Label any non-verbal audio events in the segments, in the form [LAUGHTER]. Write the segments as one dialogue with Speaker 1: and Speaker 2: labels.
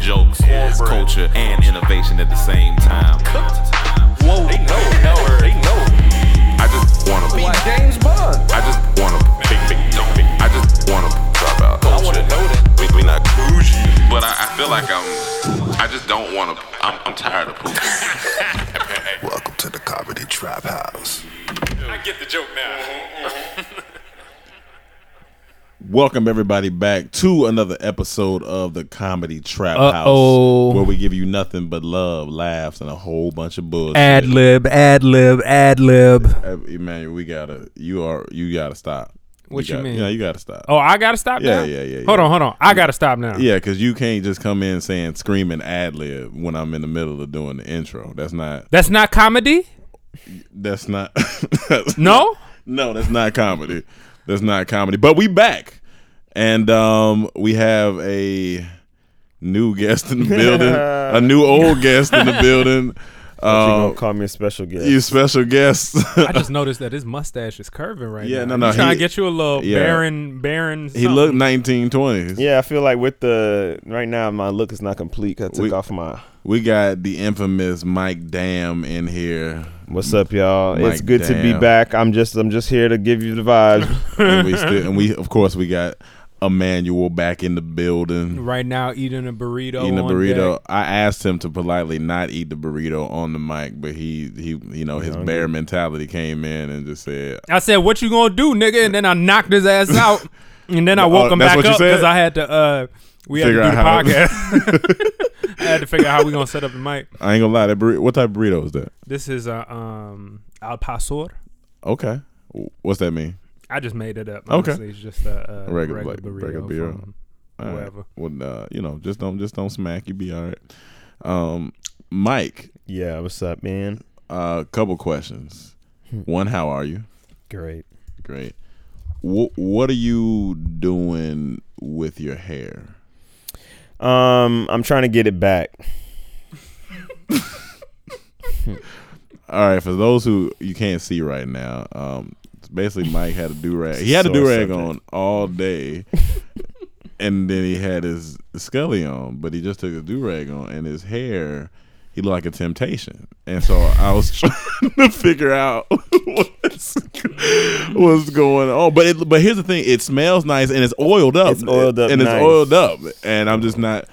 Speaker 1: jokes,
Speaker 2: Cornbread.
Speaker 1: culture, and innovation at the same time.
Speaker 2: Whoa. They know, know, they know.
Speaker 3: I just wanna be.
Speaker 2: Like James Bond.
Speaker 3: I just wanna big big no big. I just wanna drop out.
Speaker 2: I wanna know that.
Speaker 3: We, we not bougie, but I, I feel like I'm. I just don't wanna. I'm, I'm tired of pooping.
Speaker 4: Welcome to the Comedy Trap House.
Speaker 2: I get the joke now.
Speaker 5: Welcome everybody back to another episode of the Comedy Trap
Speaker 6: Uh-oh.
Speaker 5: House, where we give you nothing but love, laughs, and a whole bunch of bullshit.
Speaker 6: Ad lib, ad lib, ad lib.
Speaker 5: Uh, Emmanuel, we gotta. You are. You gotta stop.
Speaker 6: What you
Speaker 5: gotta-
Speaker 6: mean?
Speaker 5: Yeah, you gotta stop.
Speaker 6: Oh, I gotta stop
Speaker 5: Yeah,
Speaker 6: now.
Speaker 5: yeah, yeah,
Speaker 6: Hold
Speaker 5: yeah.
Speaker 6: on, hold on. I gotta stop now.
Speaker 5: Yeah, because you can't just come in saying screaming ad lib when I'm in the middle of doing the intro. That's not.
Speaker 6: That's not comedy.
Speaker 5: That's not. [LAUGHS]
Speaker 6: No.
Speaker 5: No, that's not comedy. That's not comedy. But we back, and um, we have a new guest in the building, a new old guest in
Speaker 7: [LAUGHS]
Speaker 5: the building.
Speaker 7: you
Speaker 5: Uh,
Speaker 7: gonna call me a special guest.
Speaker 5: you special guest.
Speaker 6: I just noticed that his mustache is curving right
Speaker 5: Yeah,
Speaker 6: now.
Speaker 5: no, no,
Speaker 6: He's trying
Speaker 5: he-
Speaker 6: to get you a little
Speaker 5: yeah.
Speaker 6: barren, barren.
Speaker 5: [LAUGHS] he
Speaker 6: something.
Speaker 5: looked 1920s.
Speaker 7: yeah, I feel like with the right now my look is not complete. 'cause I took
Speaker 5: We-
Speaker 7: off my.
Speaker 5: We got the infamous Mike Dam in here.
Speaker 7: What's up, y'all? it's
Speaker 5: Mike
Speaker 7: good to be
Speaker 5: Dam.
Speaker 7: back. I'm just I'm just here to give you the
Speaker 5: [LAUGHS]
Speaker 7: vibes.
Speaker 5: and we still, and we of course we got Emmanuel back in the building
Speaker 6: right now eating a burrito.
Speaker 5: eating a
Speaker 6: on
Speaker 5: burrito.
Speaker 6: deck.
Speaker 5: I asked him to politely not eat the burrito on the mic, but he he you know his bear mentality came in and just said,
Speaker 6: I said, "What you gonna do, nigga?" And then I knocked his ass
Speaker 5: [LAUGHS]
Speaker 6: out. And then I woke
Speaker 5: Oh,
Speaker 6: him
Speaker 5: that's
Speaker 6: back
Speaker 5: what you
Speaker 6: up because
Speaker 5: said?
Speaker 6: I had to. uh We had
Speaker 5: Figure
Speaker 6: to do the
Speaker 5: out [LAUGHS]
Speaker 6: podcast. I had to figure out how we gonna set up the mic.
Speaker 5: "I ain't gonna lie, that burrito. What type of burrito is that?
Speaker 6: This is a um al pastor.
Speaker 5: Okay, W- what's that mean?
Speaker 6: I just made it up.
Speaker 5: Okay.
Speaker 6: Honestly. It's just a, a regular,
Speaker 5: Regular black-
Speaker 6: burrito.
Speaker 5: regular beer.
Speaker 6: from
Speaker 5: All right.
Speaker 6: whoever.
Speaker 5: Well, uh, you know, just don't just don't smack. You be all right. Um, Mike,
Speaker 7: yeah, what's up, man?
Speaker 5: a couple questions.
Speaker 6: Hmm.
Speaker 5: One, how are you?
Speaker 7: Great.
Speaker 5: Great. Wh- what are you doing with your hair?
Speaker 7: Um, I'm trying to get it back.
Speaker 5: All right, for those who you can't see right now, um, it's basically Mike had a do rag. He had a
Speaker 7: So
Speaker 5: do rag
Speaker 7: subject.
Speaker 5: on all
Speaker 7: [LAUGHS]
Speaker 5: day, and then he had his scully on, but he just took his do rag on, and his hair he looked like a temptation. And so I was [LAUGHS] trying to figure out [LAUGHS] what's, what's going on. But it, but here's the thing: it smells nice, and it's oiled up.
Speaker 7: It's oiled up
Speaker 5: and
Speaker 7: nice.
Speaker 5: it's oiled up, and I'm just not.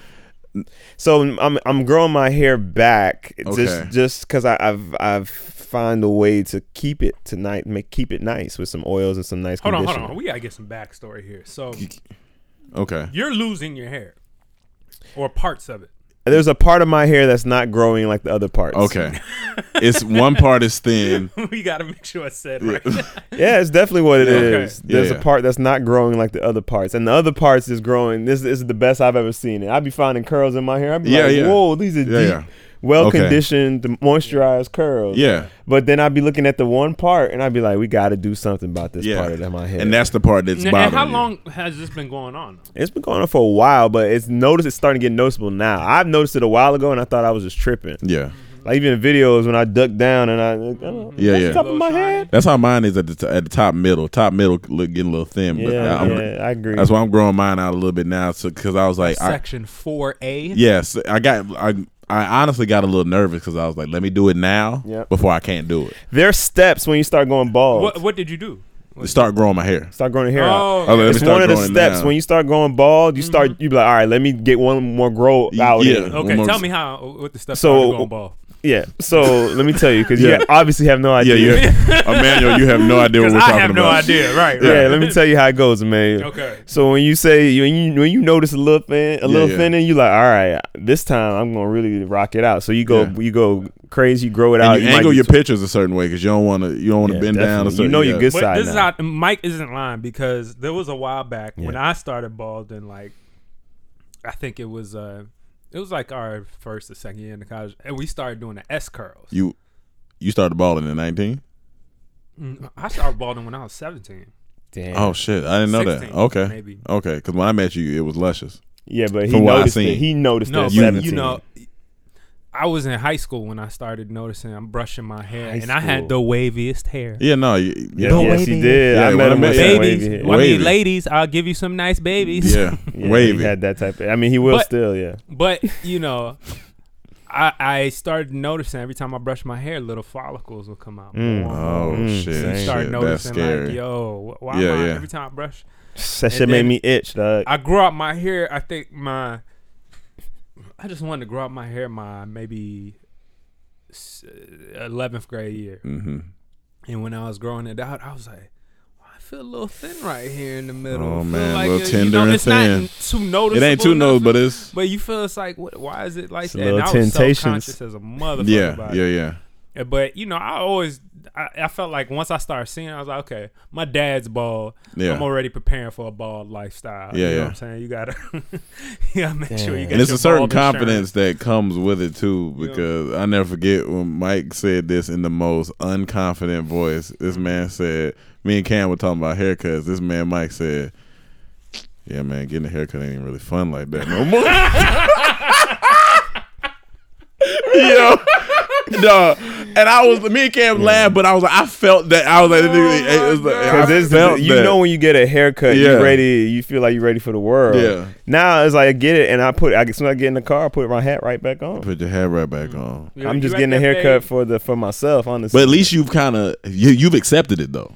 Speaker 7: So I'm I'm growing my hair back
Speaker 5: Okay.
Speaker 7: just just because I've I've find a way to keep it tonight, make keep it nice with some oils and some nice
Speaker 6: Hold on, hold
Speaker 7: conditioner.
Speaker 6: on. We gotta get some backstory here.
Speaker 5: [LAUGHS]
Speaker 6: So
Speaker 5: Okay.
Speaker 6: you're losing your hair, or parts of it. [LAUGHS]
Speaker 7: There's a part of my hair that's not growing like the other parts. [LAUGHS]
Speaker 5: Okay. it's one part is thin.
Speaker 6: we gotta make sure I said right.
Speaker 7: Yeah, it's definitely what it is.
Speaker 6: okay.
Speaker 7: There's
Speaker 5: Yeah.
Speaker 7: a part that's not growing like the other parts, and the other parts is growing. This, this is the best I've ever seen it. I'd be finding curls in my hair. I'd be
Speaker 5: Yeah,
Speaker 7: like,
Speaker 5: yeah.
Speaker 7: whoa, these are
Speaker 5: Yeah,
Speaker 7: deep,
Speaker 5: yeah.
Speaker 7: well conditioned, moisturized curls.
Speaker 5: Yeah.
Speaker 7: But then I'd be looking at the one part, and I'd be like, we got to do something about this
Speaker 5: yeah.
Speaker 7: part of my hair.
Speaker 5: And that's the part that's
Speaker 6: and,
Speaker 5: bothering
Speaker 6: how
Speaker 5: you.
Speaker 6: long has this been going on?
Speaker 7: it's been going on for a while, but it's noticed. It's starting to get noticeable now. I've noticed it a while ago, and I thought I was just tripping.
Speaker 5: Yeah. Like,
Speaker 7: Like even in videos when I duck down and I, I don't know,
Speaker 5: Yeah,
Speaker 7: that's
Speaker 5: yeah.
Speaker 7: the top of my head.
Speaker 5: that's how mine is at the, t- at the top middle. Top middle look getting a little thin, but uh,
Speaker 7: Yeah,
Speaker 5: I'm,
Speaker 7: yeah, I agree.
Speaker 5: that's why I'm growing mine out a little bit now. So because I was like, I,
Speaker 6: Section four A.
Speaker 5: yes, I got I. I honestly got a little nervous because I was like, "Let me do it now
Speaker 7: Yep.
Speaker 5: before I can't do it."
Speaker 7: There's steps when you start going bald.
Speaker 6: What What did you do?
Speaker 5: Start growing my hair.
Speaker 7: Start growing hair out.
Speaker 6: Oh, Mm-hmm.
Speaker 5: I was like, let me
Speaker 7: it's
Speaker 5: start
Speaker 7: one of the
Speaker 5: growing it
Speaker 7: steps
Speaker 5: now.
Speaker 7: when you start going bald you start you be like all right let me get one more grow out
Speaker 5: Yeah.
Speaker 7: in.
Speaker 6: Okay,
Speaker 5: One more-
Speaker 6: tell me how what the stuff
Speaker 7: So-
Speaker 6: so, going ball.
Speaker 7: yeah
Speaker 5: [LAUGHS]
Speaker 7: so let me tell you because
Speaker 5: Yeah.
Speaker 7: you obviously have no
Speaker 5: yeah,
Speaker 7: idea
Speaker 5: you,
Speaker 6: [LAUGHS]
Speaker 5: Emmanuel, you have no idea what
Speaker 6: Because
Speaker 5: we're
Speaker 6: I
Speaker 5: talking
Speaker 6: have no
Speaker 5: about.
Speaker 6: idea. Right.
Speaker 7: yeah,
Speaker 6: right.
Speaker 7: let me tell you how it goes man
Speaker 6: Okay.
Speaker 7: so when you say you- when you when you notice a little thin a little
Speaker 5: yeah.
Speaker 7: thinning you like all right this time I'm gonna really rock it out so you go
Speaker 5: Yeah.
Speaker 7: you go crazy Uh, you grow it out
Speaker 5: And you,
Speaker 7: might
Speaker 5: angle
Speaker 7: do
Speaker 5: your
Speaker 7: some-
Speaker 5: pictures a certain way because you don't want to. You don't want to
Speaker 7: Yeah,
Speaker 5: bend down.
Speaker 7: definitely.
Speaker 5: A
Speaker 7: You
Speaker 5: certain,
Speaker 7: know you're
Speaker 5: yeah.
Speaker 7: good
Speaker 6: But
Speaker 7: side
Speaker 6: this is
Speaker 7: now.
Speaker 6: how Mike isn't lying because there was a while back when I started balding. Like, I think it was uh, it was like our first or second year in the college, and we started doing the S curls.
Speaker 5: You you started balling in 19.
Speaker 6: Mm, I started balding when I was seventeen.
Speaker 5: Oh shit, I didn't know
Speaker 6: 16,
Speaker 5: that. Okay,
Speaker 6: maybe.
Speaker 5: okay, because when I met you, it was luscious.
Speaker 7: yeah but he
Speaker 5: from what I've
Speaker 7: noticed it
Speaker 5: seen.
Speaker 7: he noticed
Speaker 6: No,
Speaker 7: that
Speaker 6: but
Speaker 7: 17
Speaker 6: you know, I was in high school when I started noticing I'm brushing my hair,
Speaker 7: High
Speaker 6: and I had the waviest hair.
Speaker 5: Yeah, no, y- yeah,
Speaker 7: Yeah, yes, he
Speaker 8: wavy.
Speaker 7: did.
Speaker 5: Yeah,
Speaker 7: I
Speaker 5: what
Speaker 7: met
Speaker 5: a
Speaker 7: him
Speaker 5: man.
Speaker 7: with that wavy
Speaker 6: Babies,
Speaker 7: hair.
Speaker 6: well, I mean,
Speaker 5: Wavy.
Speaker 6: ladies, I'll give you some nice babies.
Speaker 5: yeah,
Speaker 7: [LAUGHS] Yeah,
Speaker 5: wavy.
Speaker 7: He had that type. Of, I mean, he will
Speaker 6: But-
Speaker 7: still. Yeah.
Speaker 6: But you know, I I started noticing every time I brush my hair, little follicles will come out.
Speaker 7: Mm.
Speaker 6: More.
Speaker 5: Oh
Speaker 7: Mm,
Speaker 5: shit,
Speaker 7: so you
Speaker 6: You
Speaker 5: shit,
Speaker 6: start
Speaker 5: that's
Speaker 6: noticing
Speaker 5: scary.
Speaker 6: like, yo, wh- why
Speaker 5: Yeah,
Speaker 6: am I
Speaker 5: yeah.
Speaker 6: every time I brush?
Speaker 7: That shit made
Speaker 6: then-
Speaker 7: me itch, dog.
Speaker 6: I grew out my hair. I think my, I just wanted to grow out my hair. My maybe uh, eleventh grade year,
Speaker 5: mm-hmm.
Speaker 6: and when I was growing it out, I was like. "Well, I Feel a little thin right here in the middle.
Speaker 5: Oh,
Speaker 6: Feel
Speaker 5: man,
Speaker 6: like,
Speaker 5: little
Speaker 6: uh, you
Speaker 5: tender and
Speaker 6: know, it's not
Speaker 5: thin.
Speaker 6: too noticeable.
Speaker 5: It ain't too
Speaker 6: noticeable.
Speaker 5: nose, but it's
Speaker 6: But you feel it's like, what, why is it like
Speaker 7: It's a
Speaker 6: that? And
Speaker 7: little
Speaker 6: I was
Speaker 7: temptations.
Speaker 6: self-conscious as a motherfucker.
Speaker 5: yeah,
Speaker 6: about
Speaker 5: yeah,
Speaker 6: it.
Speaker 5: yeah.
Speaker 6: Uh, But you know, I always, I, I felt like once I started seeing, it, I was like, okay, my dad's bald.
Speaker 5: Yeah.
Speaker 6: I'm already preparing for a bald lifestyle.
Speaker 5: Yeah,
Speaker 6: you know
Speaker 5: yeah.
Speaker 6: what I'm saying you gotta, [LAUGHS] you gotta make sure you
Speaker 7: Damn.
Speaker 6: get.
Speaker 5: And it's
Speaker 6: your
Speaker 5: a certain
Speaker 6: bald insurance.
Speaker 5: confidence that comes with it too, because I never forget when Mike said this in the most unconfident voice. This
Speaker 6: Mm-hmm.
Speaker 5: man said, "Me and Cam were talking about haircuts." This man Mike said, "Yeah, man, getting a haircut ain't even really fun like that no more." [LAUGHS] Yo, no, and I was me and Cam laughed, but I was like, I felt that I was like,
Speaker 6: Oh
Speaker 5: it was like I
Speaker 7: Because it's
Speaker 5: felt
Speaker 7: you
Speaker 5: that.
Speaker 7: know when you get a haircut,
Speaker 5: Yeah.
Speaker 7: you ready. You feel like you're ready for the world.
Speaker 5: Yeah.
Speaker 7: Now it's like I get it, and I put. I as soon as I get in the car, I put my hat right back on.
Speaker 5: put your hair right back on.
Speaker 6: You know,
Speaker 7: I'm
Speaker 6: you
Speaker 7: just
Speaker 6: at
Speaker 7: getting a
Speaker 6: that
Speaker 7: haircut
Speaker 6: phase-
Speaker 7: for the for myself, honestly.
Speaker 5: But at least you've kind of you, you've accepted it though.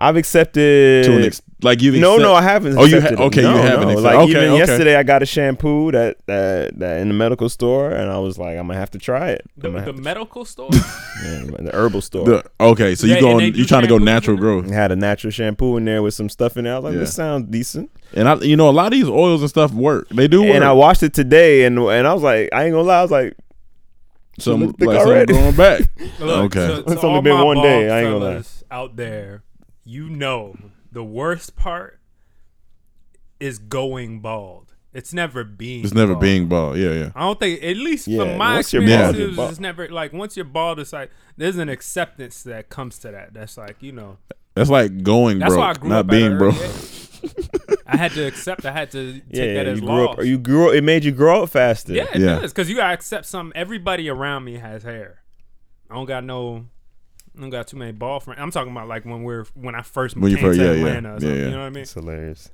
Speaker 7: I've accepted.
Speaker 5: To an ex- like you've
Speaker 7: no,
Speaker 5: accept-
Speaker 7: no, I haven't.
Speaker 5: Oh, you ha-
Speaker 7: accepted it.
Speaker 5: okay?
Speaker 7: No,
Speaker 5: you haven't.
Speaker 7: no.
Speaker 5: accepted-
Speaker 7: Like
Speaker 5: okay,
Speaker 7: even
Speaker 5: okay.
Speaker 7: yesterday, I got a shampoo that, that that in the medical store, and I was like, I'm gonna have to try it. I'm
Speaker 6: The,
Speaker 7: gonna
Speaker 6: the
Speaker 7: have
Speaker 6: medical
Speaker 7: [LAUGHS]
Speaker 6: store.
Speaker 7: to- yeah, the herbal store.
Speaker 5: The- okay, so
Speaker 6: Yeah,
Speaker 5: you
Speaker 6: and
Speaker 5: going
Speaker 6: they do
Speaker 5: you trying to go
Speaker 6: shampoos
Speaker 5: natural
Speaker 6: in it?
Speaker 5: growth,
Speaker 7: It had a natural shampoo in there with some stuff in there. I was like,
Speaker 5: Yeah.
Speaker 7: this sounds decent.
Speaker 5: and I you know a lot of these oils and stuff work. They do work.
Speaker 7: And I washed it today, and and I was like, I ain't gonna lie, I was like,
Speaker 5: some
Speaker 7: look thick
Speaker 5: like some
Speaker 7: already.
Speaker 5: growing back.
Speaker 7: [LAUGHS]
Speaker 6: Look,
Speaker 5: okay,
Speaker 6: to- to
Speaker 7: It's only
Speaker 6: all
Speaker 7: been
Speaker 6: my
Speaker 7: one day,
Speaker 6: bald
Speaker 7: I ain't gonna lie.
Speaker 6: fellas Out there, you know the worst part is going bald. It's never being.
Speaker 5: it's never
Speaker 6: bald.
Speaker 5: being bald. Yeah, yeah.
Speaker 6: I don't think, at least
Speaker 7: Yeah,
Speaker 6: from my
Speaker 7: once you're
Speaker 6: experience,
Speaker 5: bald,
Speaker 6: it
Speaker 7: you're
Speaker 6: was
Speaker 7: bald.
Speaker 6: just never like once you're bald, it's like there's an acceptance that comes to that. That's like you know,
Speaker 5: That's like going
Speaker 6: that's
Speaker 5: broke,
Speaker 6: why I grew
Speaker 5: not
Speaker 6: up at
Speaker 5: being
Speaker 6: an
Speaker 5: broke.
Speaker 6: early age. I had to accept. I had to take
Speaker 7: yeah,
Speaker 6: that as
Speaker 7: you grew
Speaker 6: loss.
Speaker 7: up. You grew. It made you grow up faster.
Speaker 6: yeah, it
Speaker 5: Yeah.
Speaker 6: does because you gotta accept some. Everybody around me has hair. I don't got no. I don't got too many ball friends. I'm talking about like when we're when I first
Speaker 5: When
Speaker 6: when
Speaker 5: you
Speaker 6: came
Speaker 5: first-
Speaker 6: to
Speaker 5: yeah, yeah.
Speaker 6: Atlanta. Or something,
Speaker 5: Yeah, yeah.
Speaker 6: You know what I mean?
Speaker 7: It's hilarious.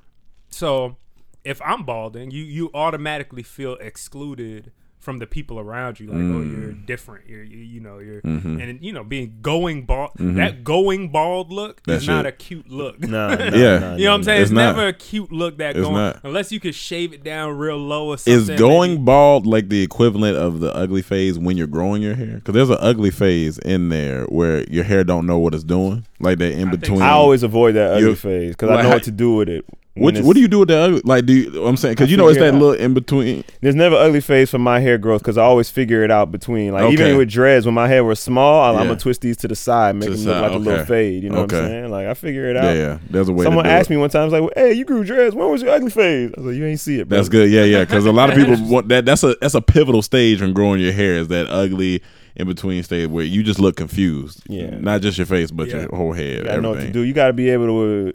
Speaker 6: So if I'm balding, you you automatically feel excluded from the people around you. Like, oh,
Speaker 5: Mm.
Speaker 6: you're different. You're you, you know you're
Speaker 5: Mm-hmm.
Speaker 6: and you know being going bald. That going bald look
Speaker 5: That
Speaker 6: is not
Speaker 5: shit.
Speaker 6: a cute look.
Speaker 7: No, no,
Speaker 5: Yeah.
Speaker 6: [LAUGHS]
Speaker 7: no,
Speaker 6: You know what
Speaker 7: no,
Speaker 6: I'm saying?
Speaker 5: It's
Speaker 6: It's,
Speaker 5: not.
Speaker 6: never a cute look that
Speaker 5: It's
Speaker 6: going
Speaker 5: not.
Speaker 6: unless you could shave it down real low or something.
Speaker 5: Is going
Speaker 6: maybe.
Speaker 5: bald like the equivalent of the ugly phase when you're growing your hair? Because there's an ugly phase in there where your hair don't know what it's doing, like that in
Speaker 6: think
Speaker 5: between.
Speaker 6: so.
Speaker 7: I always avoid that ugly
Speaker 5: You-
Speaker 7: phase because
Speaker 5: Like,
Speaker 7: I know
Speaker 5: how-
Speaker 7: what to do with it. when
Speaker 5: What,
Speaker 7: it's-
Speaker 5: what do you do with that? Ugly? Like, do you, I'm saying because you know it's
Speaker 7: figure it
Speaker 5: that
Speaker 7: out.
Speaker 5: little in between.
Speaker 7: There's never ugly phase for my hair growth because I always figure it out between. Like
Speaker 5: Okay.
Speaker 7: even with dreads, when my hair was small, I'm,
Speaker 5: Yeah.
Speaker 7: gonna twist these to the side, make
Speaker 5: To the
Speaker 7: them
Speaker 5: side,
Speaker 7: look like a little
Speaker 5: okay.
Speaker 7: fade. You know what
Speaker 5: Okay.
Speaker 7: I'm saying? Like I figure it out.
Speaker 5: Yeah, yeah. There's a way.
Speaker 7: Someone
Speaker 5: to do
Speaker 7: asked
Speaker 5: it.
Speaker 7: me one time, I was like, "Hey, you grew dreads. When was your ugly phase?" I was like, "You ain't see it." Bro.
Speaker 5: That's good. Yeah, yeah. Because a lot of
Speaker 7: [LAUGHS]
Speaker 5: people want that. That's a that's a pivotal stage when growing your hair is that ugly in between stage where you just look confused.
Speaker 7: Yeah.
Speaker 5: Not just your face, but
Speaker 6: Yeah.
Speaker 5: your whole head.
Speaker 7: I
Speaker 5: everything.
Speaker 7: know what to do. You got to be able to uh,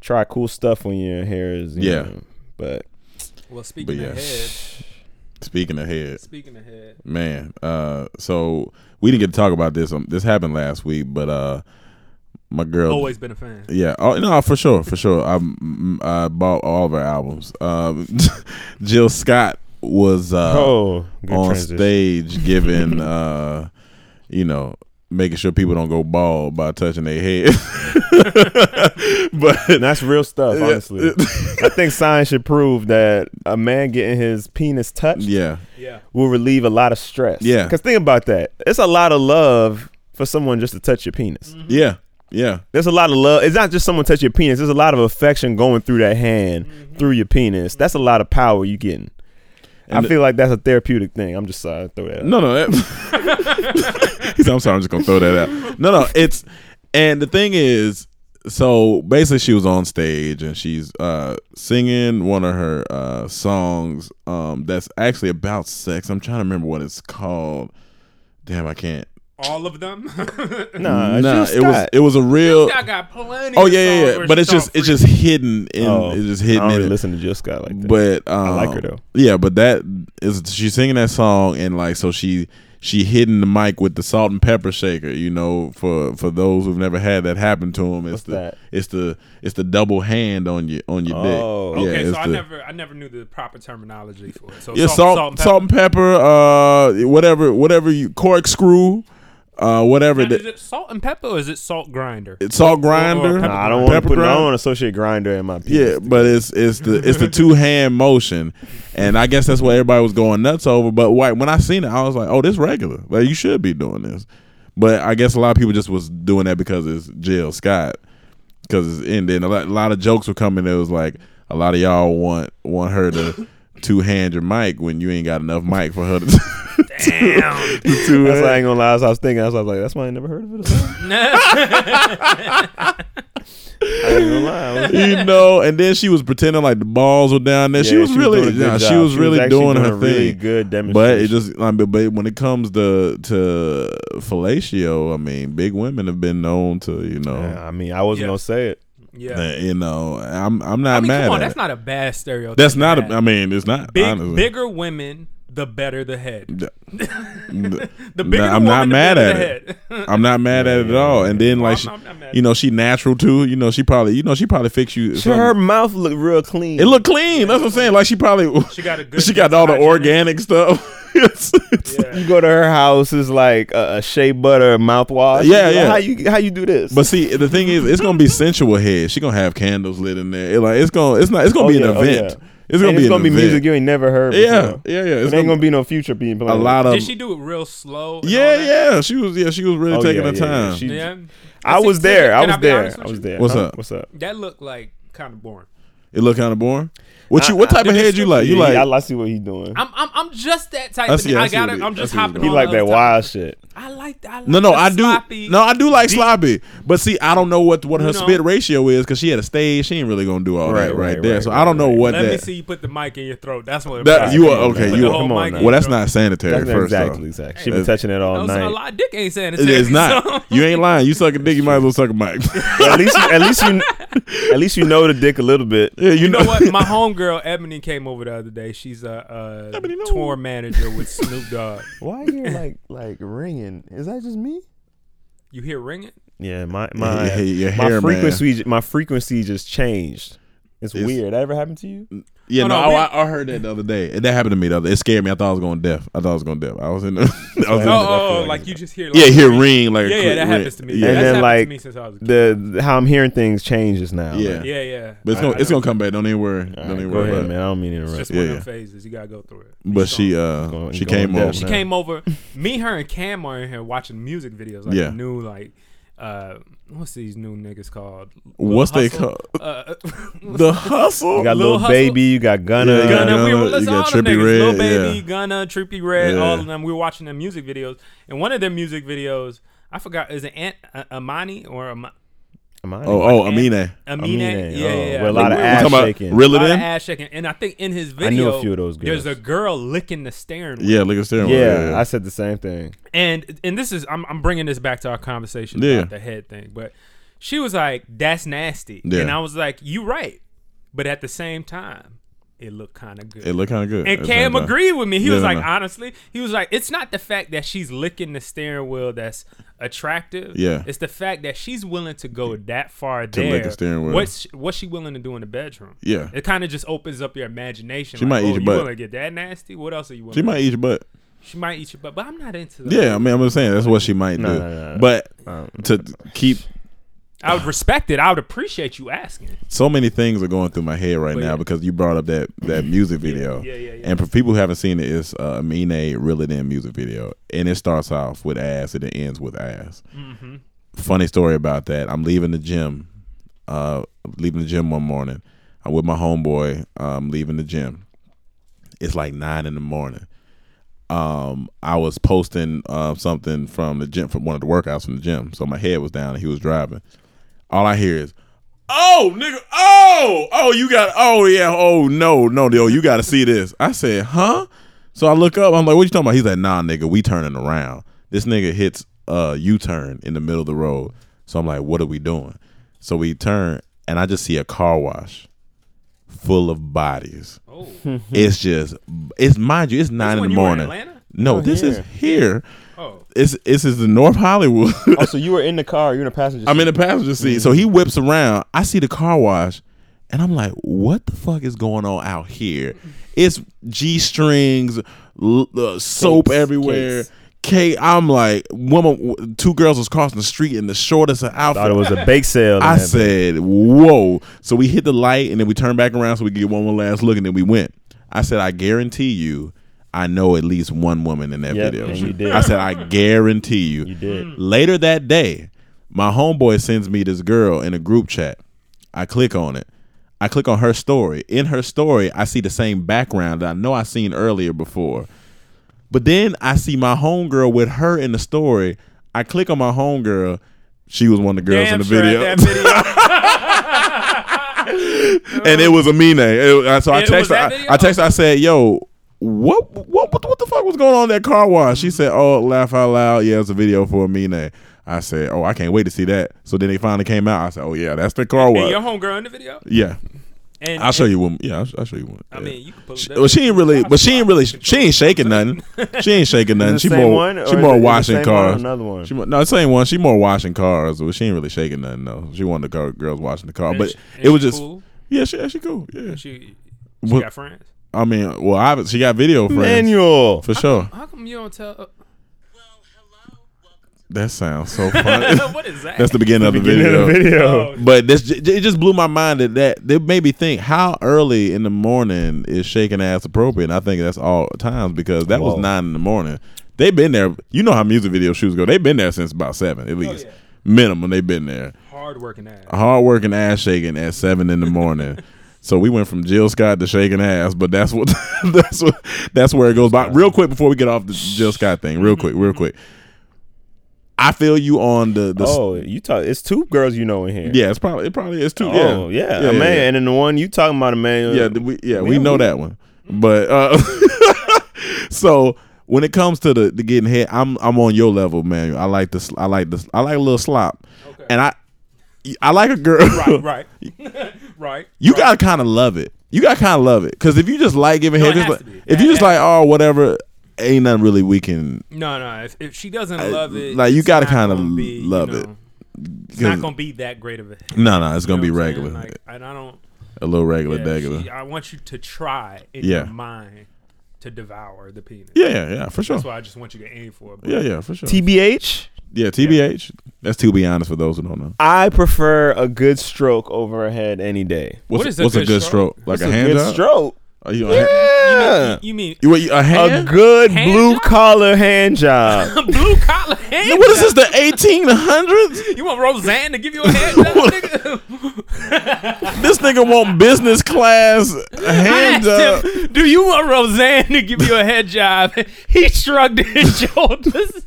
Speaker 7: try cool stuff when your hair is. you
Speaker 5: Yeah.
Speaker 7: know, but
Speaker 6: Well, speaking
Speaker 5: But yeah.
Speaker 6: of head,
Speaker 5: Speaking of head,
Speaker 6: speaking of head,
Speaker 5: man. Uh, so we didn't get to talk about this. Um, this happened last week, but uh, my girl
Speaker 6: always been a fan.
Speaker 5: Yeah. Oh no, for sure, for sure. I I bought all of her albums. Um, [LAUGHS] Jill Scott was uh,
Speaker 7: oh, good
Speaker 5: on
Speaker 7: transition. [LAUGHS]
Speaker 5: stage giving, uh, you know, making sure people don't go bald by touching their head. [LAUGHS] but
Speaker 7: And that's real stuff,
Speaker 5: [LAUGHS]
Speaker 7: honestly. I think science should prove that a man getting his penis touched
Speaker 5: yeah,
Speaker 6: Yeah,
Speaker 7: will relieve a lot of stress.
Speaker 5: Yeah.
Speaker 7: Because think about that. It's a lot of love for someone just to touch your penis.
Speaker 5: yeah, yeah.
Speaker 7: There's a lot of love. It's not just someone touch your penis. There's a lot of affection going through that hand, through your penis. That's a lot of power you getting.
Speaker 5: And-
Speaker 7: I feel like that's a therapeutic thing. I'm just sorry. I throw that. out.
Speaker 5: No, no. That, [LAUGHS] He said, I'm sorry. I'm just gonna throw that out. No, no. It's and the thing is, so basically, she was on stage and she's uh, singing one of her uh, songs um, that's actually about sex. I'm trying to remember what it's called. Damn, I can't.
Speaker 6: all of them. [LAUGHS]
Speaker 7: Nah,
Speaker 5: nah,
Speaker 7: just
Speaker 5: it was
Speaker 7: that.
Speaker 5: it was a real.
Speaker 6: I got plenty.
Speaker 5: Oh
Speaker 6: of
Speaker 5: yeah, yeah,
Speaker 6: songs
Speaker 5: yeah.
Speaker 6: where
Speaker 5: But
Speaker 6: she
Speaker 5: it's just
Speaker 6: talk
Speaker 5: it's
Speaker 6: free.
Speaker 5: just hidden in
Speaker 7: Oh,
Speaker 5: it's just
Speaker 7: I
Speaker 5: hidden
Speaker 7: don't
Speaker 5: in
Speaker 7: really
Speaker 5: it.
Speaker 7: listen to Just Scott like that.
Speaker 5: But um,
Speaker 7: like her, though.
Speaker 5: Yeah, but that is she's singing that song and like so she she hitting the mic with the salt and pepper shaker. You know, for for those who've never had that happen to them, it's the
Speaker 7: that?
Speaker 5: it's the it's the double hand on your on your
Speaker 7: Oh.
Speaker 5: dick.
Speaker 6: Okay,
Speaker 5: it's
Speaker 6: so I
Speaker 5: the-
Speaker 6: never I never knew the proper terminology for it. So
Speaker 5: yeah,
Speaker 6: salt,
Speaker 5: salt,
Speaker 6: salt, and
Speaker 5: salt and pepper, uh, whatever, whatever you corkscrew, uh, whatever.
Speaker 6: pepper. Now, Is
Speaker 5: The,
Speaker 6: it salt and pepper or is it salt grinder?
Speaker 5: it's salt grinder.
Speaker 6: Oh, pepper-
Speaker 7: Nah, I don't want to
Speaker 5: Pepper
Speaker 7: put. I
Speaker 5: grind?
Speaker 7: don't want to associate grinder in my penis.
Speaker 5: Yeah, but it's it's the it's the two hand motion, and I guess that's what everybody was going nuts over. But why, when I seen it, I was like, "Oh, this regular. Like you should be doing this." But I guess a lot of people just was doing that because it's Jill Scott, because it's and then a lot, a lot of jokes were coming. It was like a lot of y'all want want her to [COUGHS] two hand your mic when you ain't got enough mic for her to. [LAUGHS] [LAUGHS] Damn. two
Speaker 7: That's why I ain't gonna lie. That's what I was thinking. That's why I was like, that's why I ain't never heard of it. or something.
Speaker 6: [LAUGHS]
Speaker 7: I ain't gonna lie. I was- [LAUGHS]
Speaker 5: you know, and then she was pretending like the balls were down there. she
Speaker 7: Yeah,
Speaker 5: was really,
Speaker 7: doing a good
Speaker 5: nah,
Speaker 7: job.
Speaker 5: she was really
Speaker 7: actually
Speaker 5: doing,
Speaker 7: a
Speaker 5: her
Speaker 7: really
Speaker 5: thing.
Speaker 7: good
Speaker 5: But
Speaker 7: demonstration.
Speaker 5: it just, I mean, but when it comes to to fellatio, I mean, big women have been known to, you know,
Speaker 7: Yeah, I mean, I wasn't
Speaker 6: Yeah.
Speaker 7: gonna say it.
Speaker 6: Yeah.
Speaker 5: that, you know, I'm I'm not
Speaker 6: I mean,
Speaker 5: mad
Speaker 6: come on,
Speaker 5: at
Speaker 6: that's
Speaker 5: it.
Speaker 6: not a bad stereotype.
Speaker 5: that's not.
Speaker 6: That.
Speaker 5: A, I mean, it's not.
Speaker 6: Big,
Speaker 5: honestly.
Speaker 6: bigger women, the better the head. [LAUGHS]
Speaker 5: [LAUGHS]
Speaker 6: The
Speaker 5: No,
Speaker 6: bigger
Speaker 5: I'm
Speaker 6: the woman,
Speaker 5: not
Speaker 6: the
Speaker 5: mad
Speaker 6: better
Speaker 5: at
Speaker 6: the
Speaker 5: it.
Speaker 6: head. [LAUGHS]
Speaker 5: I'm not mad at it at all. And then like,
Speaker 6: I'm-
Speaker 5: she,
Speaker 6: I'm not mad.
Speaker 5: you know, she natural too. You know, she probably, you know, she probably fix you.
Speaker 7: Sure,
Speaker 5: something.
Speaker 7: her mouth looked real clean.
Speaker 5: It looked clean. That's what I'm saying. Like she probably
Speaker 6: She got a good-
Speaker 5: [LAUGHS] she got all the
Speaker 6: hygienic-
Speaker 5: organic stuff. [LAUGHS] It's- it's-
Speaker 6: Yeah.
Speaker 7: You go to her house, it's like a, a shea butter mouthwash.
Speaker 5: Yeah,
Speaker 7: You know,
Speaker 5: yeah.
Speaker 7: How you how you do this?
Speaker 5: But see, the thing is, it's gonna be sensual head. She gonna have candles lit in there. It like it's gonna it's not it's gonna
Speaker 7: Oh,
Speaker 5: be an
Speaker 7: yeah, oh, yeah.
Speaker 5: event. It's gonna
Speaker 7: And
Speaker 5: be
Speaker 7: it's
Speaker 5: an
Speaker 7: gonna be
Speaker 5: event.
Speaker 7: music you ain't never heard.
Speaker 5: Yeah,
Speaker 7: before.
Speaker 5: yeah, yeah.
Speaker 7: It
Speaker 5: It's
Speaker 7: ain't
Speaker 5: gonna
Speaker 7: gonna be no future being
Speaker 5: a
Speaker 7: played.
Speaker 5: lot of
Speaker 6: Did she do it real slow? and all
Speaker 5: um, yeah,
Speaker 6: that?
Speaker 5: yeah. She was yeah she was really
Speaker 7: Oh,
Speaker 5: taking
Speaker 7: yeah,
Speaker 5: her
Speaker 7: yeah,
Speaker 5: time.
Speaker 7: she-
Speaker 6: Yeah.
Speaker 7: I
Speaker 6: See,
Speaker 7: was
Speaker 6: see,
Speaker 7: there. I
Speaker 6: can
Speaker 7: was
Speaker 6: be
Speaker 7: there.
Speaker 6: honest
Speaker 7: I
Speaker 6: with
Speaker 7: was
Speaker 6: you?
Speaker 7: there.
Speaker 5: What's
Speaker 7: Huh?
Speaker 5: up?
Speaker 7: What's up?
Speaker 6: That looked like kind of boring.
Speaker 5: it looked kind of boring. What you what type of head you like? You
Speaker 7: Yeah,
Speaker 5: like
Speaker 7: I, I see what he's doing.
Speaker 6: I'm I'm, I'm just that type.
Speaker 5: I
Speaker 6: of
Speaker 5: see,
Speaker 6: nigga.
Speaker 5: I
Speaker 6: I,
Speaker 5: see
Speaker 6: got
Speaker 5: what
Speaker 6: it.
Speaker 5: he-
Speaker 6: I'm
Speaker 5: I
Speaker 6: just
Speaker 5: see what
Speaker 6: hopping.
Speaker 5: he's
Speaker 6: on
Speaker 7: he like
Speaker 6: other
Speaker 7: that
Speaker 6: type-
Speaker 7: wild shit.
Speaker 6: I like that. I like
Speaker 5: no no
Speaker 6: the
Speaker 5: I do
Speaker 6: sloppy-
Speaker 5: no I do like sloppy. But see, I don't know what what her
Speaker 6: You know.
Speaker 5: spit ratio is because she had a stage. She ain't really gonna do all that
Speaker 7: Right,
Speaker 5: right,
Speaker 7: right,
Speaker 5: there.
Speaker 7: right,
Speaker 5: so
Speaker 7: right,
Speaker 5: I don't know
Speaker 7: right.
Speaker 5: what
Speaker 6: Let me
Speaker 5: that.
Speaker 6: see you put the mic in your throat. That's what.
Speaker 5: That you are okay.
Speaker 6: Put
Speaker 5: You
Speaker 6: the
Speaker 5: are
Speaker 6: whole
Speaker 7: Come on
Speaker 6: mic
Speaker 7: now.
Speaker 6: in your
Speaker 5: Well, that's
Speaker 6: throat.
Speaker 5: not sanitary.
Speaker 7: That's
Speaker 5: first
Speaker 7: exactly,
Speaker 5: off.
Speaker 7: exactly. She been touching it all
Speaker 6: No, so a
Speaker 7: night.
Speaker 6: lot of dick ain't saying
Speaker 5: It
Speaker 6: [LAUGHS]
Speaker 5: is not. You ain't lying. You suck a dick. You might as well suck a mic.
Speaker 7: [LAUGHS] at least, at least you, at least you know the dick a little bit.
Speaker 5: yeah, you,
Speaker 6: You know
Speaker 5: [LAUGHS]
Speaker 6: what? My homegirl Ebony came over the other day. She's a,
Speaker 5: Ebony, no.
Speaker 6: a tour manager with Snoop Dogg.
Speaker 7: Why you like like ringing? Is that just me?
Speaker 6: You hear ringing?
Speaker 7: Yeah, my my
Speaker 5: Yeah, your
Speaker 7: my
Speaker 5: hair, man.
Speaker 7: frequency my frequency just changed. It's,
Speaker 5: It's-
Speaker 7: weird. That ever happened to you?
Speaker 5: Yeah,
Speaker 6: No,
Speaker 5: no,
Speaker 6: no, we-
Speaker 5: I, I heard that the other day. That happened to me the other. It scared me. I thought I was going deaf. I thought I was going deaf. I was in. The, I was in
Speaker 6: Oh,
Speaker 5: the,
Speaker 6: oh, oh, like you just hear. Like,
Speaker 5: yeah, hear ring like a
Speaker 6: Yeah, yeah,
Speaker 5: click
Speaker 6: that
Speaker 5: ring.
Speaker 6: happens to me.
Speaker 5: Yeah,
Speaker 6: That's
Speaker 7: And then
Speaker 6: happened
Speaker 7: like
Speaker 6: to me since I was a kid.
Speaker 7: the, the- how I'm hearing things changes now.
Speaker 5: Yeah.
Speaker 7: Like,
Speaker 6: Yeah, yeah.
Speaker 5: but it's
Speaker 6: I-
Speaker 5: gonna
Speaker 6: I
Speaker 5: it's
Speaker 6: know.
Speaker 5: gonna come back. Don't even worry. Don't
Speaker 7: all right,
Speaker 5: even
Speaker 7: go
Speaker 5: worry.
Speaker 7: ahead,
Speaker 5: about
Speaker 7: man.
Speaker 5: it.
Speaker 7: I don't mean to
Speaker 6: It's
Speaker 7: interrupt.
Speaker 6: just one
Speaker 5: Yeah,
Speaker 6: of
Speaker 5: yeah.
Speaker 6: them phases. You gotta go through it.
Speaker 5: But she
Speaker 6: Go-
Speaker 5: uh
Speaker 7: Going-
Speaker 5: she
Speaker 7: going
Speaker 5: came
Speaker 7: deaf
Speaker 5: over.
Speaker 6: she
Speaker 7: now.
Speaker 6: came
Speaker 5: [LAUGHS]
Speaker 6: over. Me, her, and Cam are in here watching music videos. Like
Speaker 5: Yeah.
Speaker 6: new like. Uh, what's these new niggas called? Lil
Speaker 5: What's they
Speaker 6: Hustle?
Speaker 5: called?
Speaker 6: Uh, [LAUGHS]
Speaker 5: The hustle.
Speaker 7: You got
Speaker 6: Lil
Speaker 7: little
Speaker 6: Hustle-
Speaker 7: baby. You got Gunna.
Speaker 5: Yeah,
Speaker 7: you got-
Speaker 6: Gunna, we were,
Speaker 5: Gunna,
Speaker 6: listen,
Speaker 5: you got
Speaker 6: all them
Speaker 5: Trippie
Speaker 6: niggas, Lil
Speaker 5: Red, yeah.
Speaker 6: Baby, Gunna, Trippy Red,
Speaker 5: Yeah.
Speaker 6: all of them. We were watching their music videos, and one of their music videos, I forgot, is it Aunt uh, Amani or Am-
Speaker 7: Amani.
Speaker 5: oh oh Amine.
Speaker 6: Amine?
Speaker 7: Amine,
Speaker 6: Yeah,
Speaker 7: oh,
Speaker 6: yeah, yeah.
Speaker 7: with a lot
Speaker 6: We-
Speaker 7: of
Speaker 6: we-
Speaker 7: ass
Speaker 5: talking about
Speaker 7: shaking.
Speaker 5: reel
Speaker 6: A
Speaker 5: it
Speaker 6: lot of
Speaker 5: in.
Speaker 6: ass shaking, and I think in his video,
Speaker 7: I knew a few of those
Speaker 6: There's a
Speaker 7: girls.
Speaker 6: girl licking the steering wheel,
Speaker 5: Yeah, look at steering wheel.
Speaker 7: Yeah, I said the same thing.
Speaker 6: and and this is I'm, I'm bringing this back to our conversation
Speaker 5: Yeah.
Speaker 6: about the head thing, but she was like, "That's nasty,"
Speaker 5: Yeah.
Speaker 6: and I was like, "You right," but at the same time, it looked kind of good.
Speaker 5: It looked kind of good. at
Speaker 6: And
Speaker 5: the
Speaker 6: Cam
Speaker 5: same time.
Speaker 6: agreed with me. He
Speaker 5: Yeah,
Speaker 6: was
Speaker 5: no,
Speaker 6: like,
Speaker 5: no.
Speaker 6: honestly, he was like, it's not the fact that she's licking the steering wheel that's attractive.
Speaker 5: Yeah.
Speaker 6: It's the fact that she's willing to go that far
Speaker 5: To
Speaker 6: there.
Speaker 5: lick a steering wheel.
Speaker 6: What's what's she willing to do in the bedroom?
Speaker 5: Yeah.
Speaker 6: It kind of just opens up your imagination.
Speaker 5: She
Speaker 6: Like,
Speaker 5: might eat
Speaker 6: oh,
Speaker 5: your
Speaker 6: you
Speaker 5: butt.
Speaker 6: willing to get that nasty? What else are you willing?
Speaker 5: She might eat your butt.
Speaker 6: She might eat your butt, but I'm not into that.
Speaker 5: Yeah, I mean, I'm just saying that's what she might do.
Speaker 7: no, no.
Speaker 5: But to keep
Speaker 6: I would respect it. I would appreciate you asking.
Speaker 5: so many things are going through my head right
Speaker 6: But
Speaker 5: now
Speaker 6: yeah.
Speaker 5: because you brought up that that music video.
Speaker 6: yeah, yeah, yeah.
Speaker 5: And for people who haven't seen it, it's uh, Amine Reel It In music video, and it starts off with ass and it ends with ass.
Speaker 6: Mm-hmm.
Speaker 5: Funny story about that. I'm leaving the gym. Uh, leaving the gym one morning. I'm with my homeboy. I'm leaving the gym. It's like nine in the morning. Um, I was posting uh, something from the gym, from one of the workouts from the gym. So my head was down, and he was driving. All I hear is, "Oh, nigga! Oh, oh, you got! Oh, yeah! Oh, no, no, no! You got to see this!" I said, "Huh?" So I look up. I'm like, "What you talking about?" He's like, "Nah, nigga, we turning around." This nigga hits a U-turn in the middle of the road. So I'm like, "What are we doing?" So we turn, and I just see a car wash full of bodies.
Speaker 6: Oh,
Speaker 5: It's just, it's mind you, it's nine in
Speaker 6: when
Speaker 5: the
Speaker 6: Oh. you were in
Speaker 5: morning.
Speaker 6: Atlanta?
Speaker 5: No,
Speaker 7: Oh,
Speaker 5: this is
Speaker 7: here.
Speaker 5: here.
Speaker 6: Oh.
Speaker 5: It's this is the North Hollywood.
Speaker 7: Oh, so you were in the car. You're in the passenger.
Speaker 5: I'm in
Speaker 7: seat.
Speaker 5: the passenger seat. So he whips around. I see the car wash, and I'm like, "What the fuck is going on out here? It's g strings, l- uh, soap
Speaker 7: Cakes,
Speaker 5: everywhere."
Speaker 7: cakes.
Speaker 5: Cake. I'm like, woman. w- Two girls was crossing the street in the shortest of outfit.
Speaker 7: Thought
Speaker 5: [LAUGHS]
Speaker 7: it was a bake sale.
Speaker 5: I
Speaker 7: and that-
Speaker 5: said, "Whoa!" So we hit the light, and then we turned back around so we could get one more last look, and then we went. I said, "I guarantee you, I know at least one woman in that
Speaker 7: Yep,
Speaker 5: video."
Speaker 7: and you did.
Speaker 5: I said, "I guarantee you."
Speaker 7: You
Speaker 6: Mm.
Speaker 7: did.
Speaker 5: Later that day, my homeboy sends me this girl in a group chat. I click on it. I click on her story. In her story, I see the same background that I know I seen earlier before. But then I see my homegirl with her in the story. I click on my homegirl. She was one of the girls
Speaker 6: Damn
Speaker 5: in the
Speaker 6: sure
Speaker 5: video. [LAUGHS]
Speaker 6: That video.
Speaker 5: and it was Amine. It- uh, so I
Speaker 6: It was
Speaker 5: texted.
Speaker 6: that
Speaker 5: I,
Speaker 6: video?
Speaker 5: I texted. I said, "Yo, what, what, what, what the fuck was going on in that car wash?" She said, "Oh, laugh out loud. Yeah, it's a video for Amine." I said, "Oh, I can't wait to see that." So then they finally came out. I said, "Oh yeah, that's the car
Speaker 6: and
Speaker 5: wash."
Speaker 6: your homegirl in the video.
Speaker 5: yeah,
Speaker 6: And
Speaker 5: I'll show
Speaker 6: and-
Speaker 5: you one. Yeah, I'll, I'll show you one.
Speaker 6: I mean, you can pull
Speaker 5: She,
Speaker 6: it up.
Speaker 5: well, she ain't really, but she
Speaker 6: [LAUGHS]
Speaker 5: ain't really, she ain't shaking nothing. She ain't shaking
Speaker 7: Is it
Speaker 5: nothing.
Speaker 7: the
Speaker 5: She
Speaker 7: same
Speaker 5: more,
Speaker 7: one, or
Speaker 5: she
Speaker 7: is
Speaker 5: more
Speaker 7: it- is it
Speaker 5: washing
Speaker 7: the same one or
Speaker 5: cars.
Speaker 7: another one?
Speaker 5: She, mo- no, same one. She more washing cars, but she ain't really shaking nothing though. She one of the car, girls washing the car,
Speaker 6: And
Speaker 5: but
Speaker 6: she- and
Speaker 5: it was
Speaker 6: she
Speaker 5: just,
Speaker 6: cool?
Speaker 5: yeah, she, yeah, she cool. Yeah,
Speaker 6: She, she
Speaker 5: Well-
Speaker 6: got friends.
Speaker 5: I mean, well, I, she got video friends
Speaker 7: Manual.
Speaker 5: for sure.
Speaker 6: How come you don't tell?
Speaker 5: That sounds so funny.
Speaker 6: [LAUGHS]
Speaker 5: [LAUGHS]
Speaker 6: what is that?
Speaker 5: That's the beginning of [LAUGHS] the video.
Speaker 7: video.
Speaker 5: But this, j- j- it just blew my mind that that that made me think how early in the morning is shaking ass appropriate. And I think that's all times because that was
Speaker 7: Whoa.
Speaker 5: nine in the morning. They've been there. You know how music video shoots go. They've been there since about seven at least.
Speaker 6: yeah.
Speaker 5: Minimum, they've been there.
Speaker 6: hard working ass.
Speaker 5: Hard working ass shaking at seven in the morning. so we went from Jill Scott to shaking ass, but that's what [LAUGHS] that's what that's where it goes by. Real quick before we get off the Jill Scott thing, real quick, real quick. I feel you on the the
Speaker 7: Oh, you talk. It's two girls you know in here.
Speaker 5: yeah, it's probably it probably is too.
Speaker 7: Oh
Speaker 5: yeah,
Speaker 7: yeah, man. And then the one you talking about, man.
Speaker 5: yeah, th- we, yeah, we know that one. But uh, [LAUGHS] so when it comes to the, the getting hit, I'm I'm on your level, man. I like this. I like this. I like a little slop, and I I like a girl.
Speaker 6: right, right,
Speaker 5: [LAUGHS]
Speaker 6: right. [LAUGHS]
Speaker 5: You gotta kind of love it. You gotta kind of love it because if you just like giving
Speaker 6: No,
Speaker 5: head,
Speaker 6: it
Speaker 5: just
Speaker 6: has to
Speaker 5: like-
Speaker 6: be.
Speaker 5: if
Speaker 6: Yeah,
Speaker 5: you just
Speaker 6: yeah.
Speaker 5: like oh whatever, ain't nothing really we can.
Speaker 6: No, no. If, if she doesn't love it,
Speaker 5: like, you
Speaker 6: it's
Speaker 5: gotta
Speaker 6: not
Speaker 5: kinda
Speaker 6: gonna be,
Speaker 5: love
Speaker 6: you
Speaker 5: it.
Speaker 6: know, It's not gonna be that great of a. It's
Speaker 5: No, no, it's gonna be regular,
Speaker 6: Like, and I don't.
Speaker 5: a little regular,
Speaker 6: yeah,
Speaker 5: regular.
Speaker 6: she- I want you to try in
Speaker 5: Yeah.
Speaker 6: your mind to devour the penis.
Speaker 5: Yeah, yeah, yeah, for sure.
Speaker 6: That's why I just want you to aim for it. but
Speaker 5: Yeah, yeah, for sure.
Speaker 7: TBH.
Speaker 5: yeah, TBH. That's to be honest for those who don't know.
Speaker 7: I prefer a good stroke over a head any day.
Speaker 5: What's,
Speaker 6: What is a
Speaker 5: what's a
Speaker 6: good
Speaker 5: good
Speaker 6: stroke?
Speaker 5: stroke? Like a hand
Speaker 7: good
Speaker 5: job?
Speaker 7: stroke.
Speaker 5: Are you a hand-
Speaker 7: Yeah.
Speaker 6: You mean
Speaker 5: You, wait, a
Speaker 7: A
Speaker 5: hand?
Speaker 7: good
Speaker 6: Hand
Speaker 7: blue
Speaker 6: job?
Speaker 7: collar
Speaker 6: [LAUGHS]
Speaker 7: hand job.
Speaker 6: blue collar hand?
Speaker 5: what is this? The 1800s?
Speaker 6: You want Roseanne to give you a hand
Speaker 5: [LAUGHS]
Speaker 6: job, nigga? [LAUGHS]
Speaker 5: This nigga want business class
Speaker 6: I [LAUGHS]
Speaker 5: hand
Speaker 6: asked
Speaker 5: job.
Speaker 6: him, do you want Roseanne to give you a head job? [LAUGHS] He shrugged his [LAUGHS] shoulders.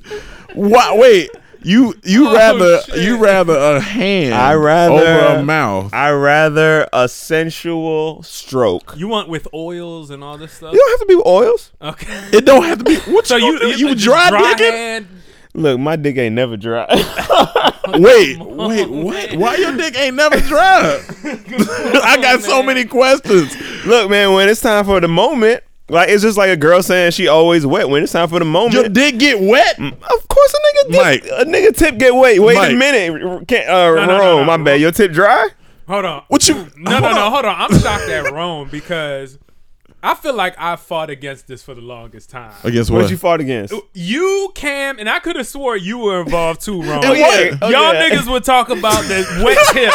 Speaker 5: Why, wait, you you
Speaker 6: Oh,
Speaker 5: rather
Speaker 6: shit.
Speaker 5: you rather a hand?
Speaker 7: I rather-
Speaker 5: over a mouth.
Speaker 7: I rather a sensual stroke.
Speaker 6: You want with oils and all this stuff?
Speaker 7: You don't have to be with oils.
Speaker 6: Okay.
Speaker 5: It don't have to be. What
Speaker 6: [LAUGHS] So you
Speaker 5: you,
Speaker 6: a
Speaker 5: dry, dick
Speaker 6: hand?
Speaker 7: Look, my dick ain't never dry. [LAUGHS]
Speaker 5: it? Wait, wait, what? Why your dick ain't never
Speaker 6: [LAUGHS]
Speaker 5: dry? [LAUGHS] I got so many questions.
Speaker 7: Look, man, when it's time for the moment, like it's just like a girl saying she always wet. When it's time for the moment,
Speaker 5: Your dick get wet?
Speaker 7: Of course, a nigga,
Speaker 5: Mike.
Speaker 7: dip, a nigga tip get wait. Wait a
Speaker 5: Mike.
Speaker 7: minute, can't uh,
Speaker 6: no, no, no.
Speaker 7: Rome, my bad. Your tip dry?
Speaker 6: Hold on.
Speaker 5: What you?
Speaker 6: No, no, no. Hold on. I'm shocked at [LAUGHS] Rome because I feel like I fought against this for the longest time.
Speaker 5: Against
Speaker 7: What
Speaker 5: what?
Speaker 7: you fought against?
Speaker 6: You, Cam, and I could have swore you were involved too, Rome.
Speaker 5: It was.
Speaker 7: Oh,
Speaker 6: Y'all
Speaker 7: yeah.
Speaker 6: niggas would talk about the wet tip.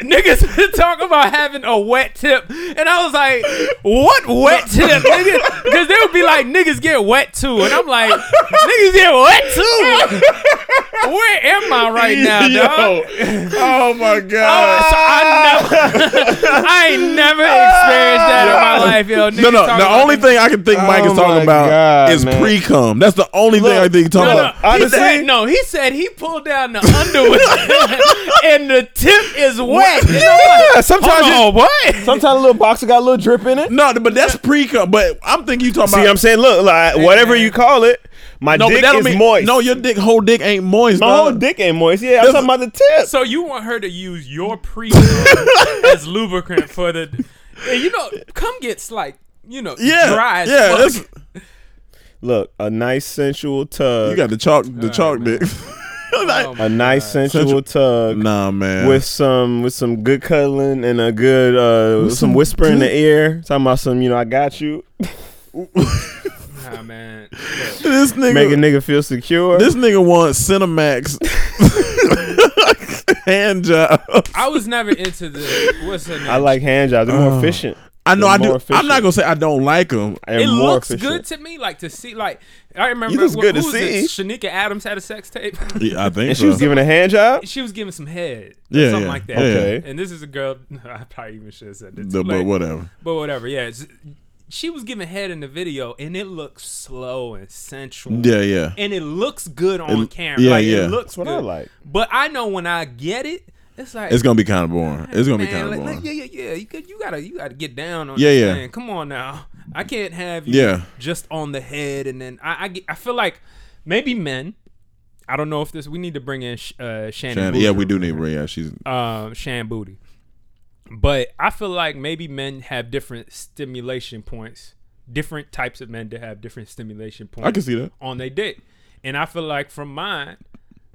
Speaker 6: niggas would talk about having a wet tip. And I was like, what wet tip, nigga? Because they would be like, niggas get wet too. And I'm like, niggas get wet too. Where am I right
Speaker 5: [LAUGHS]
Speaker 6: now, dog? [LAUGHS]
Speaker 5: oh my god.
Speaker 6: So I, never, [LAUGHS] I ain't never experienced that in my life, yo.
Speaker 5: No,
Speaker 6: Niggas
Speaker 5: no.
Speaker 6: talk
Speaker 5: The
Speaker 6: about
Speaker 5: only
Speaker 6: niggas-
Speaker 5: thing I can think Mike
Speaker 7: Oh
Speaker 5: is talking
Speaker 7: my
Speaker 5: about
Speaker 7: God,
Speaker 5: is
Speaker 7: man.
Speaker 5: pre cum. That's the only thing I think he's talking
Speaker 6: No, no,
Speaker 5: about.
Speaker 6: he
Speaker 7: Honestly-
Speaker 6: said- no, he said he pulled down the underwear [LAUGHS] and the tip is wet. You know what?
Speaker 5: [LAUGHS]
Speaker 7: Yeah, sometimes
Speaker 6: Hold
Speaker 7: you-
Speaker 6: on, what?
Speaker 7: Sometimes a little boxer got a little drip in it.
Speaker 5: No, but that's pre cum. But I'm thinking you talking
Speaker 7: See what I'm
Speaker 5: about.
Speaker 7: saying? Look, like whatever you call it, my
Speaker 5: no, but
Speaker 7: dick
Speaker 5: that
Speaker 7: is
Speaker 5: don't mean
Speaker 7: moist.
Speaker 5: no. uh, Your dick, whole dick ain't moist.
Speaker 7: my
Speaker 5: dog.
Speaker 7: whole dick ain't moist. Yeah, I'm talking about the tip.
Speaker 6: So you want her to use your pre
Speaker 7: [LAUGHS]
Speaker 6: as lubricant for the, and you know, come gets like you know
Speaker 5: Yeah,
Speaker 6: dry as
Speaker 5: yeah.
Speaker 6: fuck.
Speaker 5: That's,
Speaker 7: Look, a nice sensual tug.
Speaker 5: You got the chalk, the chalk
Speaker 6: man.
Speaker 5: dick. [LAUGHS]
Speaker 6: Oh my
Speaker 7: a nice
Speaker 6: God.
Speaker 7: sensual tug
Speaker 5: nah, man.
Speaker 7: with some with some good cuddling and a good uh
Speaker 5: With
Speaker 7: some,
Speaker 5: some
Speaker 7: whisper in the
Speaker 5: good-
Speaker 7: ear. Talking about some, you know, I got you.
Speaker 6: Nah, man. Look,
Speaker 5: this nigga,
Speaker 7: Make a nigga feel secure.
Speaker 5: this nigga wants
Speaker 7: [LAUGHS]
Speaker 5: Cinemax hand job.
Speaker 6: [LAUGHS] I was never into the what's her name.
Speaker 7: I like hand jobs. They're
Speaker 5: Uh.
Speaker 7: more efficient.
Speaker 5: I know
Speaker 7: They're
Speaker 5: I do.
Speaker 7: more
Speaker 5: I'm not
Speaker 7: efficient.
Speaker 5: gonna say I don't like him.
Speaker 7: They're
Speaker 6: It
Speaker 7: more
Speaker 6: looks
Speaker 7: efficient.
Speaker 6: good to me, like to see. Like I remember,
Speaker 7: looks
Speaker 6: wh-
Speaker 7: good
Speaker 6: who
Speaker 7: to
Speaker 6: was it? Shanika Adams had a sex tape. [LAUGHS]
Speaker 5: Yeah, I think
Speaker 7: And
Speaker 5: so.
Speaker 7: she was giving a hand job.
Speaker 6: she was giving some head, or
Speaker 5: Yeah,
Speaker 6: something
Speaker 5: yeah,
Speaker 6: like that.
Speaker 5: yeah, yeah.
Speaker 7: Okay.
Speaker 6: And this is a girl. [LAUGHS] I probably even should have said that.
Speaker 5: The- but
Speaker 6: but,
Speaker 5: whatever.
Speaker 6: but whatever. Yeah, it's- she was giving head in the video, and it looks slow and sensual.
Speaker 5: Yeah, yeah.
Speaker 6: and it looks good on
Speaker 5: It-
Speaker 6: camera.
Speaker 5: yeah,
Speaker 6: like,
Speaker 5: yeah.
Speaker 6: It looks
Speaker 7: That's what
Speaker 6: good.
Speaker 7: I like.
Speaker 6: But I know when I get it, it's like
Speaker 5: It's gonna be kind of boring. It's gonna be
Speaker 6: man,
Speaker 5: kind of
Speaker 6: like,
Speaker 5: boring.
Speaker 6: yeah, yeah, yeah. You, could, you gotta, you gotta get down on.
Speaker 5: Yeah,
Speaker 6: Yeah,
Speaker 5: yeah.
Speaker 6: yeah. Thing. Come on now. I can't have you.
Speaker 5: Yeah.
Speaker 6: Just on the head, and then I, I, get- I feel like maybe men. I don't know if this. We need to bring in Sh- uh, Shannon.
Speaker 5: Shannon-
Speaker 6: Boozer
Speaker 5: yeah, we do need Ray. Yeah, she's
Speaker 6: um, Shan Booty. But I feel like maybe men have different stimulation points, different types of men that have different stimulation points.
Speaker 5: can see that.
Speaker 6: on their dick, and I feel like from mine,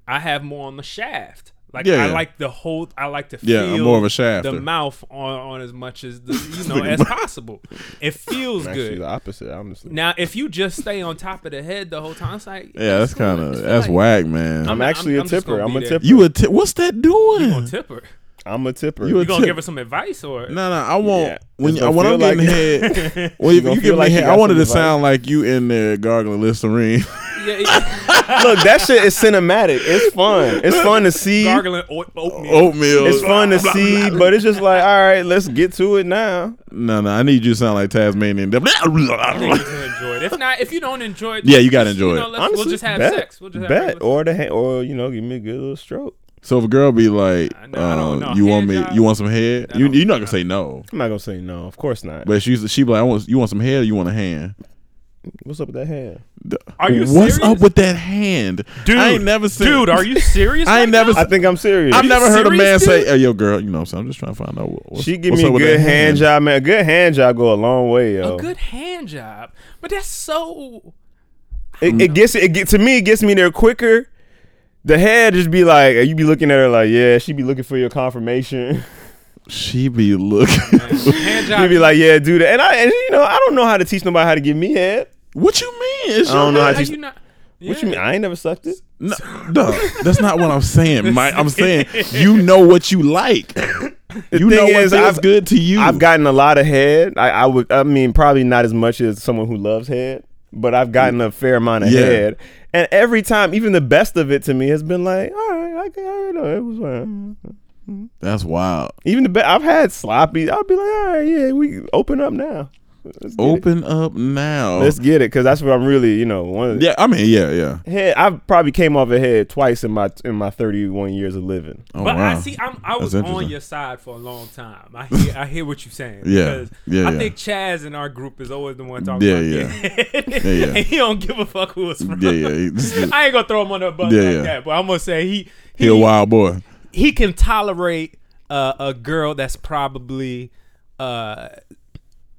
Speaker 6: I have more on the shaft. Like
Speaker 5: Yeah,
Speaker 6: I
Speaker 5: yeah.
Speaker 6: like the whole. I like to
Speaker 5: Yeah,
Speaker 6: feel
Speaker 5: I'm more of a shafter.
Speaker 6: the mouth on, on as much as the,
Speaker 5: [LAUGHS]
Speaker 6: you know as possible. It feels
Speaker 7: Actually,
Speaker 6: good.
Speaker 7: the opposite. Honestly,
Speaker 6: Now, if you just stay on top of the head the whole time, it's like
Speaker 5: yeah. That's kind of that's
Speaker 6: why
Speaker 5: whack, man.
Speaker 6: I'm-
Speaker 7: I'm actually
Speaker 6: I'm
Speaker 7: a
Speaker 6: just
Speaker 7: tipper.
Speaker 6: gonna
Speaker 7: I'm
Speaker 6: be
Speaker 7: a
Speaker 6: there.
Speaker 7: tipper.
Speaker 5: you a t- what's that doing?
Speaker 6: Tipper,
Speaker 7: I'm a tipper.
Speaker 5: You a
Speaker 6: you gonna
Speaker 5: tip-
Speaker 6: give her some advice
Speaker 5: [LAUGHS]
Speaker 6: or
Speaker 5: No, no, I want
Speaker 7: Yeah.
Speaker 5: when
Speaker 7: It's
Speaker 5: you,
Speaker 7: gonna
Speaker 5: when I'm
Speaker 7: feel
Speaker 5: getting
Speaker 7: [LAUGHS] like-
Speaker 5: head. When you,
Speaker 7: gonna
Speaker 5: you
Speaker 7: feel
Speaker 5: give me
Speaker 7: like you
Speaker 5: head,
Speaker 7: got
Speaker 5: I wanted to
Speaker 7: some advice.
Speaker 5: sound like you in there gargling
Speaker 7: [LAUGHS]
Speaker 5: Listerine. [LAUGHS]
Speaker 6: Yeah, yeah.
Speaker 7: Look, that shit is cinematic. It's fun.
Speaker 6: [LAUGHS]
Speaker 7: It's fun to see.
Speaker 6: gargling o- oatmeal.
Speaker 5: Oatmeal.
Speaker 7: It's fun to see, but it's just like, all right, let's get to it now.
Speaker 5: No, no, I need you to sound like Tasmanian. devil. [LAUGHS]
Speaker 6: need to enjoy it. If not, if you don't enjoy it,
Speaker 5: Yeah, you gotta
Speaker 6: just,
Speaker 5: enjoy
Speaker 6: know,
Speaker 5: it.
Speaker 6: let's- we'll just have
Speaker 7: bet,
Speaker 6: sex. We'll just have
Speaker 7: bet,
Speaker 6: regular-
Speaker 7: or the hand, or you know, give me a good little stroke.
Speaker 5: so if a girl be like,
Speaker 6: I know, I don't
Speaker 5: uh,
Speaker 6: know.
Speaker 5: "You want me?
Speaker 6: Hand job?
Speaker 5: You want some head? You,
Speaker 6: don't-
Speaker 5: you're not gonna say no."
Speaker 7: I'm not gonna say no. Of course not.
Speaker 5: But she's she be like, "I want you want some head? Or you want a hand?"
Speaker 7: What's up with that hand?
Speaker 5: The-
Speaker 6: Are you
Speaker 5: What's
Speaker 6: serious?
Speaker 5: up with that hand,
Speaker 6: dude.
Speaker 5: I ain't never seen.
Speaker 6: Dude, are you serious?
Speaker 5: I ain't
Speaker 6: right
Speaker 5: never
Speaker 6: now?
Speaker 7: I think I'm serious.
Speaker 5: [LAUGHS] I've never heard a man
Speaker 6: serious,
Speaker 5: say,
Speaker 6: dude?
Speaker 5: "Hey, yo, girl, you know." So I'm just trying to find out. What, what's,
Speaker 7: she give
Speaker 5: what's
Speaker 7: me a
Speaker 5: up with
Speaker 7: good
Speaker 5: that
Speaker 7: hand, job, man. A good hand job go a long way, yo.
Speaker 6: a good hand job, but that's so.
Speaker 7: it, it gets it get, to me. It gets me there quicker. The head just be like you be looking at her like yeah. She be looking for your confirmation. [LAUGHS]
Speaker 5: She be looking.
Speaker 6: Hand
Speaker 7: you
Speaker 6: job.
Speaker 7: be like yeah, do that. And I and, you know I don't know how to teach nobody how to give me head.
Speaker 5: what you mean? It's
Speaker 7: I don't
Speaker 5: your
Speaker 7: know
Speaker 6: How
Speaker 7: how to teach.
Speaker 6: you not?
Speaker 7: What you mean? I ain't never sucked it.
Speaker 5: No, no, that's not what I'm
Speaker 7: [LAUGHS]
Speaker 5: saying, Mike. I'm saying you know what you like. you know
Speaker 7: thing
Speaker 5: what
Speaker 7: is,
Speaker 5: feels
Speaker 7: I've-
Speaker 5: good to you.
Speaker 7: I've gotten a lot of head. I, I would. I mean, probably not as much as someone who loves head, but I've gotten a fair amount of
Speaker 5: Yeah.
Speaker 7: head. And every time, even the best of it to me has been like, all right, I, can, I know it was fine.
Speaker 5: That's wild.
Speaker 7: Even the best, I've had sloppy. I'll be like, all right, yeah, we open up now. Let's get it.
Speaker 5: Open up now.
Speaker 7: Let's get it, because that's what I'm really, you know, one. Of the,
Speaker 5: yeah, I mean, yeah, yeah.
Speaker 7: Head. I probably came off a head twice in my in my 31 years of living.
Speaker 5: Oh
Speaker 6: But
Speaker 5: wow.
Speaker 6: I see, I'm, I
Speaker 5: That's
Speaker 6: was
Speaker 5: interesting.
Speaker 6: on your side for a long time. I hear, I hear what you're saying.
Speaker 5: Yeah.
Speaker 6: because
Speaker 5: Yeah,
Speaker 6: I
Speaker 5: yeah.
Speaker 6: think Chaz in our group is always the one talking
Speaker 5: Yeah,
Speaker 6: about
Speaker 5: yeah.
Speaker 6: it.
Speaker 5: Yeah, yeah.
Speaker 6: [LAUGHS] and he don't give a fuck who it's from.
Speaker 5: [LAUGHS] yeah, yeah.
Speaker 6: [LAUGHS]
Speaker 5: he-
Speaker 6: I ain't gonna throw him under a bus
Speaker 5: Yeah,
Speaker 6: like
Speaker 5: yeah.
Speaker 6: that, but I'm gonna say he he,
Speaker 5: He a wild boy.
Speaker 6: he can tolerate uh, a girl that's probably uh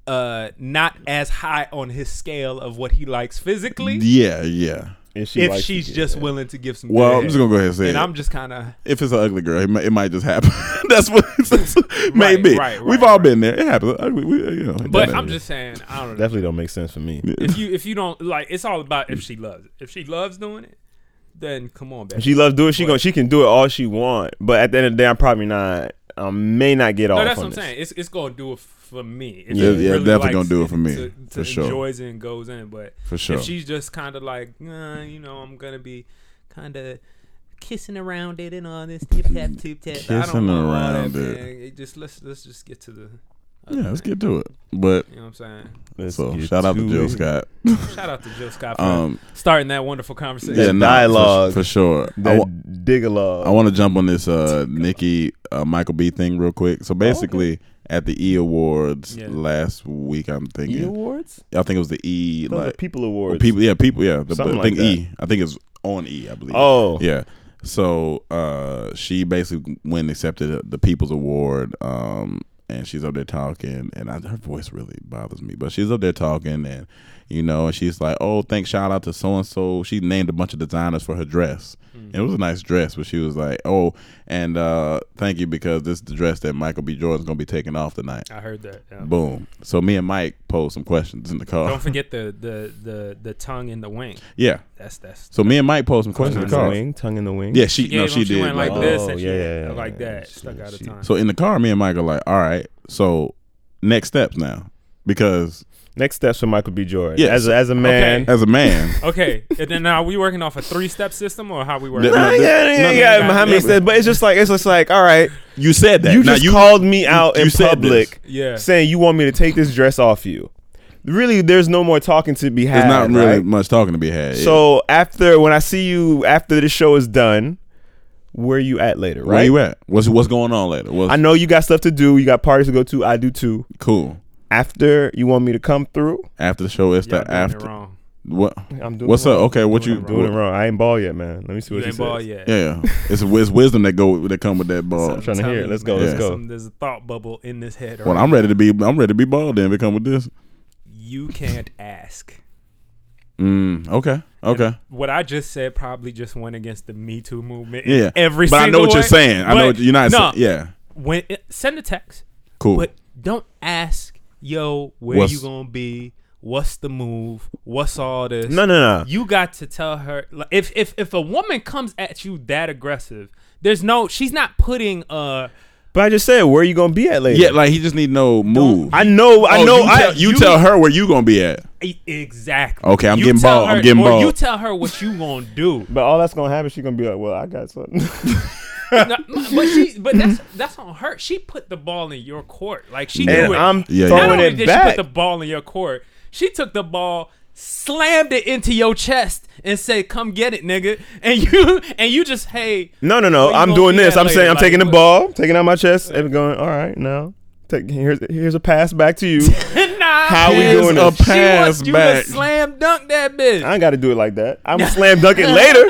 Speaker 6: uh not as high on his scale of what he likes physically
Speaker 5: Yeah, yeah.
Speaker 7: And she
Speaker 6: if
Speaker 7: likes to
Speaker 6: she's
Speaker 7: get
Speaker 6: just
Speaker 7: it.
Speaker 6: willing to give some
Speaker 5: Well,
Speaker 6: good
Speaker 5: I'm just
Speaker 6: head.
Speaker 5: gonna go ahead and say
Speaker 6: and
Speaker 5: it.
Speaker 6: I'm just kind of
Speaker 5: if it's an ugly girl, it might, it might just happen. [LAUGHS] that's what it's, maybe.
Speaker 6: right,
Speaker 5: We've
Speaker 6: right,
Speaker 5: all
Speaker 6: right.
Speaker 5: been there. It happens. I- we- we- you know, it
Speaker 6: but
Speaker 5: does
Speaker 6: I'm
Speaker 5: happen.
Speaker 6: just saying I don't know
Speaker 7: definitely don't make sense for me.
Speaker 6: if you if you don't like it's all about if she loves it. if she loves doing it then come on baby
Speaker 7: She loves doing. She going She can do it all she want. But at the end of the day, I'm probably not. I may not get
Speaker 6: no
Speaker 7: off.
Speaker 6: that's what
Speaker 7: on
Speaker 6: I'm
Speaker 7: this.
Speaker 6: saying it's it's gonna do it for me If
Speaker 5: Yeah,
Speaker 6: she
Speaker 5: yeah, definitely
Speaker 6: likes
Speaker 5: gonna do it for me,
Speaker 6: to, to
Speaker 5: for sure.
Speaker 6: enjoys it and goes in but
Speaker 5: For sure.
Speaker 6: If she's just kind of like, nah, you know, I'm gonna be kind of kissing around it and all this tip tap tip tap. I
Speaker 5: Kissing
Speaker 6: don't know all that,
Speaker 5: around it.
Speaker 6: man. just let's let's just get to the.
Speaker 5: yeah, let's get to it. But
Speaker 6: You know what I'm saying?
Speaker 7: Let's
Speaker 5: so
Speaker 7: get
Speaker 5: shout out to Jill
Speaker 7: it.
Speaker 5: Scott.
Speaker 7: [LAUGHS]
Speaker 6: Shout out to Jill Scott for
Speaker 5: Um,
Speaker 6: starting that wonderful conversation.
Speaker 5: yeah, nah, for-
Speaker 7: dialogue.
Speaker 5: for, sure. I
Speaker 7: That
Speaker 5: wa-
Speaker 7: digalog.
Speaker 5: I want to jump on this uh, Nikki uh, Michael B thing real quick.
Speaker 7: Oh,
Speaker 5: So basically, at the E Awards
Speaker 6: Yeah.
Speaker 5: last week, I'm thinking,
Speaker 7: E awards.
Speaker 5: I think it was the E
Speaker 7: Those are
Speaker 5: like
Speaker 7: people
Speaker 5: well,
Speaker 7: awards.
Speaker 5: people, yeah, people, yeah, the,
Speaker 7: Something
Speaker 5: I think
Speaker 7: like that.
Speaker 5: E, I think it's on E, I believe.
Speaker 7: Oh.
Speaker 5: yeah. So uh, she basically went and accepted the People's Award, um, and she's up there talking, and I, her voice really bothers me, but she's up there talking, and you know, and she's like, "Oh, thanks, shout out to so and so." She named a bunch of designers for her dress,
Speaker 6: Hmm.
Speaker 5: and it was a nice dress. But she was like, "Oh, and uh, thank you because this is the dress that Michael B. Jordan's gonna be taking off tonight."
Speaker 6: I heard that. yeah.
Speaker 5: Boom. So me and Mike posed some questions in the car.
Speaker 6: Don't forget the the the the tongue in the wing.
Speaker 5: yeah.
Speaker 6: That's that's.
Speaker 5: So me and Mike posed some questions in
Speaker 7: Tongue in
Speaker 5: the
Speaker 7: the
Speaker 5: car.
Speaker 7: wing, tongue in the wing.
Speaker 5: Yeah, she,
Speaker 6: She
Speaker 5: no,
Speaker 6: gave
Speaker 5: she
Speaker 6: him- she
Speaker 5: did uh,
Speaker 6: went like
Speaker 5: that.
Speaker 6: this
Speaker 7: Oh,
Speaker 6: and she
Speaker 7: yeah,
Speaker 6: went
Speaker 7: yeah,
Speaker 6: like
Speaker 7: yeah.
Speaker 6: that.
Speaker 7: She-
Speaker 6: Stuck out of
Speaker 7: she-
Speaker 6: time.
Speaker 5: So in the car, me and Mike are like, all right, so next steps now. Because
Speaker 7: Next steps for Michael B. Jordan.
Speaker 5: Yes.
Speaker 7: As a, as a man.
Speaker 5: as a man,
Speaker 6: okay, and then now we working off a three step system or how we work?
Speaker 5: No,
Speaker 7: Nah,
Speaker 5: no,
Speaker 7: yeah, yeah,
Speaker 5: no,
Speaker 7: yeah,
Speaker 6: no,
Speaker 7: how
Speaker 6: no,
Speaker 7: many
Speaker 6: no.
Speaker 7: steps? But it's just like it's just like, all right,
Speaker 5: you said that.
Speaker 7: [LAUGHS] you
Speaker 5: Now
Speaker 7: just called me out
Speaker 5: you
Speaker 7: in
Speaker 5: said
Speaker 7: public,
Speaker 6: this. Yeah.
Speaker 7: saying you want me to take this dress off you. Really, there's no more talking to be had.
Speaker 5: There's not really
Speaker 7: right?
Speaker 5: much talking to be had.
Speaker 7: So after when I see you after the show is done, where you at later?
Speaker 5: where
Speaker 7: Right.
Speaker 5: you at? What's what's going on later? What's
Speaker 7: I know you got stuff to do. You got parties to go to. I do too.
Speaker 5: cool.
Speaker 7: After you want me to come through,
Speaker 5: After the show, it's
Speaker 6: Y'all
Speaker 5: the
Speaker 6: doing it
Speaker 5: after.
Speaker 6: wrong.
Speaker 5: What?
Speaker 7: I'm doing
Speaker 5: What's
Speaker 7: it
Speaker 5: up?
Speaker 7: wrong.
Speaker 5: Okay, what you
Speaker 6: it
Speaker 7: doing it
Speaker 5: what-
Speaker 7: wrong. I ain't ball yet, man. Let me see what
Speaker 6: You
Speaker 7: she
Speaker 6: ain't
Speaker 7: says.
Speaker 6: ball yet.
Speaker 5: Yeah, it's
Speaker 7: [LAUGHS]
Speaker 5: wis- wisdom that go that come with that ball.
Speaker 7: I'm trying to
Speaker 6: Tell
Speaker 7: hear it.
Speaker 6: me,
Speaker 7: Let's go.
Speaker 6: man,
Speaker 7: Let's
Speaker 6: there's
Speaker 7: go.
Speaker 6: some- There's a thought bubble in this head.
Speaker 5: Well,
Speaker 6: right
Speaker 5: I'm
Speaker 6: now.
Speaker 5: ready to be. I'm ready to be bald. Then if it come with this.
Speaker 6: You can't ask.
Speaker 5: Mm, okay. Okay.
Speaker 6: What I just said probably just went against the Me Too movement. in
Speaker 5: Yeah.
Speaker 6: every.
Speaker 5: But I know
Speaker 6: single
Speaker 5: what you're
Speaker 6: way.
Speaker 5: saying. I know
Speaker 6: But
Speaker 5: what you're not.
Speaker 6: no,
Speaker 5: saying. Yeah.
Speaker 6: When it, send a text,
Speaker 5: Cool.
Speaker 6: but don't ask. Yo, where
Speaker 5: What's-
Speaker 6: you gonna be? What's the move? What's all this?
Speaker 7: No, no, no.
Speaker 6: You got to tell her like, if if if a woman comes at you that aggressive, there's no she's not putting uh
Speaker 7: But I just said, where you gonna be at later?
Speaker 5: yeah, like he just need no move.
Speaker 7: I know. I
Speaker 5: Oh,
Speaker 7: know.
Speaker 5: You
Speaker 7: I
Speaker 5: tell, you tell her where you gonna be at.
Speaker 6: e- exactly.
Speaker 5: Okay, I'm
Speaker 6: You
Speaker 5: getting
Speaker 6: tell
Speaker 5: bald. I'm
Speaker 6: her-
Speaker 5: getting
Speaker 6: or
Speaker 5: bald.
Speaker 6: You tell her what you gonna do.
Speaker 7: But all that's gonna happen, she's gonna be like, "Well, I got something."
Speaker 6: No, but she but that's that's on her. She put the ball in your court. Like she
Speaker 7: [LAUGHS] and
Speaker 6: knew it.
Speaker 7: I'm
Speaker 5: Yeah, yeah.
Speaker 6: Not
Speaker 7: throwing
Speaker 6: only
Speaker 7: it
Speaker 6: did she
Speaker 7: back.
Speaker 6: put the ball in your court, she took the ball, slammed it into your chest, and said, "Come get it, nigga." And you and you just hey.
Speaker 7: no, no, no.
Speaker 6: Where you
Speaker 7: I'm
Speaker 6: gonna
Speaker 7: doing
Speaker 6: be
Speaker 7: this.
Speaker 6: at
Speaker 7: I'm
Speaker 6: later?
Speaker 7: saying I'm
Speaker 6: Like,
Speaker 7: taking the
Speaker 6: what-
Speaker 7: ball, taking it out my chest, and going, "All right, now, take, here's here's a pass back
Speaker 6: [LAUGHS]
Speaker 7: to you."
Speaker 6: nah,
Speaker 7: How we
Speaker 6: bitch.
Speaker 7: doing
Speaker 5: a
Speaker 7: this?
Speaker 6: She
Speaker 5: pass
Speaker 6: wants you
Speaker 5: back.
Speaker 6: to slam dunk that bitch.
Speaker 7: I ain't got to do it like that. I'm gonna slam dunk
Speaker 6: [LAUGHS]
Speaker 7: it later.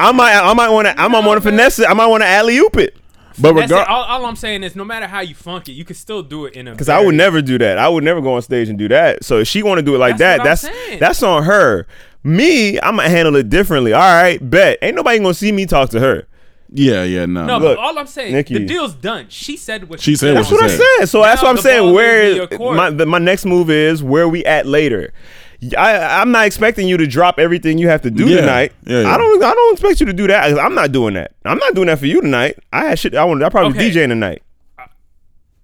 Speaker 7: I might, I might want to, I might want to finesse it. I might want to alley oop it.
Speaker 5: But
Speaker 6: That's
Speaker 5: regard,
Speaker 6: it. All, all I'm saying is, no matter how you funk it, you can still do it in a.
Speaker 7: Cause I would never do that. I would never go on stage and do that. So if she want to do it like
Speaker 6: That's what I'm
Speaker 7: that,
Speaker 6: saying.
Speaker 7: that's that's on her. Me, I'm gonna handle it differently. All right, bet. Ain't nobody gonna see me talk to her.
Speaker 5: yeah, yeah, no.
Speaker 6: No,
Speaker 5: no.
Speaker 6: but
Speaker 7: Look,
Speaker 6: all I'm saying,
Speaker 7: Nikki.
Speaker 6: the deal's done. She said what
Speaker 5: She said
Speaker 7: That's
Speaker 5: what
Speaker 7: what
Speaker 5: she
Speaker 7: I said. So that's
Speaker 6: Now
Speaker 7: what I'm
Speaker 6: the ball
Speaker 7: saying. Where
Speaker 6: is in your
Speaker 7: is
Speaker 6: court.
Speaker 7: my the, my next move is where we at later. I, I'm not expecting you to drop everything you have to do
Speaker 5: Yeah.
Speaker 7: tonight.
Speaker 5: Yeah, yeah.
Speaker 7: I don't. I don't expect you to do that. 'cause I'm not doing that. I'm not doing that for you tonight. I had shit. I want. I probably
Speaker 6: Okay.
Speaker 7: DJing tonight.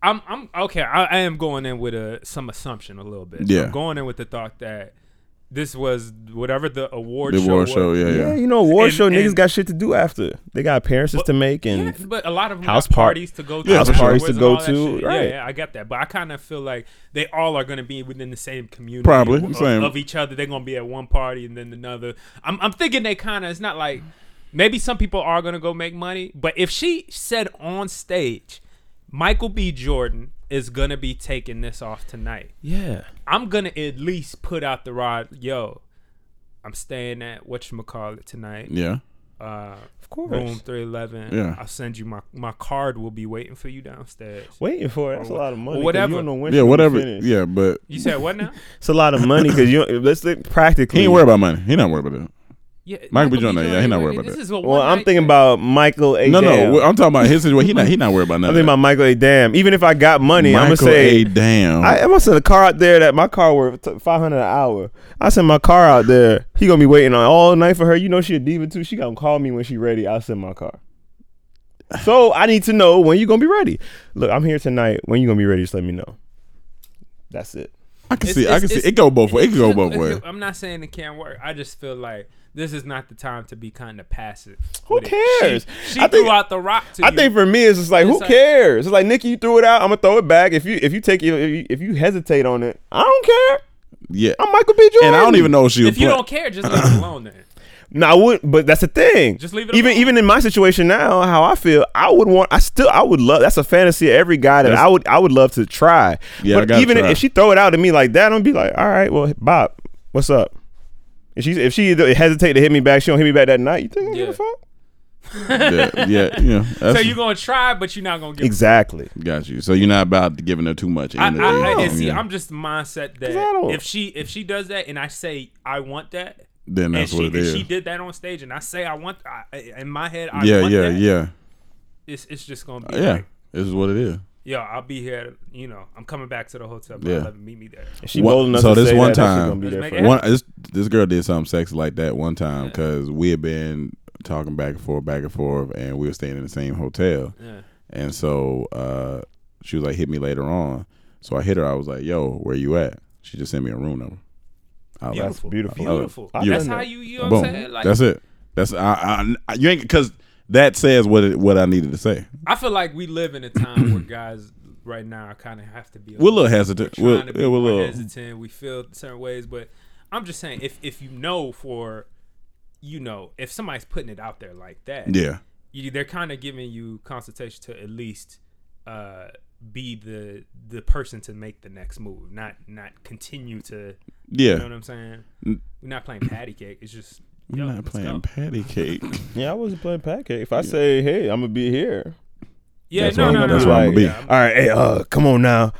Speaker 6: I'm I'm okay. I, I am going in with a some assumption a little bit.
Speaker 5: Yeah.
Speaker 6: I'm going in with the thought that this was whatever the award
Speaker 5: The
Speaker 6: show
Speaker 5: war
Speaker 6: was.
Speaker 5: show, yeah,
Speaker 7: Yeah,
Speaker 5: yeah.
Speaker 7: you know, award
Speaker 6: And-
Speaker 7: show niggas
Speaker 6: and-
Speaker 7: got shit to do after. They got appearances to make
Speaker 6: Yeah,
Speaker 7: and
Speaker 6: but a lot of them
Speaker 7: House
Speaker 6: have
Speaker 7: par-
Speaker 6: parties to go to,
Speaker 5: House
Speaker 7: parties
Speaker 6: afterwards
Speaker 7: to
Speaker 6: and
Speaker 7: go
Speaker 6: all that
Speaker 7: to,
Speaker 6: shit. Yeah,
Speaker 7: right.
Speaker 6: yeah, I get that, but I kind of feel like they all are going to be within the same community,
Speaker 5: Probably,
Speaker 6: of,
Speaker 5: same.
Speaker 6: of each other. They're going to be at one party and then another. I'm, I'm thinking they kind of. It's not like maybe some people are going to go make money, but if she said on stage, Michael B. Jordan is going to be taking this off tonight.
Speaker 7: yeah.
Speaker 6: I'm gonna at least put out the rod, yo. I'm staying at what you call it tonight.
Speaker 5: Yeah.
Speaker 6: Uh, of
Speaker 7: course.
Speaker 6: room three eleven.
Speaker 5: Yeah.
Speaker 6: I'll send you my my card. Will be waiting for you downstairs.
Speaker 7: Waiting for it. That's a lot of money. 'cause
Speaker 6: whatever.
Speaker 7: You don't know when
Speaker 5: Yeah,
Speaker 7: she gonna
Speaker 5: whatever.
Speaker 7: finish.
Speaker 5: Yeah, but
Speaker 6: You said what now?
Speaker 7: It's a lot of money because you. Let's think practically.
Speaker 5: he ain't worried about money. He not worried about that.
Speaker 6: Yeah,
Speaker 5: [LAUGHS] Michael B. Jordan, yeah, he not worried about
Speaker 6: this
Speaker 5: that.
Speaker 6: is a
Speaker 7: Well,
Speaker 6: one
Speaker 7: I'm
Speaker 6: night [LAUGHS]
Speaker 7: thinking
Speaker 6: thing.
Speaker 7: about Michael A.
Speaker 5: No,
Speaker 7: Dam.
Speaker 5: no. I'm talking about his situation. He not. He not worried about
Speaker 7: I
Speaker 5: nothing.
Speaker 7: think about Michael A. Damn. Even if I got money, I'm gonna
Speaker 5: Michael
Speaker 7: say
Speaker 5: A. Damn.
Speaker 7: I, I'm gonna send a car out there that my car worth t- 500 an hour. I send my car out there. He gonna be waiting on all night for her. You know she a diva too. She gonna call me when she ready. I'll send my car. So I need to know when you gonna be ready. Look, I'm here tonight. When you gonna be ready? Just let me know. That's it.
Speaker 5: I can
Speaker 6: It's-
Speaker 5: see. I
Speaker 6: it's-
Speaker 5: can see.
Speaker 6: it's-
Speaker 5: It go both ways. It can go both
Speaker 7: [LAUGHS]
Speaker 6: Look,
Speaker 5: ways.
Speaker 6: look, I'm not saying it can't work. I just feel like this is not the time to be kind of passive.
Speaker 7: Who
Speaker 6: with it.
Speaker 7: cares?
Speaker 6: She, she
Speaker 7: I
Speaker 6: threw
Speaker 7: think-
Speaker 6: out the rock to
Speaker 7: I
Speaker 6: you.
Speaker 7: think for me it's just like
Speaker 6: It's
Speaker 7: who
Speaker 6: like-
Speaker 7: cares? It's like Nikki, you threw it out. I'm gonna throw it back. If you if you take it if you, if you hesitate on it, I don't care.
Speaker 5: Yeah.
Speaker 7: I'm Michael B. Jordan.
Speaker 5: And I don't even know if she was.
Speaker 6: if you
Speaker 5: play-
Speaker 6: don't care, just leave
Speaker 7: [CLEARS THROAT]
Speaker 6: it alone. Then
Speaker 7: No, I wouldn't. But that's the thing.
Speaker 6: Just leave it
Speaker 7: Even
Speaker 6: alone.
Speaker 7: even in my situation now, how I feel, I would want. I still, I would love. That's a fantasy of every guy that I would. I would love to try.
Speaker 5: Yeah, I
Speaker 7: but
Speaker 5: gotta
Speaker 7: even
Speaker 5: try.
Speaker 7: if she throw it out at me like that, I'm be like, all right, well, Bob, what's up? If she if she hesitate to hit me back, she don't hit me back that night. You think I give
Speaker 6: Yeah.
Speaker 7: a fuck?
Speaker 6: [LAUGHS]
Speaker 5: yeah, yeah, you know,
Speaker 6: So
Speaker 5: that's,
Speaker 6: you're gonna try, but you're not gonna get.
Speaker 7: Exactly.
Speaker 5: got you. So you're not about to giving her too much.
Speaker 6: I,
Speaker 5: Energy.
Speaker 6: I, I, and see,
Speaker 5: yeah.
Speaker 6: I'm just the mindset that
Speaker 7: 'Cause I don't-
Speaker 6: if she if she does that and I say I want that,
Speaker 5: then
Speaker 6: and
Speaker 5: that's
Speaker 6: she,
Speaker 5: what it
Speaker 6: and
Speaker 5: is.
Speaker 6: she did that on stage, and I say I want, I, I- in my head, I
Speaker 5: yeah,
Speaker 6: want
Speaker 5: yeah,
Speaker 6: that,
Speaker 5: yeah,
Speaker 6: It's it's just gonna be
Speaker 5: Uh, yeah.
Speaker 6: like,
Speaker 5: This is what it is.
Speaker 6: yo, I'll be here. You know, I'm coming back to the hotel. Bro,
Speaker 5: Yeah.
Speaker 6: Let me meet me there.
Speaker 7: And she
Speaker 5: What-
Speaker 7: bold enough
Speaker 5: so
Speaker 7: to
Speaker 5: this
Speaker 7: say
Speaker 5: one
Speaker 7: that, that she
Speaker 5: time-
Speaker 7: gonna be there
Speaker 6: Let's
Speaker 7: for
Speaker 6: make
Speaker 7: that.
Speaker 6: it
Speaker 5: One, this this girl did something sexy like that one time because we had been talking back and forth, back and forth, and we were staying in the same hotel.
Speaker 6: Yeah.
Speaker 5: And so uh, she was like, "Hit me later on." So I hit her. I was like, "Yo, where you at?" She just sent me a room number. I was like,
Speaker 6: Beautiful,
Speaker 7: beautiful.
Speaker 6: beautiful.
Speaker 7: I love it.
Speaker 6: That's
Speaker 7: Yeah.
Speaker 6: how you, you know
Speaker 5: Oh, Boom.
Speaker 6: what I'm saying? Like,
Speaker 5: That's it. That's I, I. You ain't because that says what it, what I needed to say.
Speaker 6: I feel like we live in a time where guys right now kind of have to be.
Speaker 5: We're a little hesitant.
Speaker 6: We're
Speaker 5: We're,
Speaker 6: trying to be
Speaker 5: yeah, we're a
Speaker 6: more
Speaker 5: little.
Speaker 6: hesitant. We feel certain ways, but I'm just saying, if if you know for, you know, if somebody's putting it out there like that,
Speaker 5: Yeah,
Speaker 6: you, they're kind of giving you consultation to at least uh, be the the person to make the next move, not not continue to.
Speaker 5: yeah.
Speaker 6: You know what I'm saying? We're not playing patty cake. It's just
Speaker 5: I'm
Speaker 6: yo,
Speaker 5: not
Speaker 6: let's
Speaker 5: playing
Speaker 6: go.
Speaker 5: patty cake.
Speaker 7: Yeah, I wasn't playing pancake. If I say, hey, I'm gonna be here.
Speaker 6: Yeah,
Speaker 5: That's
Speaker 6: no,
Speaker 5: where I'm-
Speaker 6: no, no,
Speaker 5: that's
Speaker 6: no.
Speaker 5: where I'ma be.
Speaker 6: Yeah,
Speaker 7: All right, hey, uh, come on now.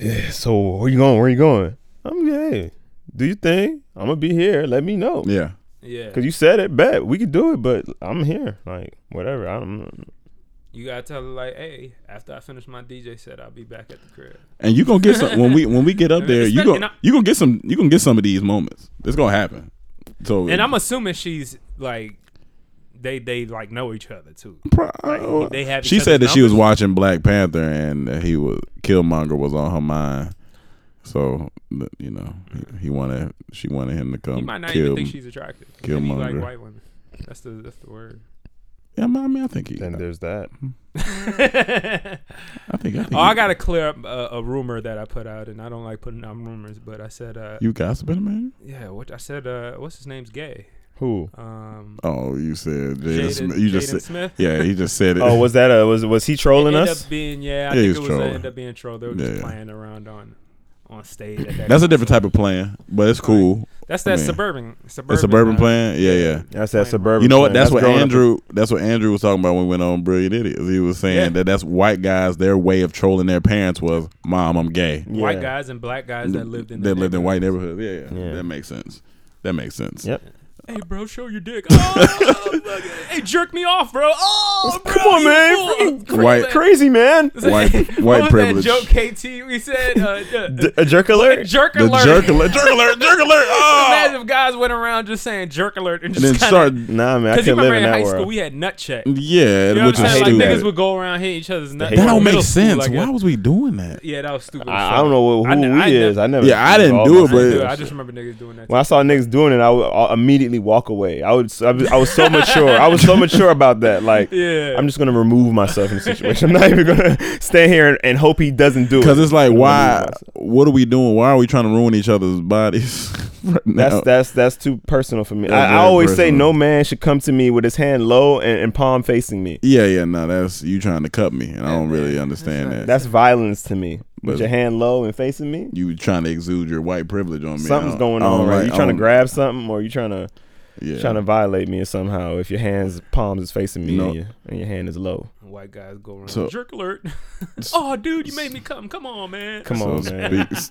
Speaker 7: Yeah, so where you going? Where you going? I'm hey, do your thing. I'm gonna be here. Let me know.
Speaker 5: [LAUGHS] yeah,
Speaker 6: yeah.
Speaker 7: Cause you said it, bet we could do it, but I'm here. Like whatever. I don't.
Speaker 6: You gotta tell her like, hey, after I finish my DJ set, I'll be back at the crib.
Speaker 5: and you gonna get some when we when we get
Speaker 6: [LAUGHS]
Speaker 5: up there. You
Speaker 6: Especially
Speaker 5: gonna
Speaker 6: not-
Speaker 5: you gonna get some you gonna get some of these moments. It's gonna happen. So
Speaker 6: And I'm assuming she's like, they they like know each other too.
Speaker 5: Pro-
Speaker 6: like, they have
Speaker 5: she
Speaker 6: each
Speaker 5: said that
Speaker 6: other's
Speaker 5: she was
Speaker 6: numbers.
Speaker 5: watching Black Panther and that he was Killmonger was on her mind. So th- you know he, he wanted she wanted him to come.
Speaker 6: You might not
Speaker 5: kill,
Speaker 6: even think she's attractive. Maybe you like
Speaker 5: Killmonger.
Speaker 6: white women. That's the that's the word. [LAUGHS]
Speaker 5: Yeah, I mean I think he.
Speaker 7: Then there's that.
Speaker 5: I think I think.
Speaker 6: Oh, I
Speaker 5: he-
Speaker 6: gotta clear up a, a rumor that I put out, and I don't like putting out rumors, but I said, uh,
Speaker 5: You gossiping, man?
Speaker 6: yeah, what I said, uh, what's his name's gay.
Speaker 7: Who?
Speaker 6: Um,
Speaker 5: Oh, you said Jaden
Speaker 6: Jaden-
Speaker 5: Smith. You just
Speaker 6: Jaden
Speaker 5: said,
Speaker 6: Smith?
Speaker 5: yeah, he just said it.
Speaker 7: Oh, was that a was was he
Speaker 6: it
Speaker 7: trolling
Speaker 6: ended
Speaker 7: us?
Speaker 6: up being yeah, I
Speaker 5: Yeah,
Speaker 6: think
Speaker 5: he
Speaker 6: it
Speaker 5: was
Speaker 6: was it
Speaker 5: trolling.
Speaker 6: ended up being troll. They were
Speaker 5: Yeah,
Speaker 6: just
Speaker 5: yeah.
Speaker 6: playing around on on stage. At that
Speaker 5: That's a
Speaker 6: concert.
Speaker 5: different type of plan, but it's cool.
Speaker 6: That's that
Speaker 5: man.
Speaker 6: suburban suburban
Speaker 5: A suburban
Speaker 6: uh,
Speaker 5: plan, yeah, yeah.
Speaker 7: That's that suburban.
Speaker 5: You know what?
Speaker 7: thing.
Speaker 5: That's what
Speaker 7: growing up-
Speaker 5: Andrew. That's what Andrew was talking about when we went on Brilliant Idiots. He was saying
Speaker 6: Yeah.
Speaker 5: that that's white guys. Their way of trolling their parents was, "Mom, I'm gay."
Speaker 6: White
Speaker 7: Yeah.
Speaker 6: guys and black guys that lived in
Speaker 5: that
Speaker 6: that
Speaker 5: lived in
Speaker 6: neighborhood.
Speaker 5: white neighborhoods. Yeah, yeah,
Speaker 7: Yeah.
Speaker 5: that makes sense. That makes sense.
Speaker 7: Yep.
Speaker 6: Hey, bro, show your dick. Oh, fuck
Speaker 5: [LAUGHS]
Speaker 6: it. hey, jerk me off, bro. Oh, bro,
Speaker 7: Come on,
Speaker 6: you
Speaker 7: man.
Speaker 6: fool.
Speaker 7: Freaking
Speaker 6: Come on,
Speaker 5: White-
Speaker 6: man.
Speaker 7: Crazy man.
Speaker 6: What
Speaker 5: White, white
Speaker 6: was
Speaker 5: privilege.
Speaker 6: that joke, KT? We said uh,
Speaker 7: D-
Speaker 6: the,
Speaker 7: a jerk alert.
Speaker 6: jerk
Speaker 5: [LAUGHS] The
Speaker 6: alert.
Speaker 5: jerk alert, jerk alert, jerk alert. Oh!
Speaker 6: [LAUGHS] Imagine if guys went around just saying jerk alert and
Speaker 5: And
Speaker 6: just
Speaker 5: then
Speaker 6: kinda,
Speaker 5: start,
Speaker 7: Nah, man, I
Speaker 6: Because you
Speaker 7: can't live
Speaker 6: remember
Speaker 7: in
Speaker 6: in
Speaker 7: that
Speaker 6: high school
Speaker 7: world.
Speaker 6: we had nut check. You
Speaker 5: yeah,
Speaker 6: know
Speaker 5: which
Speaker 6: what I'm
Speaker 5: is
Speaker 6: saying? Like
Speaker 5: stupid.
Speaker 6: niggas would go around hitting each other's nuts.
Speaker 5: that don't
Speaker 6: in middle
Speaker 5: make
Speaker 6: school,
Speaker 5: sense.
Speaker 6: like
Speaker 5: Why
Speaker 6: that.
Speaker 5: was we doing that?
Speaker 6: Yeah, that was stupid. as
Speaker 7: I, I
Speaker 6: fuck.
Speaker 7: don't know who
Speaker 6: I ne- I
Speaker 7: we
Speaker 6: ne-
Speaker 7: is. I never.
Speaker 5: Yeah, I
Speaker 7: it was
Speaker 5: didn't
Speaker 7: all
Speaker 5: do
Speaker 7: my
Speaker 5: it,
Speaker 7: friends.
Speaker 5: but-
Speaker 6: Dude, I just remember niggas doing that.
Speaker 7: When I saw niggas doing it, I would I'll immediately walk away. I would I was, I was so mature. I was so mature about that. Like,
Speaker 6: Yeah.
Speaker 7: I'm just gonna remove myself from the situation. I'm not even gonna stand here and, and hope he doesn't do it.
Speaker 5: Because it's like,
Speaker 7: I'm gonna
Speaker 5: why?
Speaker 7: remove myself.
Speaker 5: What are we doing? Why are we trying to ruin each other's bodies? [LAUGHS] right
Speaker 7: That's
Speaker 5: now?
Speaker 7: that's that's too personal for me.
Speaker 5: That's
Speaker 7: I, I
Speaker 5: very
Speaker 7: always say
Speaker 5: personal.
Speaker 7: no man should come to me with his hand low and, and palm facing me.
Speaker 5: Yeah, yeah, no, that's you trying to cut me, and I don't really understand that.
Speaker 7: That's violence to me.
Speaker 5: But-
Speaker 7: With your hand low and facing me,
Speaker 5: you trying to exude your white privilege on me.
Speaker 7: something's
Speaker 5: I don't-
Speaker 7: going
Speaker 5: I don't
Speaker 7: on. Right?
Speaker 5: like-
Speaker 7: you
Speaker 5: I
Speaker 7: trying to
Speaker 5: don't-
Speaker 7: grab something or you trying to
Speaker 5: Yeah.
Speaker 7: trying to violate me somehow. If your hands palms is facing me
Speaker 5: No.
Speaker 7: and, your, and your hand is low,
Speaker 6: White guys go around.
Speaker 5: So-
Speaker 6: jerk alert. oh, dude, you made me come. Come on, man.
Speaker 7: come
Speaker 5: So
Speaker 7: on, man.
Speaker 5: speaks-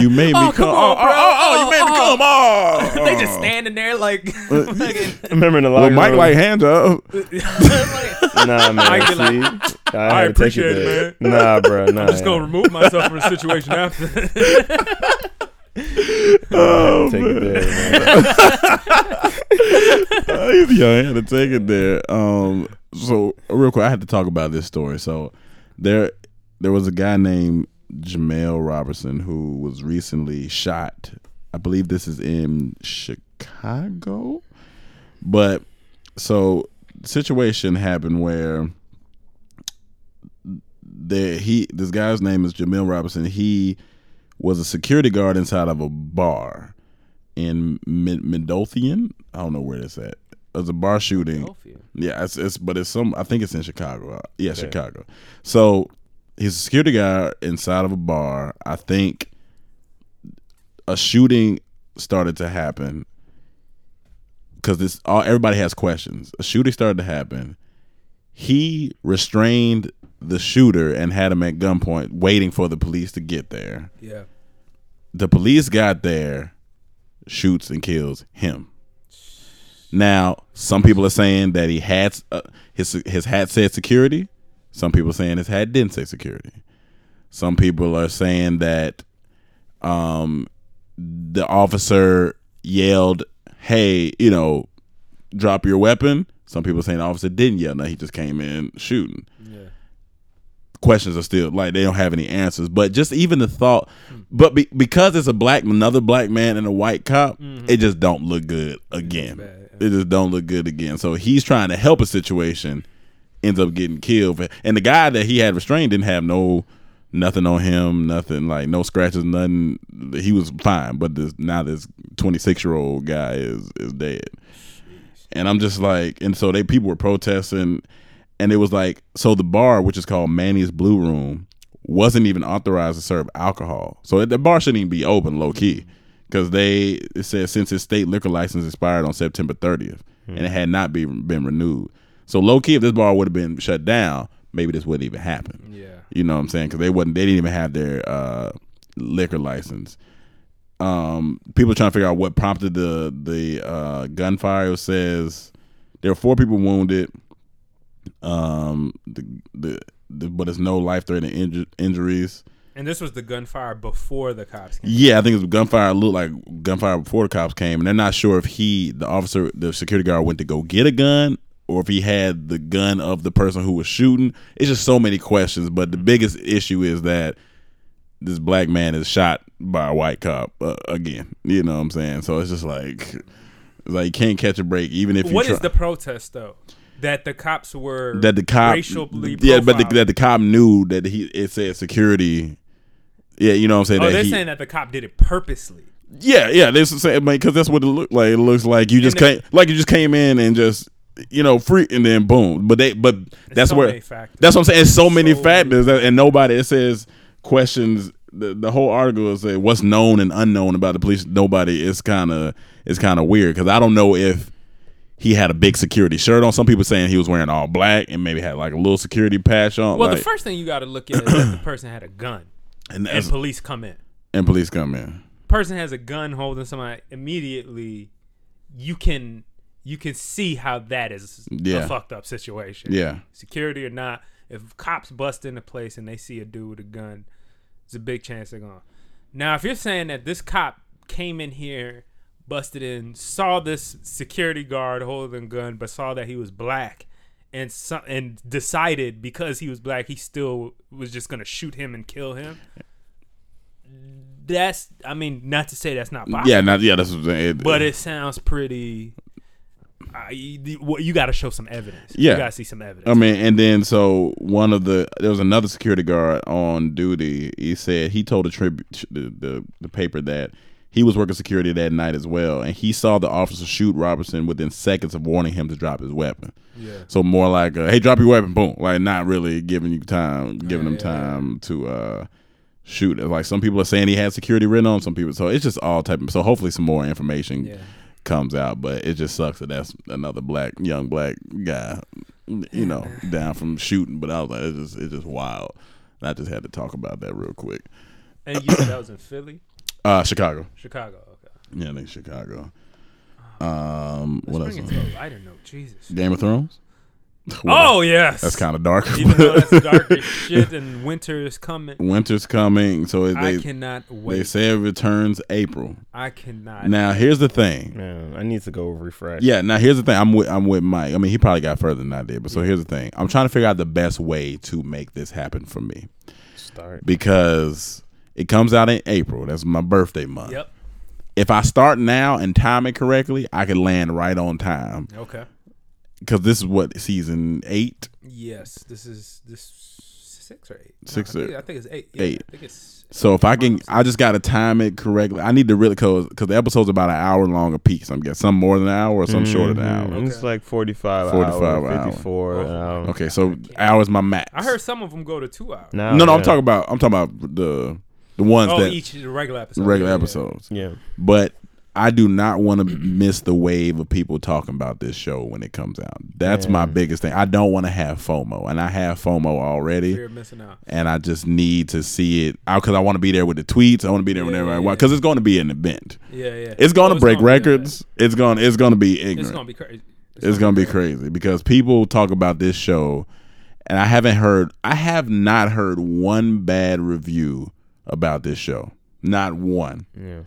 Speaker 6: [LAUGHS]
Speaker 5: you made me
Speaker 6: Oh,
Speaker 5: come.
Speaker 6: come
Speaker 5: oh,
Speaker 6: on, bro.
Speaker 5: oh, oh, oh, you
Speaker 6: Oh,
Speaker 5: made me
Speaker 6: oh. [LAUGHS]
Speaker 5: come. Oh,
Speaker 6: they just standing there like, [LAUGHS]
Speaker 5: Uh,
Speaker 7: Remember in the
Speaker 5: Well,
Speaker 7: locker
Speaker 5: Mike
Speaker 7: room?
Speaker 5: like hands up.
Speaker 7: [LAUGHS] Nah,
Speaker 5: [LAUGHS]
Speaker 7: man.
Speaker 6: I get
Speaker 7: see, I,
Speaker 6: I
Speaker 7: had to take
Speaker 6: appreciate it,
Speaker 7: back. Nah, bro. Nah.
Speaker 6: I'm just gonna remove myself from the situation after.
Speaker 7: oh, take it
Speaker 5: [LAUGHS]
Speaker 7: there, man.
Speaker 5: yeah, I had to take it there. Um, so real quick, I had to talk about this story. So there, there was a guy named Jamel Robertson who was recently shot. I believe this is in Chicago, but so situation happened where there he this guy's name is Jamel Robertson. He was a security guard inside of a bar in Mid- Midlothian. I don't know where that's at. It's a bar shooting. Yeah, it's, it's but it's some. I think it's in Chicago. Uh, Yeah, Chicago. So he's a security guard inside of a bar. I think a shooting started to happen. because this all everybody has questions. A shooting started to happen. He restrained the shooter and had him at gunpoint, waiting for the police to get there.
Speaker 6: Yeah.
Speaker 5: The police got there, shoots and kills him. Now, some people are saying that he had uh, his his hat said security. Some people are saying his hat didn't say security. Some people are saying that um, the officer yelled, "Hey, you know, drop your weapon." Some people are saying the officer didn't yell. No, he just came in shooting. Questions are still like they don't have any answers, but just even the thought, but be, because it's a black another black man and a white cop, it just don't look good again. It just don't look good again. So he's trying to help a situation, ends up getting killed, and the guy that he had restrained didn't have no nothing on him, nothing like no scratches, nothing. He was fine, but this now this twenty six year old guy is is dead, and I'm just like, and so they people were protesting, and it was like, so the bar which is called Manny's Blue Room wasn't even authorized to serve alcohol, so the bar shouldn't even be open low key, because they it says since his state liquor license expired on September 30th, and it had not be, been renewed. So low key, if this bar would have been shut down, maybe this wouldn't even happen.
Speaker 6: Yeah.
Speaker 5: You know what I'm saying? Because they wasn't, they didn't even have their uh, liquor license. Um, people trying to figure out what prompted the the uh, gunfire. It says there were four people wounded. Um, the, the, the but it's no life threatening inju- injuries.
Speaker 6: And this was the gunfire before the cops came.
Speaker 5: Yeah, I think it was gunfire. It looked like gunfire before the cops came, and they're not sure if he, the officer, the security guard, went to go get a gun or if he had the gun of the person who was shooting. It's just so many questions. But the biggest issue is that this black man is shot by a white cop uh, again. You know what I'm saying? So it's just like, it's like you can't catch a break, even if you
Speaker 6: What is
Speaker 5: try.
Speaker 6: the protest though? That the cops were
Speaker 5: that the cop,
Speaker 6: racially
Speaker 5: yeah, but the,
Speaker 6: profiled.
Speaker 5: that the cop knew that he it said security. Yeah, you know what I'm saying.
Speaker 6: oh,
Speaker 5: that
Speaker 6: they're
Speaker 5: he,
Speaker 6: saying that the cop did it purposely.
Speaker 5: Yeah, yeah, this is saying because that's what it looked like. It looks like you just
Speaker 6: And the-
Speaker 5: came, like you just came in and just you know free, and then boom. But they, but that's
Speaker 6: so
Speaker 5: where
Speaker 6: many factors.
Speaker 5: that's what I'm saying. It's so many
Speaker 6: So
Speaker 5: factors, and nobody it says questions. The, the whole article is saying what's known and unknown about the police. Nobody is kind of it's kind of weird because I don't know if he had a big security shirt on. Some people saying he was wearing all black and maybe had like a little security patch on.
Speaker 6: Well,
Speaker 5: like,
Speaker 6: the first thing you got to look at is that the person had a gun
Speaker 5: and,
Speaker 6: and
Speaker 5: that's-
Speaker 6: police come in.
Speaker 5: and police come in.
Speaker 6: Person has a gun holding somebody immediately. You can you can see how that is
Speaker 5: Yeah.
Speaker 6: a fucked up situation.
Speaker 5: Yeah.
Speaker 6: security or not. If cops bust into place and they see a dude with a gun, it's a big chance they're gone. Now, if you're saying that this cop came in here, busted in, saw this security guard holding a gun, but saw that he was black, and so, and decided because he was black, he still was just gonna shoot him and kill him. That's, I mean, not to say that's not possible,
Speaker 5: Yeah, not yeah. That's what I'm saying. It-
Speaker 6: but it sounds pretty. I, you you got to show some evidence.
Speaker 5: Yeah. Um,
Speaker 6: you got to see some evidence.
Speaker 5: I mean, and then so one of the there was another security guard on duty. He said he told the tribute the, the the paper that he was working security that night as well, and he saw the officer shoot Robertson within seconds of warning him to drop his weapon. Yeah. So more like, uh, hey, drop your weapon, boom. Like not really giving you time, giving him time to uh, shoot. Like some people are saying he had security written on some people, so it's just all type. Of, so hopefully some more information. comes out but it just sucks that that's another black young black guy you know, down from shooting. But I was like, it's just, it's just wild. And I just had to talk about that real quick.
Speaker 6: And you said that was in Philly,
Speaker 5: Uh, Chicago.
Speaker 6: Chicago. Okay.
Speaker 5: Yeah, I think Chicago. Um, what
Speaker 6: Bring
Speaker 5: else?
Speaker 6: it to a lighter note, Jesus.
Speaker 5: Game of Thrones. [LAUGHS]
Speaker 6: Oh yes,
Speaker 5: that's kind of dark.
Speaker 6: Even though
Speaker 5: [LAUGHS]
Speaker 6: that's dark as shit, and winter is coming.
Speaker 5: Winter's coming, so
Speaker 6: I
Speaker 5: they
Speaker 6: cannot wait.
Speaker 5: they say it returns April.
Speaker 6: I cannot.
Speaker 5: Now here's the thing.
Speaker 7: Man, I need to go refresh.
Speaker 5: Yeah, now here's the thing. I'm with I'm with Mike. I mean, he probably got further than I did, but so here's the thing. I'm trying to figure out the best way to make this happen for me
Speaker 7: Start.
Speaker 5: because it comes out in April. That's my birthday month.
Speaker 6: Yep.
Speaker 5: if I start now and time it correctly, I could land right on time
Speaker 6: Okay.
Speaker 5: because this is what season eight.
Speaker 6: Yes, this is this six or eight. No,
Speaker 5: Six
Speaker 6: I
Speaker 5: or-
Speaker 6: think, I think it's eight. Yeah,
Speaker 5: eight.
Speaker 6: I think it's.
Speaker 5: So if I can, I just got to time it correctly. I need to really cause because the episode's about an hour long a piece. I'm getting some more than an hour or some shorter than
Speaker 6: Mm-hmm.
Speaker 5: an hour.
Speaker 7: Mm-hmm. It's like 45,
Speaker 5: 45
Speaker 7: hour, um,
Speaker 5: hour.
Speaker 7: 54 an hour.
Speaker 5: Okay, so hour is my max.
Speaker 6: I heard some of them go to two hours.
Speaker 7: Now,
Speaker 5: No, no, I'm
Speaker 7: yeah.
Speaker 5: talking about I'm talking about the the ones
Speaker 6: oh,
Speaker 5: that
Speaker 6: each regular episode.
Speaker 5: regular
Speaker 6: Yeah, yeah.
Speaker 5: episodes.
Speaker 7: Yeah.
Speaker 5: But I do not want to miss the wave of people talking about this show when it comes out. That's my biggest thing. I don't want to have FOMO, and I have FOMO already
Speaker 6: Fear of missing out.
Speaker 5: and I just need to see it out because I want to be there with the tweets. I want to be there whenever I want because it's going to be an event.
Speaker 6: Yeah, yeah.
Speaker 5: It's going
Speaker 6: Oh,
Speaker 5: to break
Speaker 6: gonna be
Speaker 5: records. It's going. to It's going to be
Speaker 6: that.
Speaker 5: ignorant.
Speaker 6: It's gonna be crazy.
Speaker 5: It's gonna be crazy because people talk about this show, and I haven't heard. I have not heard one bad review about this show. Not one.
Speaker 7: Yeah.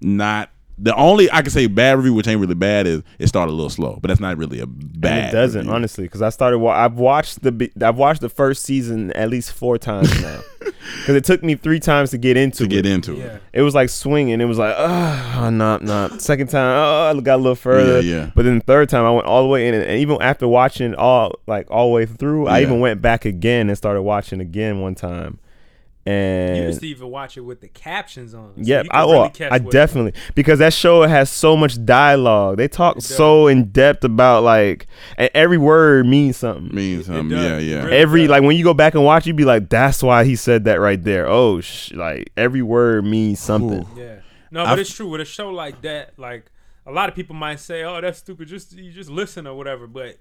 Speaker 5: Not. The only I can say bad review, which ain't really bad, is it started a little slow, but that's not really a bad.
Speaker 7: And it doesn't
Speaker 5: review.
Speaker 7: honestly because I started. Wa- I've watched the be- I've watched the first season at least four times
Speaker 5: [LAUGHS]
Speaker 7: now because it took me three times to get into
Speaker 5: to get
Speaker 7: it.
Speaker 5: into
Speaker 6: Yeah.
Speaker 5: it.
Speaker 7: It was like swinging. It was like ah, not not. Second time, oh, I got a little further.
Speaker 5: Yeah, yeah.
Speaker 7: But then the third time, I went all the way in, and even after watching it all like all the way through, I
Speaker 5: Yeah.
Speaker 7: even went back again and started watching again one time. And
Speaker 6: You used to even watch it with the captions on. so
Speaker 7: yeah,
Speaker 6: you can
Speaker 7: I
Speaker 6: really
Speaker 7: well,
Speaker 6: catch
Speaker 7: I
Speaker 6: what-
Speaker 7: definitely because that show has so much dialogue. They talk so in depth about like, and every word means something.
Speaker 5: Means something.
Speaker 6: does.
Speaker 5: Yeah, yeah.
Speaker 6: Really?
Speaker 7: Every like when you go back and watch, you be like, "That's why he said that right there." Oh, sh-, like every word means something.
Speaker 6: Yeah. No,
Speaker 5: I've-
Speaker 6: but it's true. With a show like that, like a lot of people might say, "Oh, that's stupid. Just you just listen or whatever." But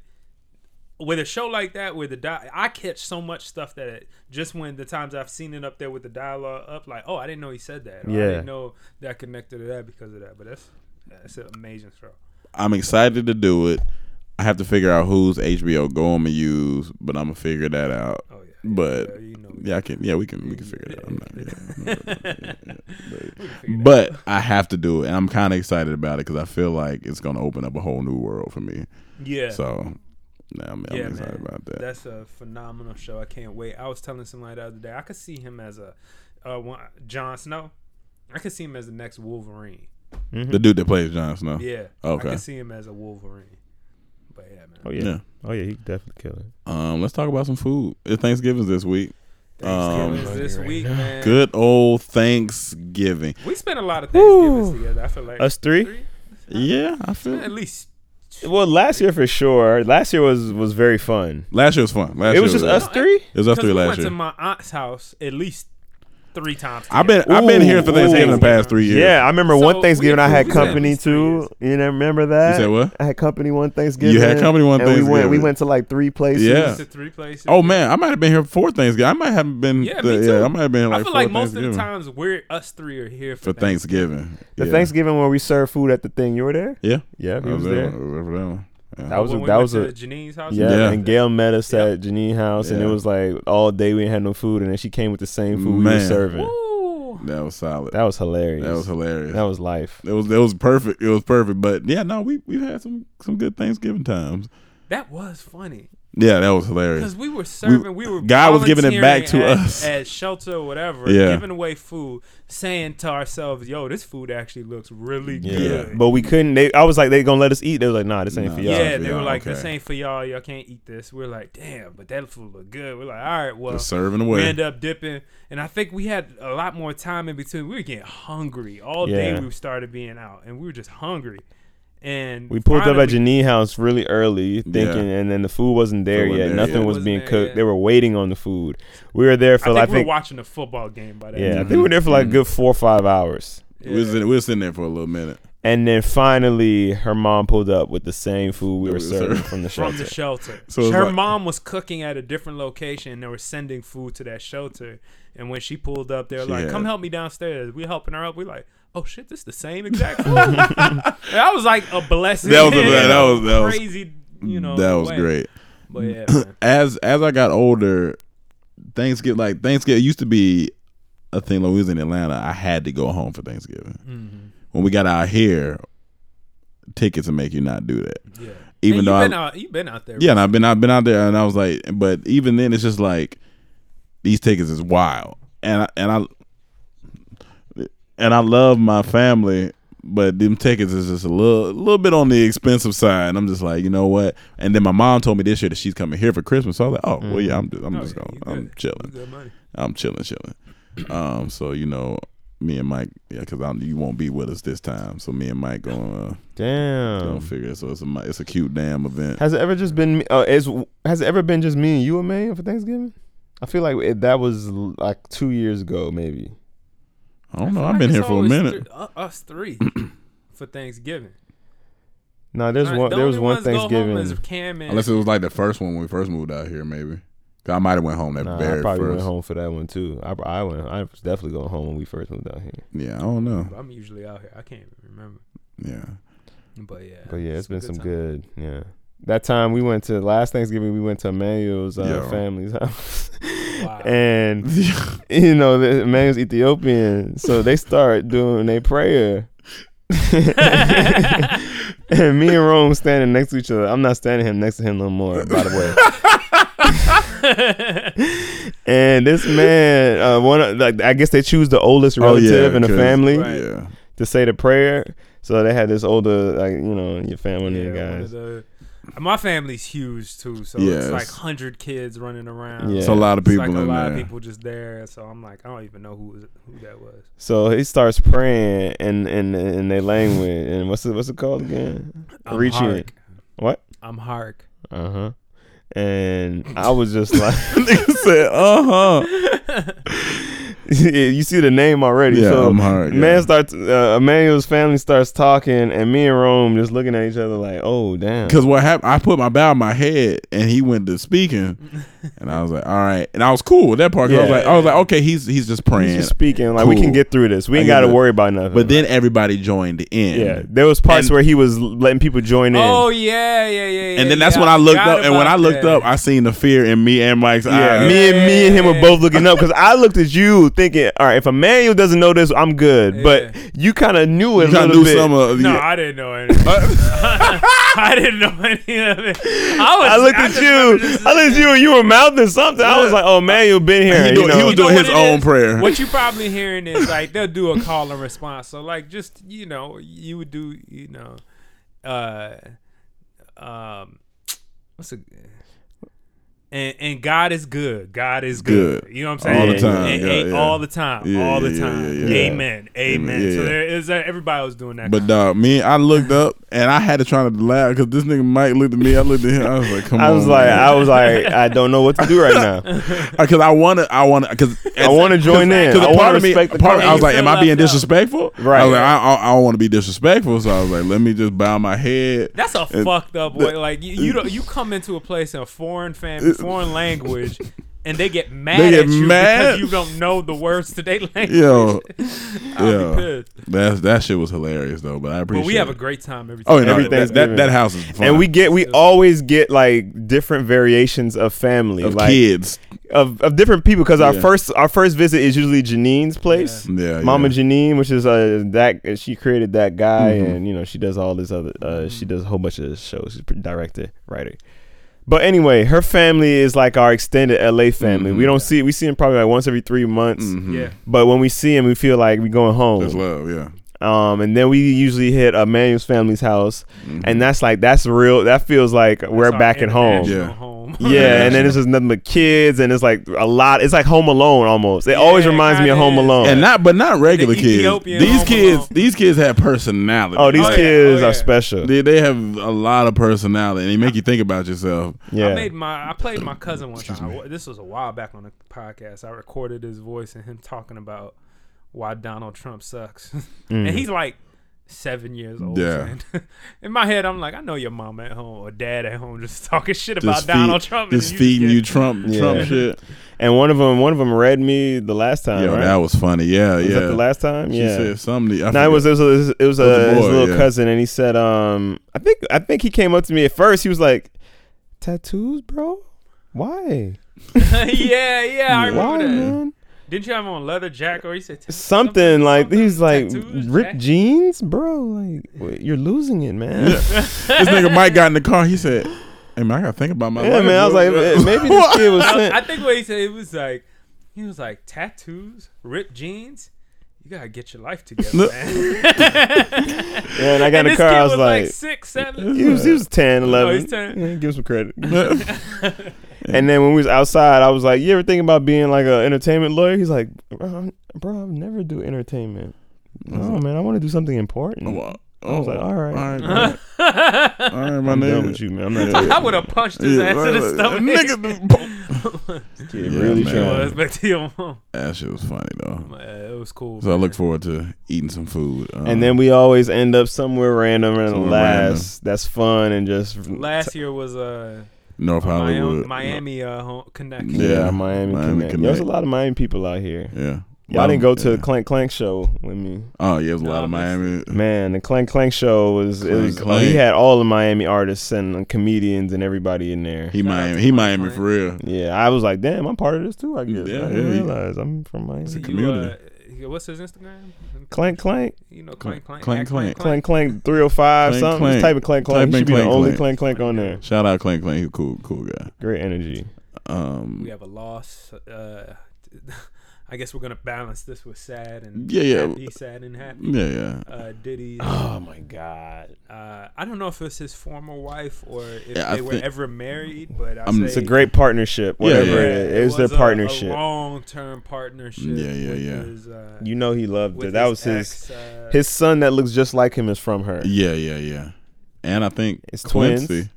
Speaker 6: with a show like that, where the di- I catch so much stuff that it, just when the times I've seen it up there with the dialogue up, like, "Oh, I didn't know he said that. Or, I
Speaker 7: Yeah.
Speaker 6: didn't know that connected to that because of that." But that's that's an amazing show.
Speaker 5: I'm excited to do it. I have to figure out whose HBO Go I'm gonna use, but I'm gonna figure that out.
Speaker 6: Oh yeah.
Speaker 5: But
Speaker 6: Yeah, you know. [LAUGHS]
Speaker 5: yeah, I can. Yeah, we can. We can figure it out. I'm not, yeah, I'm not- yeah, yeah, but, but I have to do it, and I'm kind of excited about it because I feel like it's gonna open up a whole new world for me.
Speaker 6: Yeah.
Speaker 5: So, nah, I'm, I'm
Speaker 6: yeah,
Speaker 5: excited
Speaker 6: man.
Speaker 5: about that.
Speaker 6: That's a phenomenal show. I can't wait. I was telling somebody the other day, I could see him as a uh, one, John Snow. I could see him as the next Wolverine.
Speaker 5: the dude that plays Jon Snow.
Speaker 6: Yeah. I
Speaker 5: Okay.
Speaker 6: could see him as a Wolverine. But yeah, man.
Speaker 7: Oh yeah.
Speaker 5: Yeah.
Speaker 7: oh yeah, he definitely kill it.
Speaker 5: Um, let's talk about some food. It's Thanksgiving's this week. Um,
Speaker 6: Thanksgiving is this week, man.
Speaker 5: Good old Thanksgiving.
Speaker 6: We spent a lot of Thanksgivings together. I feel like
Speaker 7: Us three?
Speaker 5: Yeah, I feel.
Speaker 6: At least
Speaker 7: Well, last year for sure. Last year was was very fun.
Speaker 5: Last year was fun. Last
Speaker 7: It was
Speaker 5: year
Speaker 7: just us
Speaker 6: No,
Speaker 7: three.
Speaker 5: It was us
Speaker 6: because
Speaker 5: three
Speaker 6: we
Speaker 5: last
Speaker 6: went
Speaker 5: year.
Speaker 6: to my aunt's house at least three times.
Speaker 5: I've been I've been here for
Speaker 7: Ooh,
Speaker 5: Thanksgiving
Speaker 6: ooh.
Speaker 5: the past three years.
Speaker 7: Yeah, I remember
Speaker 6: So
Speaker 7: one Thanksgiving
Speaker 6: we-
Speaker 7: I had
Speaker 6: we-
Speaker 7: company
Speaker 6: we-
Speaker 7: too. You know, remember that?
Speaker 5: You said what?
Speaker 7: I had company one Thanksgiving.
Speaker 5: You had company one
Speaker 7: and We went, we
Speaker 5: Thanksgiving.
Speaker 7: went to like three places.
Speaker 5: Yeah.
Speaker 6: to three places.
Speaker 5: Oh man, I might have been here before Thanksgiving. I might have been.
Speaker 6: Yeah,
Speaker 5: the-
Speaker 6: me too.
Speaker 5: I might have been here like
Speaker 6: I feel
Speaker 5: four
Speaker 6: like most of
Speaker 5: Thanksgiving
Speaker 6: the times we're us three are here for,
Speaker 5: for Thanksgiving.
Speaker 7: The
Speaker 5: yeah.
Speaker 7: Thanksgiving where we served food at the thing. You were there?
Speaker 5: Yeah,
Speaker 7: Yeah,
Speaker 5: I
Speaker 7: he was
Speaker 5: there.
Speaker 7: there.
Speaker 5: I was there for that one. Yeah.
Speaker 7: That was a,
Speaker 6: When we
Speaker 7: that
Speaker 6: went
Speaker 7: was
Speaker 6: to
Speaker 7: a
Speaker 6: Janine's house.
Speaker 7: yeah,
Speaker 5: Yeah.
Speaker 7: And Gail met us at Janine house, and it
Speaker 5: Yeah.
Speaker 7: was like all day we had no food, and then she came with the same food we were
Speaker 5: Man.
Speaker 7: serving.
Speaker 6: Ooh.
Speaker 5: that was solid. That
Speaker 7: That
Speaker 5: was,
Speaker 7: was hilarious.
Speaker 5: hilarious.
Speaker 7: That was life.
Speaker 5: it was it was perfect. It was perfect. But yeah, no, we we've had some some good Thanksgiving times.
Speaker 6: That was funny
Speaker 5: Yeah, that was hilarious.
Speaker 6: because we were serving. We, were
Speaker 5: God was giving it back to
Speaker 6: volunteering at-
Speaker 5: us.
Speaker 6: at shelter or whatever,
Speaker 5: Yeah.
Speaker 6: giving away food, saying to ourselves, "Yo, this food actually looks really
Speaker 7: Yeah.
Speaker 6: good."
Speaker 7: But we couldn't. They, I was like, they gonna let us eat. They was like, nah, this ain't
Speaker 5: Nah.
Speaker 7: for
Speaker 6: yeah,
Speaker 7: y'all.
Speaker 5: Yeah,
Speaker 6: they
Speaker 5: yeah,
Speaker 6: were like,
Speaker 5: okay.
Speaker 6: "This ain't for y'all. Y'all can't eat this." We're like, "Damn!" But that food look good. We're like, "All right, well."
Speaker 5: Just serving
Speaker 6: we
Speaker 5: away.
Speaker 6: end up dipping, and I think we had a lot more time in between. We were getting hungry all
Speaker 7: Yeah.
Speaker 6: day. We started being out, and we were just hungry. And
Speaker 7: We pulled up at
Speaker 6: finally-
Speaker 7: Janine house really early, thinking, and then the food wasn't there
Speaker 5: Food wasn't
Speaker 7: yet.
Speaker 5: there
Speaker 7: Nothing
Speaker 5: yet.
Speaker 7: was
Speaker 6: Wasn't
Speaker 7: being
Speaker 6: there
Speaker 7: cooked.
Speaker 6: yet.
Speaker 7: They were waiting on the food. We were there for
Speaker 6: I
Speaker 7: like,
Speaker 6: think we were
Speaker 7: I think,
Speaker 6: watching a football game by that.
Speaker 7: yeah, I
Speaker 6: time.
Speaker 7: think we were there for like a good four or five hours.
Speaker 5: We was in- we was sitting there for a little minute.
Speaker 7: And then finally, her mom pulled up with the same food we were
Speaker 5: was
Speaker 7: serving
Speaker 5: served.
Speaker 7: from
Speaker 6: [LAUGHS]
Speaker 7: the
Speaker 6: from
Speaker 7: shelter.
Speaker 6: the shelter.
Speaker 5: So it's
Speaker 6: her
Speaker 5: like-
Speaker 6: mom was cooking at a different location. and They were sending food to that shelter, and when she pulled up, they were
Speaker 5: She
Speaker 6: like,
Speaker 5: had-
Speaker 6: "Come help me downstairs." We helping her up. We like, "Oh shit, this the same exact food." [LAUGHS] and that was like a blessing. [LAUGHS]
Speaker 5: That was a-
Speaker 6: in
Speaker 5: that was- that was-
Speaker 6: crazy. you know
Speaker 5: that was
Speaker 6: way.
Speaker 5: great.
Speaker 6: But
Speaker 5: [CLEARS THROAT]
Speaker 6: yeah, man.
Speaker 5: as as I got older, Thanksgiving like Thanksgiving it used to be a thing. Like when we was in Atlanta, I had to go home for Thanksgiving. When we got out here, tickets will make you not do that.
Speaker 6: yeah.
Speaker 5: Even
Speaker 6: And
Speaker 5: though
Speaker 6: you
Speaker 5: I,
Speaker 6: been out, you been out there.
Speaker 5: yeah, and I've been I've been out there, and I was like, but even then, it's just like these tickets is wild, and I, and I and I love my family, but them tickets is just a little little bit on the expensive side, and I'm just like, you know what? And then my mom told me this year that she's coming here for Christmas, so I was like, oh well, yeah, I'm just, I'm
Speaker 6: Oh,
Speaker 5: just
Speaker 6: yeah,
Speaker 5: going,
Speaker 6: you
Speaker 5: I'm
Speaker 6: good. You
Speaker 5: chilling,
Speaker 6: Good money.
Speaker 5: I'm chilling, chilling. Um, so you know. Me and Mike, yeah, because you won't be with us this time. So me and Mike gonna, uh, gonna
Speaker 6: Mm.
Speaker 7: Damn.
Speaker 5: figure it. So it's a it's a cute damn event.
Speaker 7: Has it ever just been? me- Uh, is has it ever been just me and you and man for Thanksgiving? I feel like it, that was l- like two years ago, maybe.
Speaker 5: I don't know.
Speaker 6: feel
Speaker 5: I've
Speaker 6: like
Speaker 5: been
Speaker 6: it's
Speaker 5: here for a
Speaker 6: always
Speaker 5: minute. [CLEARS THROAT]
Speaker 6: thr- u- us three. for Thanksgiving.
Speaker 7: No, there's
Speaker 6: Like,
Speaker 7: one.
Speaker 6: the
Speaker 7: There was
Speaker 6: only
Speaker 7: one
Speaker 6: ones go home
Speaker 7: Thanksgiving.
Speaker 6: is Cam and
Speaker 5: Unless it was like the first one when we first moved out here, maybe. 'Cause I might have went home that
Speaker 7: Nah,
Speaker 5: very
Speaker 7: I probably
Speaker 5: first.
Speaker 7: went home for that one too. I, I went. I was definitely going home when we first moved out here.
Speaker 5: Yeah, I don't know.
Speaker 6: I'm usually out here. I can't even remember.
Speaker 5: Yeah,
Speaker 6: But yeah.
Speaker 7: But yeah, it's been
Speaker 6: a
Speaker 7: some
Speaker 6: time.
Speaker 7: good. Yeah. That time we went to last Thanksgiving, we went to Emmanuel's uh,
Speaker 5: Yeah.
Speaker 7: family's house,
Speaker 6: Wow.
Speaker 5: [LAUGHS]
Speaker 7: and you know the- Emmanuel's Ethiopian, so they start doing their prayer. [LAUGHS]
Speaker 6: [LAUGHS]
Speaker 7: and me and Rome standing next to each other. I'm not standing him next to him no more, by the
Speaker 5: [LAUGHS]
Speaker 7: way. and this man, uh, one of, like I guess they choose the oldest
Speaker 5: Oh, yeah,
Speaker 7: relative in the
Speaker 5: 'cause-
Speaker 7: family
Speaker 6: Right.
Speaker 5: yeah.
Speaker 7: to say the prayer. So they had this older, like you know, your family
Speaker 6: Yeah,
Speaker 7: and
Speaker 6: one
Speaker 7: guys.
Speaker 6: of the- my family's huge too, so
Speaker 5: Yeah,
Speaker 6: it's like
Speaker 5: it's-
Speaker 6: hundred kids running around.
Speaker 7: Yeah.
Speaker 5: It's a lot of
Speaker 6: It's
Speaker 5: people
Speaker 6: like a
Speaker 5: in
Speaker 6: lot
Speaker 5: there.
Speaker 6: of people just there, so I'm like, I don't even know who was, who that was.
Speaker 7: So he starts praying in in in their language, and what's it what's it called again? Reaching.
Speaker 6: Amharic.
Speaker 7: What?
Speaker 6: I'm Hark.
Speaker 7: Uh huh. And I was just like, [LAUGHS] "Uh-huh."
Speaker 5: Nigga said, uh huh.
Speaker 7: yeah, you see the name already.
Speaker 5: Yeah,
Speaker 7: so
Speaker 5: Amharic, yeah.
Speaker 7: man starts, uh, Emmanuel's family starts talking, and me and Rome just looking at each other like, oh damn.
Speaker 5: Because what happened, I put my bow in my head and he went to
Speaker 7: [LAUGHS]
Speaker 5: speaking. And I was like, all right. And I was cool with that part. 'cause I, was
Speaker 7: Yeah.
Speaker 5: like, I was like, okay, he's he's just praying.
Speaker 7: He's just speaking like we
Speaker 5: Cool.
Speaker 7: can get through this. We
Speaker 5: I
Speaker 7: ain't
Speaker 5: get
Speaker 7: got to
Speaker 5: that.
Speaker 7: worry about nothing.
Speaker 5: but then everybody joined in.
Speaker 7: yeah, there was parts
Speaker 5: And-
Speaker 7: where he was letting people join in.
Speaker 6: Oh yeah, yeah, yeah. yeah,
Speaker 5: And then that's
Speaker 6: yeah,
Speaker 5: when I looked
Speaker 6: forgot
Speaker 5: up. And when I
Speaker 6: about
Speaker 5: looked
Speaker 6: that.
Speaker 5: up, I seen the fear in me and Mike's
Speaker 7: Yeah,
Speaker 5: eyes.
Speaker 7: me and me and him were both looking up because I looked at you thinking, all right, if Emmanuel doesn't know this, I'm good. But you kind of knew it a
Speaker 5: you trying to
Speaker 7: little
Speaker 5: do
Speaker 7: bit.
Speaker 5: some of [LAUGHS]
Speaker 6: no,
Speaker 5: yeah.
Speaker 6: I didn't know any. [LAUGHS]
Speaker 5: Uh,
Speaker 6: I didn't know any of it. I was.
Speaker 7: I looked at
Speaker 6: just
Speaker 7: you.
Speaker 6: remember just-
Speaker 7: I looked at you, and you were mouthing something. I was like, "Oh man, you've been here."
Speaker 5: He
Speaker 7: you
Speaker 5: do- he
Speaker 7: know.
Speaker 5: was doing
Speaker 6: what
Speaker 5: his
Speaker 6: it
Speaker 5: own
Speaker 6: is?
Speaker 5: prayer.
Speaker 6: What you probably hearing is like they'll do a call and response. So like just you know you would do you know, uh, um, what's a and and God is good. God is good.
Speaker 5: Good.
Speaker 6: You know what I'm saying?
Speaker 5: All
Speaker 7: the
Speaker 5: time.
Speaker 6: And-
Speaker 5: Yeah,
Speaker 6: and
Speaker 5: yeah.
Speaker 6: All the time.
Speaker 5: Yeah,
Speaker 6: all the
Speaker 5: yeah, yeah,
Speaker 6: time.
Speaker 5: yeah, yeah.
Speaker 6: Amen. Amen.
Speaker 5: Yeah,
Speaker 6: So
Speaker 5: yeah.
Speaker 6: there is that everybody was doing that.
Speaker 5: But dog, me, I looked up and I had to try to laugh because this nigga Mike looked at me. I looked at him. I was like, come
Speaker 7: I
Speaker 5: on.
Speaker 7: was like,
Speaker 5: man.
Speaker 7: I was
Speaker 5: [LAUGHS]
Speaker 7: like, I don't know what to do right now.
Speaker 5: because I want to, I want to, because
Speaker 7: I want to join in. I
Speaker 5: Because
Speaker 7: want
Speaker 5: part
Speaker 7: to
Speaker 5: of me,
Speaker 7: respect the
Speaker 5: part of me, I was
Speaker 7: culture.
Speaker 5: like, am I being disrespectful?
Speaker 7: Right.
Speaker 5: I was like, I, I, I don't want to be disrespectful, so I was like, let me just bow my head.
Speaker 6: That's a
Speaker 5: And-
Speaker 6: fucked up way. Like you, you, don't, you
Speaker 5: [LAUGHS]
Speaker 6: come into a place in a foreign family, foreign language, and they get mad
Speaker 5: They get
Speaker 6: at you
Speaker 5: mad?
Speaker 6: because you don't know the words to their language.
Speaker 7: [LAUGHS]
Speaker 5: Yo,
Speaker 6: I'll be
Speaker 5: yo,
Speaker 6: pissed.
Speaker 5: that that shit was hilarious though. But I appreciate.
Speaker 6: But we have a
Speaker 5: it.
Speaker 6: great time every time.
Speaker 5: Oh, you know,
Speaker 7: Everything's
Speaker 5: that, that
Speaker 7: given.
Speaker 5: that house is fun.
Speaker 7: And we get, we always get like different variations of family,
Speaker 5: of
Speaker 7: like
Speaker 5: kids.
Speaker 7: of of different people. Because our
Speaker 5: Yeah.
Speaker 7: first our first visit is usually Janine's place.
Speaker 5: Yeah,
Speaker 7: Mama
Speaker 5: yeah.
Speaker 7: Janine, which is uh that she created that guy,
Speaker 5: Mm-hmm.
Speaker 7: and you know she does all this other. Uh, she
Speaker 6: Mm-hmm.
Speaker 7: does a whole bunch of shows. She's a director, writer. But anyway, her family is like our extended LA family.
Speaker 5: Mm-hmm.
Speaker 7: We don't see we see him probably like once every three months.
Speaker 6: Yeah.
Speaker 7: But when we see him, we feel like we going
Speaker 5: That's
Speaker 7: home.
Speaker 5: love. Yeah,
Speaker 7: Um, and then we usually hit Emmanuel's family's house,
Speaker 5: Mm-hmm.
Speaker 7: and that's like that's real. That feels like we're
Speaker 6: It's our
Speaker 7: back at home.
Speaker 6: international
Speaker 5: Yeah.
Speaker 6: home.
Speaker 7: Yeah, and then it's just nothing but kids, and it's like a lot. It's like Home Alone almost. It always
Speaker 6: Yeah, it
Speaker 7: reminds me of
Speaker 6: kinda
Speaker 7: Home
Speaker 6: is.
Speaker 7: Alone.
Speaker 5: and not but not regular kids.
Speaker 6: Ethiopian
Speaker 5: These
Speaker 6: Home
Speaker 5: kids,
Speaker 6: Alone.
Speaker 5: these kids have personality.
Speaker 7: oh, these
Speaker 6: Oh, yeah.
Speaker 7: kids
Speaker 6: Oh, yeah.
Speaker 7: are special.
Speaker 5: They, they have a lot of personality, and they make you think about yourself.
Speaker 7: [LAUGHS] yeah,
Speaker 6: I made my I played my cousin one time. This was a while back on the podcast. I recorded his voice and him talking about why Donald Trump sucks. [LAUGHS]
Speaker 7: Mm.
Speaker 6: and he's like seven years old.
Speaker 5: Yeah.
Speaker 6: son. [LAUGHS] In my head I'm like, I know your mom at home or dad at home just [LAUGHS] talking shit about
Speaker 5: Just
Speaker 6: Donald
Speaker 5: feed-
Speaker 6: Trump. and
Speaker 5: just
Speaker 6: you
Speaker 5: feeding
Speaker 6: [LAUGHS] get-
Speaker 5: you Trump, Trump
Speaker 7: Yeah.
Speaker 5: shit.
Speaker 7: and one of them, one of them read me the last time.
Speaker 5: Yo,
Speaker 7: right?
Speaker 5: that was funny. Yeah,
Speaker 7: was
Speaker 5: yeah.
Speaker 7: that the last time?
Speaker 5: She
Speaker 7: yeah.
Speaker 5: said something. I
Speaker 7: No, it
Speaker 5: forget.
Speaker 7: was it was it was, it was, uh,
Speaker 5: was a
Speaker 7: his
Speaker 5: boy,
Speaker 7: little
Speaker 5: yeah.
Speaker 7: cousin, and he said, um, I think I think he came up to me at first. He was like, "Tattoos, bro? Why?
Speaker 6: yeah, yeah, I
Speaker 7: Why,
Speaker 6: remember that.
Speaker 7: man?
Speaker 6: Didn't you have on leather jacket or you said something,
Speaker 7: Something like he was like
Speaker 6: tattoos,
Speaker 7: ripped
Speaker 6: Jack?
Speaker 7: jeans, bro. Like wait, you're losing it,
Speaker 5: [LAUGHS]
Speaker 7: man.
Speaker 5: this nigga Mike got in the car. He said, "Hey man, I gotta think about my
Speaker 7: Yeah,
Speaker 5: life."
Speaker 7: man. I was
Speaker 5: bro." [LAUGHS]
Speaker 7: like, eh, maybe
Speaker 6: [LAUGHS]
Speaker 7: this kid was
Speaker 6: I, I
Speaker 7: sent.
Speaker 6: think what he said it was like he was like tattoos, ripped jeans. You gotta get your life together,
Speaker 5: Look.
Speaker 6: man.
Speaker 5: [LAUGHS]
Speaker 7: Yeah, and I
Speaker 6: And
Speaker 7: got in the
Speaker 6: this
Speaker 7: car.
Speaker 6: kid
Speaker 7: I was like,
Speaker 6: six, seven.
Speaker 7: he was he was 10, 11.
Speaker 6: he's 10.
Speaker 7: Yeah, give him
Speaker 5: [LAUGHS]
Speaker 7: some credit. And then when we was outside, I was like, "You ever think about being like an entertainment lawyer?" He's like, "Bro, I'm- bro, I've never do entertainment. No, man, I want to do something important."
Speaker 5: Oh, Well,
Speaker 7: I was like, all
Speaker 6: [LAUGHS]
Speaker 7: right.
Speaker 5: all right, man. all right, my
Speaker 7: I'm
Speaker 5: nigga. [LAUGHS]
Speaker 7: done with you, man. I'm not.
Speaker 5: Uh-huh.
Speaker 6: I would have punched his
Speaker 5: Yeah,
Speaker 6: ass in the [LAUGHS]
Speaker 5: right, like,
Speaker 6: stomach.
Speaker 5: nigga,
Speaker 7: Kid
Speaker 5: Yeah,
Speaker 7: really
Speaker 5: man.
Speaker 7: trying.
Speaker 6: was back to your mom.
Speaker 5: That shit was funny though.
Speaker 6: Yeah, it was cool.
Speaker 5: So I look forward to eating some food. Um,
Speaker 7: And then we always end up somewhere random and
Speaker 5: Somewhere
Speaker 7: last.
Speaker 5: random.
Speaker 7: That's fun and just
Speaker 6: Last year was uh,
Speaker 5: North
Speaker 6: Miami,
Speaker 5: Hollywood,
Speaker 6: Miami uh, home, Connect.
Speaker 5: Yeah.
Speaker 7: yeah, Miami,
Speaker 5: Miami
Speaker 7: Connect.
Speaker 5: Connect.
Speaker 7: There's a lot of Miami people out here.
Speaker 5: Yeah.
Speaker 7: Y'all didn't go to
Speaker 5: Yeah.
Speaker 7: the Clank Clank show with me.
Speaker 5: Oh yeah, it was a lot of
Speaker 6: No, that's-
Speaker 5: Miami.
Speaker 7: Man, the Clank Clank show was it
Speaker 5: Clank
Speaker 7: was oh,
Speaker 5: Clank.
Speaker 7: he had all the Miami artists and comedians and everybody in there.
Speaker 5: He
Speaker 6: out
Speaker 5: Miami.
Speaker 6: to
Speaker 5: He
Speaker 6: my
Speaker 5: Miami
Speaker 6: client.
Speaker 5: for real.
Speaker 7: yeah, I was like, damn, I'm part of this too. I guess.
Speaker 5: Yeah,
Speaker 7: I
Speaker 5: yeah,
Speaker 7: didn't
Speaker 5: you-
Speaker 7: realize I'm from Miami.
Speaker 6: You, uh, what's his Instagram?
Speaker 7: Clank Clank,
Speaker 6: You know, clank, clank,
Speaker 5: Clank,
Speaker 6: act,
Speaker 5: clank.
Speaker 7: Clank Clank, 305
Speaker 5: Clank
Speaker 7: something.
Speaker 5: Clank.
Speaker 7: Just type in Clank
Speaker 5: Type
Speaker 7: Clank. You
Speaker 5: in
Speaker 7: should be the
Speaker 5: Clank
Speaker 7: only
Speaker 5: Clank.
Speaker 7: Clank Clank on there.
Speaker 5: Shout out Clank Clank. He cool, cool guy.
Speaker 7: Great energy.
Speaker 5: Um,
Speaker 6: We have a loss. Uh, [LAUGHS] I guess we're gonna balance this with sad and
Speaker 5: Yeah, yeah. Mm.
Speaker 6: happy, sad and happy.
Speaker 5: yeah, yeah.
Speaker 6: Uh, Diddy.
Speaker 7: Oh my God.
Speaker 6: Uh, I don't know if it's his former wife or if
Speaker 5: Yeah, I
Speaker 6: they were
Speaker 5: think-
Speaker 6: ever married, but I
Speaker 5: I'm-
Speaker 6: say
Speaker 5: it's
Speaker 7: It's a great partnership. Whatever
Speaker 5: yeah.
Speaker 7: it is, it's their partnership.
Speaker 6: long term partnership.
Speaker 5: Yeah, yeah,
Speaker 6: with
Speaker 5: yeah.
Speaker 6: his, uh,
Speaker 7: you know he loved
Speaker 6: with
Speaker 7: it. That was his
Speaker 6: ex, uh,
Speaker 7: his son that looks just like him is from her.
Speaker 5: Yeah, yeah, yeah. And I think
Speaker 7: It's
Speaker 5: Quincy.
Speaker 7: twins.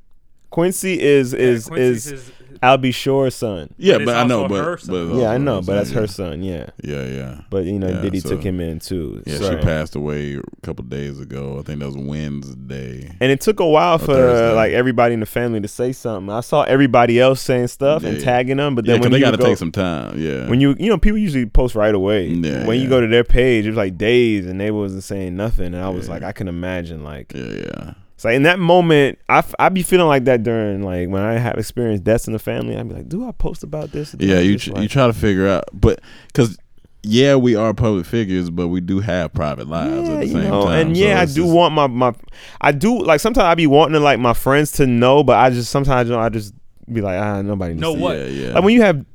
Speaker 7: Quincy is
Speaker 6: yeah,
Speaker 7: is
Speaker 6: Quincy's
Speaker 7: is
Speaker 6: his-
Speaker 7: Albie Shore's son.
Speaker 5: Yeah,
Speaker 6: But
Speaker 5: but,
Speaker 6: it's
Speaker 5: I know,
Speaker 6: also
Speaker 5: but,
Speaker 6: her
Speaker 5: but
Speaker 6: son.
Speaker 5: it's also
Speaker 7: Yeah, I know,
Speaker 5: her
Speaker 7: but that's
Speaker 5: son,
Speaker 7: her son. Yeah,
Speaker 5: Yeah, yeah. yeah.
Speaker 7: but you know,
Speaker 5: Yeah,
Speaker 7: Diddy
Speaker 5: so-
Speaker 7: took him in too.
Speaker 5: Yeah,
Speaker 7: so-
Speaker 5: she passed away a couple days ago. I think that was Wednesday.
Speaker 7: And it took a while for
Speaker 5: Thursday.
Speaker 7: like everybody in the family to say something. I saw everybody else saying stuff
Speaker 5: Yeah.
Speaker 7: and tagging them, but
Speaker 5: Yeah,
Speaker 7: then
Speaker 5: 'cause
Speaker 7: when
Speaker 5: they
Speaker 7: you
Speaker 5: got to
Speaker 7: go-
Speaker 5: take some time. Yeah.
Speaker 7: when you you know people usually post right away.
Speaker 5: Yeah,
Speaker 7: when
Speaker 5: yeah.
Speaker 7: you go to their page, it was like days, and they wasn't saying nothing. And I was
Speaker 5: Yeah.
Speaker 7: like, I can imagine like
Speaker 5: yeah, yeah.
Speaker 7: It's like in that moment, I, f- I be feeling like that during like when I have experienced deaths in the family. I'd be like, do I post about this? Or do
Speaker 5: Yeah,
Speaker 7: I
Speaker 5: you
Speaker 7: just,
Speaker 5: tr-
Speaker 7: like-
Speaker 5: you try to figure out, but because yeah, we are public figures, but we do have private lives
Speaker 7: yeah,
Speaker 5: at the
Speaker 7: you
Speaker 5: same
Speaker 7: know,
Speaker 5: time.
Speaker 7: and
Speaker 5: so
Speaker 7: yeah, I
Speaker 5: it's
Speaker 7: do
Speaker 5: just-
Speaker 7: want my my, I do like sometimes I be wanting to, like my friends to know, but I just sometimes you know, I just be like, ah, nobody needs
Speaker 6: Know
Speaker 7: to
Speaker 6: what?
Speaker 5: Yeah, yeah.
Speaker 7: Like when you have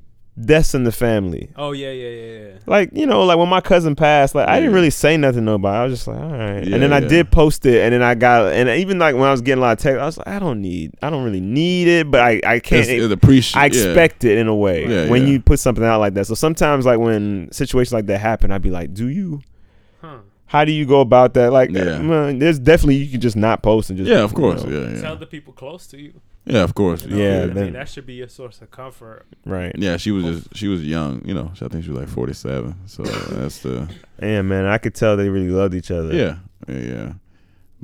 Speaker 7: deaths in the family,
Speaker 6: Oh yeah, yeah, yeah, yeah.
Speaker 7: like you know, like when my cousin passed, like I didn't
Speaker 5: Yeah.
Speaker 7: really say nothing to nobody. I was just like, all right,
Speaker 5: Yeah,
Speaker 7: and then I
Speaker 5: yeah.
Speaker 7: did post it, and then I got, and even like when I was getting a lot of text, I was like, I don't need, I don't really need it, but I I can't.
Speaker 5: it's, it's appreci-
Speaker 7: I
Speaker 5: yeah.
Speaker 7: expect it in a way
Speaker 5: Yeah,
Speaker 7: when
Speaker 5: yeah.
Speaker 7: you put something out like that. So sometimes, like when situations like that happen, I'd be like, "Do you?
Speaker 6: Huh.
Speaker 7: How do you go about that?" Like, uh,
Speaker 5: Yeah.
Speaker 7: man, there's definitely you can just not post and just
Speaker 5: Yeah, of course.
Speaker 7: you know,
Speaker 5: Yeah, yeah.
Speaker 6: Tell the people close to you.
Speaker 5: Yeah, of course.
Speaker 6: you know?
Speaker 7: Yeah,
Speaker 6: I
Speaker 7: then-
Speaker 6: mean, that should be your source of comfort.
Speaker 7: right.
Speaker 5: Yeah, she was just she was young, you know. I think she was like forty seven. So that's the
Speaker 7: Yeah, man, I could tell they really loved each other.
Speaker 5: yeah, yeah, yeah.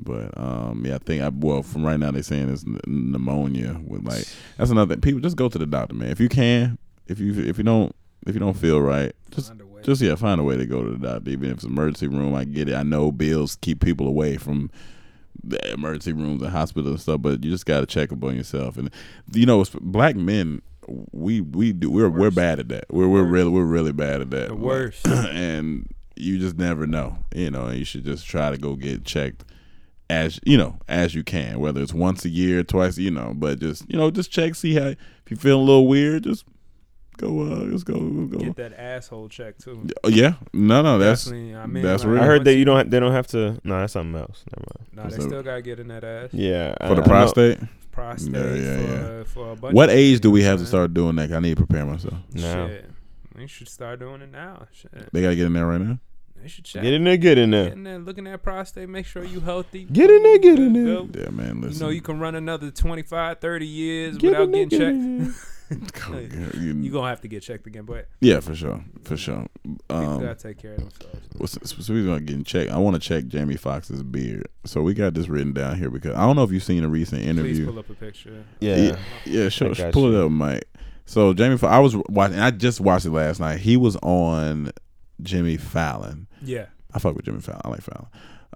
Speaker 5: But um, yeah, I think I well from right now they're saying it's n- pneumonia with like that's another thing. People just go to the doctor, man. If you can, if you if you don't if you don't feel right, just
Speaker 6: Underway.
Speaker 5: just yeah, find a way to go to the doctor, even if it's emergency room. I get it. I know bills keep people away from the emergency rooms and hospitals and stuff, but you just got to check up on yourself. And you know, it's- black men, we we do we're we're bad at that. We're we're really we're really bad at that.
Speaker 6: The worst.
Speaker 5: [LAUGHS] and you just never know, you know. And you should just try to go get checked as you know as you can, whether it's once a year, twice, you know. But just you know, just check, see how if you feeling a little weird, just. Go, uh, let's go, go.
Speaker 6: Get that asshole check too.
Speaker 5: Oh, Yeah, no, no, that's
Speaker 6: Definitely, I mean,
Speaker 5: that's
Speaker 6: like,
Speaker 5: real.
Speaker 7: I heard that you don't. ha- They don't have to. No, that's something else. Never mind.
Speaker 6: Nah, they
Speaker 5: So-
Speaker 6: still gotta get in that ass
Speaker 7: Yeah, Uh, I-
Speaker 5: for the
Speaker 7: I know-
Speaker 5: prostate.
Speaker 6: prostate.
Speaker 5: Yeah, yeah,
Speaker 6: for, for a bunch
Speaker 5: What
Speaker 6: of
Speaker 5: age do we
Speaker 6: things,
Speaker 5: have to
Speaker 6: man.
Speaker 5: start doing that? I need to prepare myself.
Speaker 7: No.
Speaker 6: Shit. You should start doing it now. Shit.
Speaker 5: They gotta get in there right now.
Speaker 6: They should check.
Speaker 7: Get in there, get in there.
Speaker 6: Get in there, looking at prostate, make sure you healthy.
Speaker 7: Get in there, get in there.
Speaker 6: Go.
Speaker 5: Yeah, man.
Speaker 6: You
Speaker 5: Listen,
Speaker 6: know you can run another 25, 30 years
Speaker 7: Get
Speaker 6: without
Speaker 7: in there,
Speaker 6: getting
Speaker 7: get
Speaker 6: checked.
Speaker 7: in there.
Speaker 5: can.
Speaker 6: You're gonna have to get checked again, but
Speaker 5: yeah, for sure, for sure.
Speaker 6: people
Speaker 5: Um,
Speaker 6: gotta take care of themselves.
Speaker 5: Well, since since we going getting checked, I want to check Jamie Foxx's beard. So we got this written down here because I don't know if you've seen a recent
Speaker 6: Please
Speaker 5: interview.
Speaker 6: pull up a picture.
Speaker 7: Yeah.
Speaker 5: Yeah, yeah, sure.
Speaker 7: I got
Speaker 5: Pull it
Speaker 7: you.
Speaker 5: up, Mike. So Jamie, Fo- I was watching. I just watched it last night. He was on Jimmy Fallon.
Speaker 6: Yeah,
Speaker 5: I fuck with Jimmy Fallon. I like Fallon.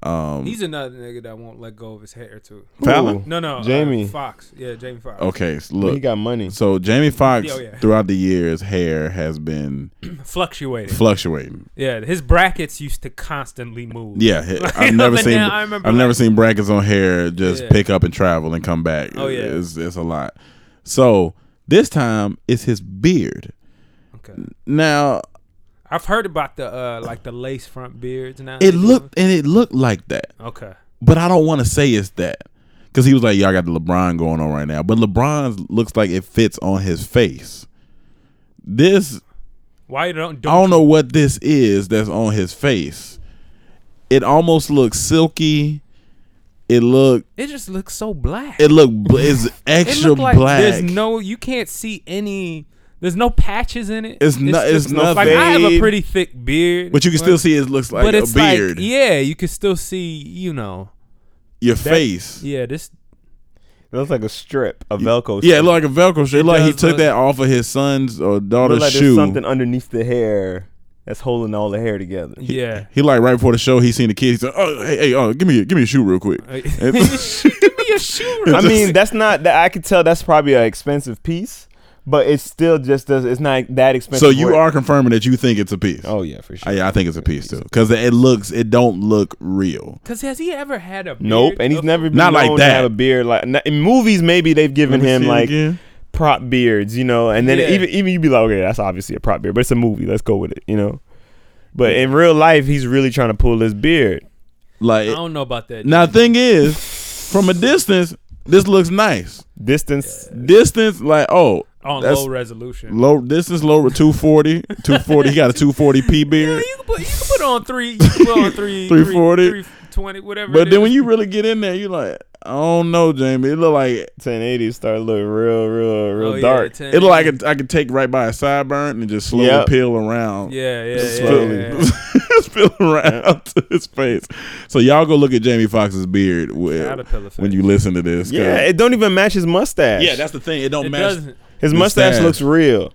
Speaker 5: Um,
Speaker 6: he's another nigga that won't let go of his hair too.
Speaker 5: Fallon.
Speaker 7: Ooh.
Speaker 6: No, no, uh,
Speaker 7: Jamie.
Speaker 6: Fox. Yeah, Jamie Fox.
Speaker 5: Okay, so
Speaker 7: But
Speaker 5: look.
Speaker 7: he got money.
Speaker 5: So Jamie Foxx
Speaker 6: Yeah, oh, yeah.
Speaker 5: throughout the years hair has been
Speaker 6: Fluctuating.
Speaker 5: fluctuating.
Speaker 6: yeah, his brackets used to constantly move. [LAUGHS]
Speaker 5: Yeah, he- I've never
Speaker 6: But
Speaker 5: seen
Speaker 6: now I remember,
Speaker 5: I've
Speaker 6: like-
Speaker 5: never seen brackets on hair just
Speaker 6: Yeah.
Speaker 5: pick up and travel and come back.
Speaker 6: Oh, yeah.
Speaker 5: It's it's a lot. So, this time it's his beard.
Speaker 6: Okay.
Speaker 5: Now,
Speaker 6: I've heard about the uh like the lace front beards now.
Speaker 5: it looked and it looked like that,
Speaker 6: okay.
Speaker 5: but I don't want to say it's that. Cuz he was like, "Y'all got the LeBron going on right now." But LeBron's looks like it fits on his face. This
Speaker 6: Why you don't don't
Speaker 5: I don't know what this is that's on his face. It almost looks silky. It look
Speaker 6: it just looks so black.
Speaker 5: it look bl- it's
Speaker 6: It
Speaker 5: extra
Speaker 6: look like
Speaker 5: black.
Speaker 6: there's no you can't see any There's no patches in it.
Speaker 5: It's not- it's
Speaker 6: just-
Speaker 5: not
Speaker 6: Like I have a
Speaker 5: fade.
Speaker 6: pretty thick beard,
Speaker 5: But you can still see it looks like
Speaker 6: but
Speaker 5: a
Speaker 6: it's like-
Speaker 5: beard.
Speaker 6: yeah, you can still see. You know,
Speaker 5: Your face.
Speaker 6: yeah. This
Speaker 7: It looks like a strip, a Velcro.
Speaker 5: Yeah, it
Speaker 7: strip.
Speaker 5: look like a Velcro strip. Like he
Speaker 6: does
Speaker 5: took
Speaker 6: look-
Speaker 5: that off of his son's or
Speaker 7: It
Speaker 5: daughter's
Speaker 7: look like
Speaker 5: shoe.
Speaker 7: there's something underneath the hair that's holding all the hair together.
Speaker 6: yeah.
Speaker 5: He like right before the show, he seen the kid. He's like, "Oh, hey, hey, oh, give me, a, give me a shoe real quick."
Speaker 6: [LAUGHS] Hey. Give
Speaker 5: And-
Speaker 6: me a
Speaker 5: [LAUGHS]
Speaker 6: shoe.
Speaker 7: I mean, that's not that I could tell that's probably an expensive piece, but it's still just does it's not that [LAUGHS]
Speaker 5: [LAUGHS]
Speaker 7: expensive.
Speaker 5: so you
Speaker 7: work.
Speaker 5: are confirming that you think it's a piece. Uh,
Speaker 7: Oh yeah, for sure.
Speaker 5: I, I think it's a piece too, because it looks, it don't look real.
Speaker 6: Because has he ever had a beard?
Speaker 7: Nope, and he's
Speaker 6: before?
Speaker 7: never been
Speaker 5: Not like
Speaker 7: known to
Speaker 5: that.
Speaker 7: have a beard like n- in movies. Maybe they've given
Speaker 5: Let me
Speaker 7: him
Speaker 5: see it
Speaker 7: like
Speaker 5: again.
Speaker 7: prop beards, you know, and then
Speaker 6: Yeah.
Speaker 7: even even you be like, okay, that's obviously a prop beard, but it's a movie. Let's go with it, you know. But in real life, he's really trying to pull his beard.
Speaker 5: like
Speaker 6: I don't know about that.
Speaker 5: now. The thing is, from a distance, this looks nice.
Speaker 7: Distance,
Speaker 5: Distance, like oh,
Speaker 6: on
Speaker 5: that's-
Speaker 6: low resolution.
Speaker 5: low distance, lower 240, 240. He got a 240 p
Speaker 6: Yeah,
Speaker 5: beard.
Speaker 6: you can put you can put on three, you can put on
Speaker 5: [LAUGHS]
Speaker 6: three,
Speaker 5: 340.
Speaker 6: three, three twenty, whatever.
Speaker 5: But
Speaker 6: it is.
Speaker 5: then when you really get in there, you like, I don't know, Jamie. It look like
Speaker 7: 1080 start looking real, real, real
Speaker 6: Oh, yeah,
Speaker 7: dark.
Speaker 6: 10.
Speaker 5: it look like it- I could take right by a sideburn and just slowly
Speaker 7: Yep.
Speaker 5: peel around.
Speaker 6: yeah, yeah, yeah,
Speaker 5: Slowly.
Speaker 6: yeah,
Speaker 5: [LAUGHS]
Speaker 6: yeah.
Speaker 5: Just peel around to his face. So y'all go look at Jamie Foxx's beard with,
Speaker 6: Caterpillar
Speaker 5: when
Speaker 6: face.
Speaker 5: you listen to this. 'cause-
Speaker 7: yeah, it don't even match his mustache.
Speaker 5: yeah, that's the thing. It don't
Speaker 6: It
Speaker 5: match.
Speaker 6: doesn't.
Speaker 7: his
Speaker 5: the
Speaker 7: mustache
Speaker 5: stash.
Speaker 7: looks real.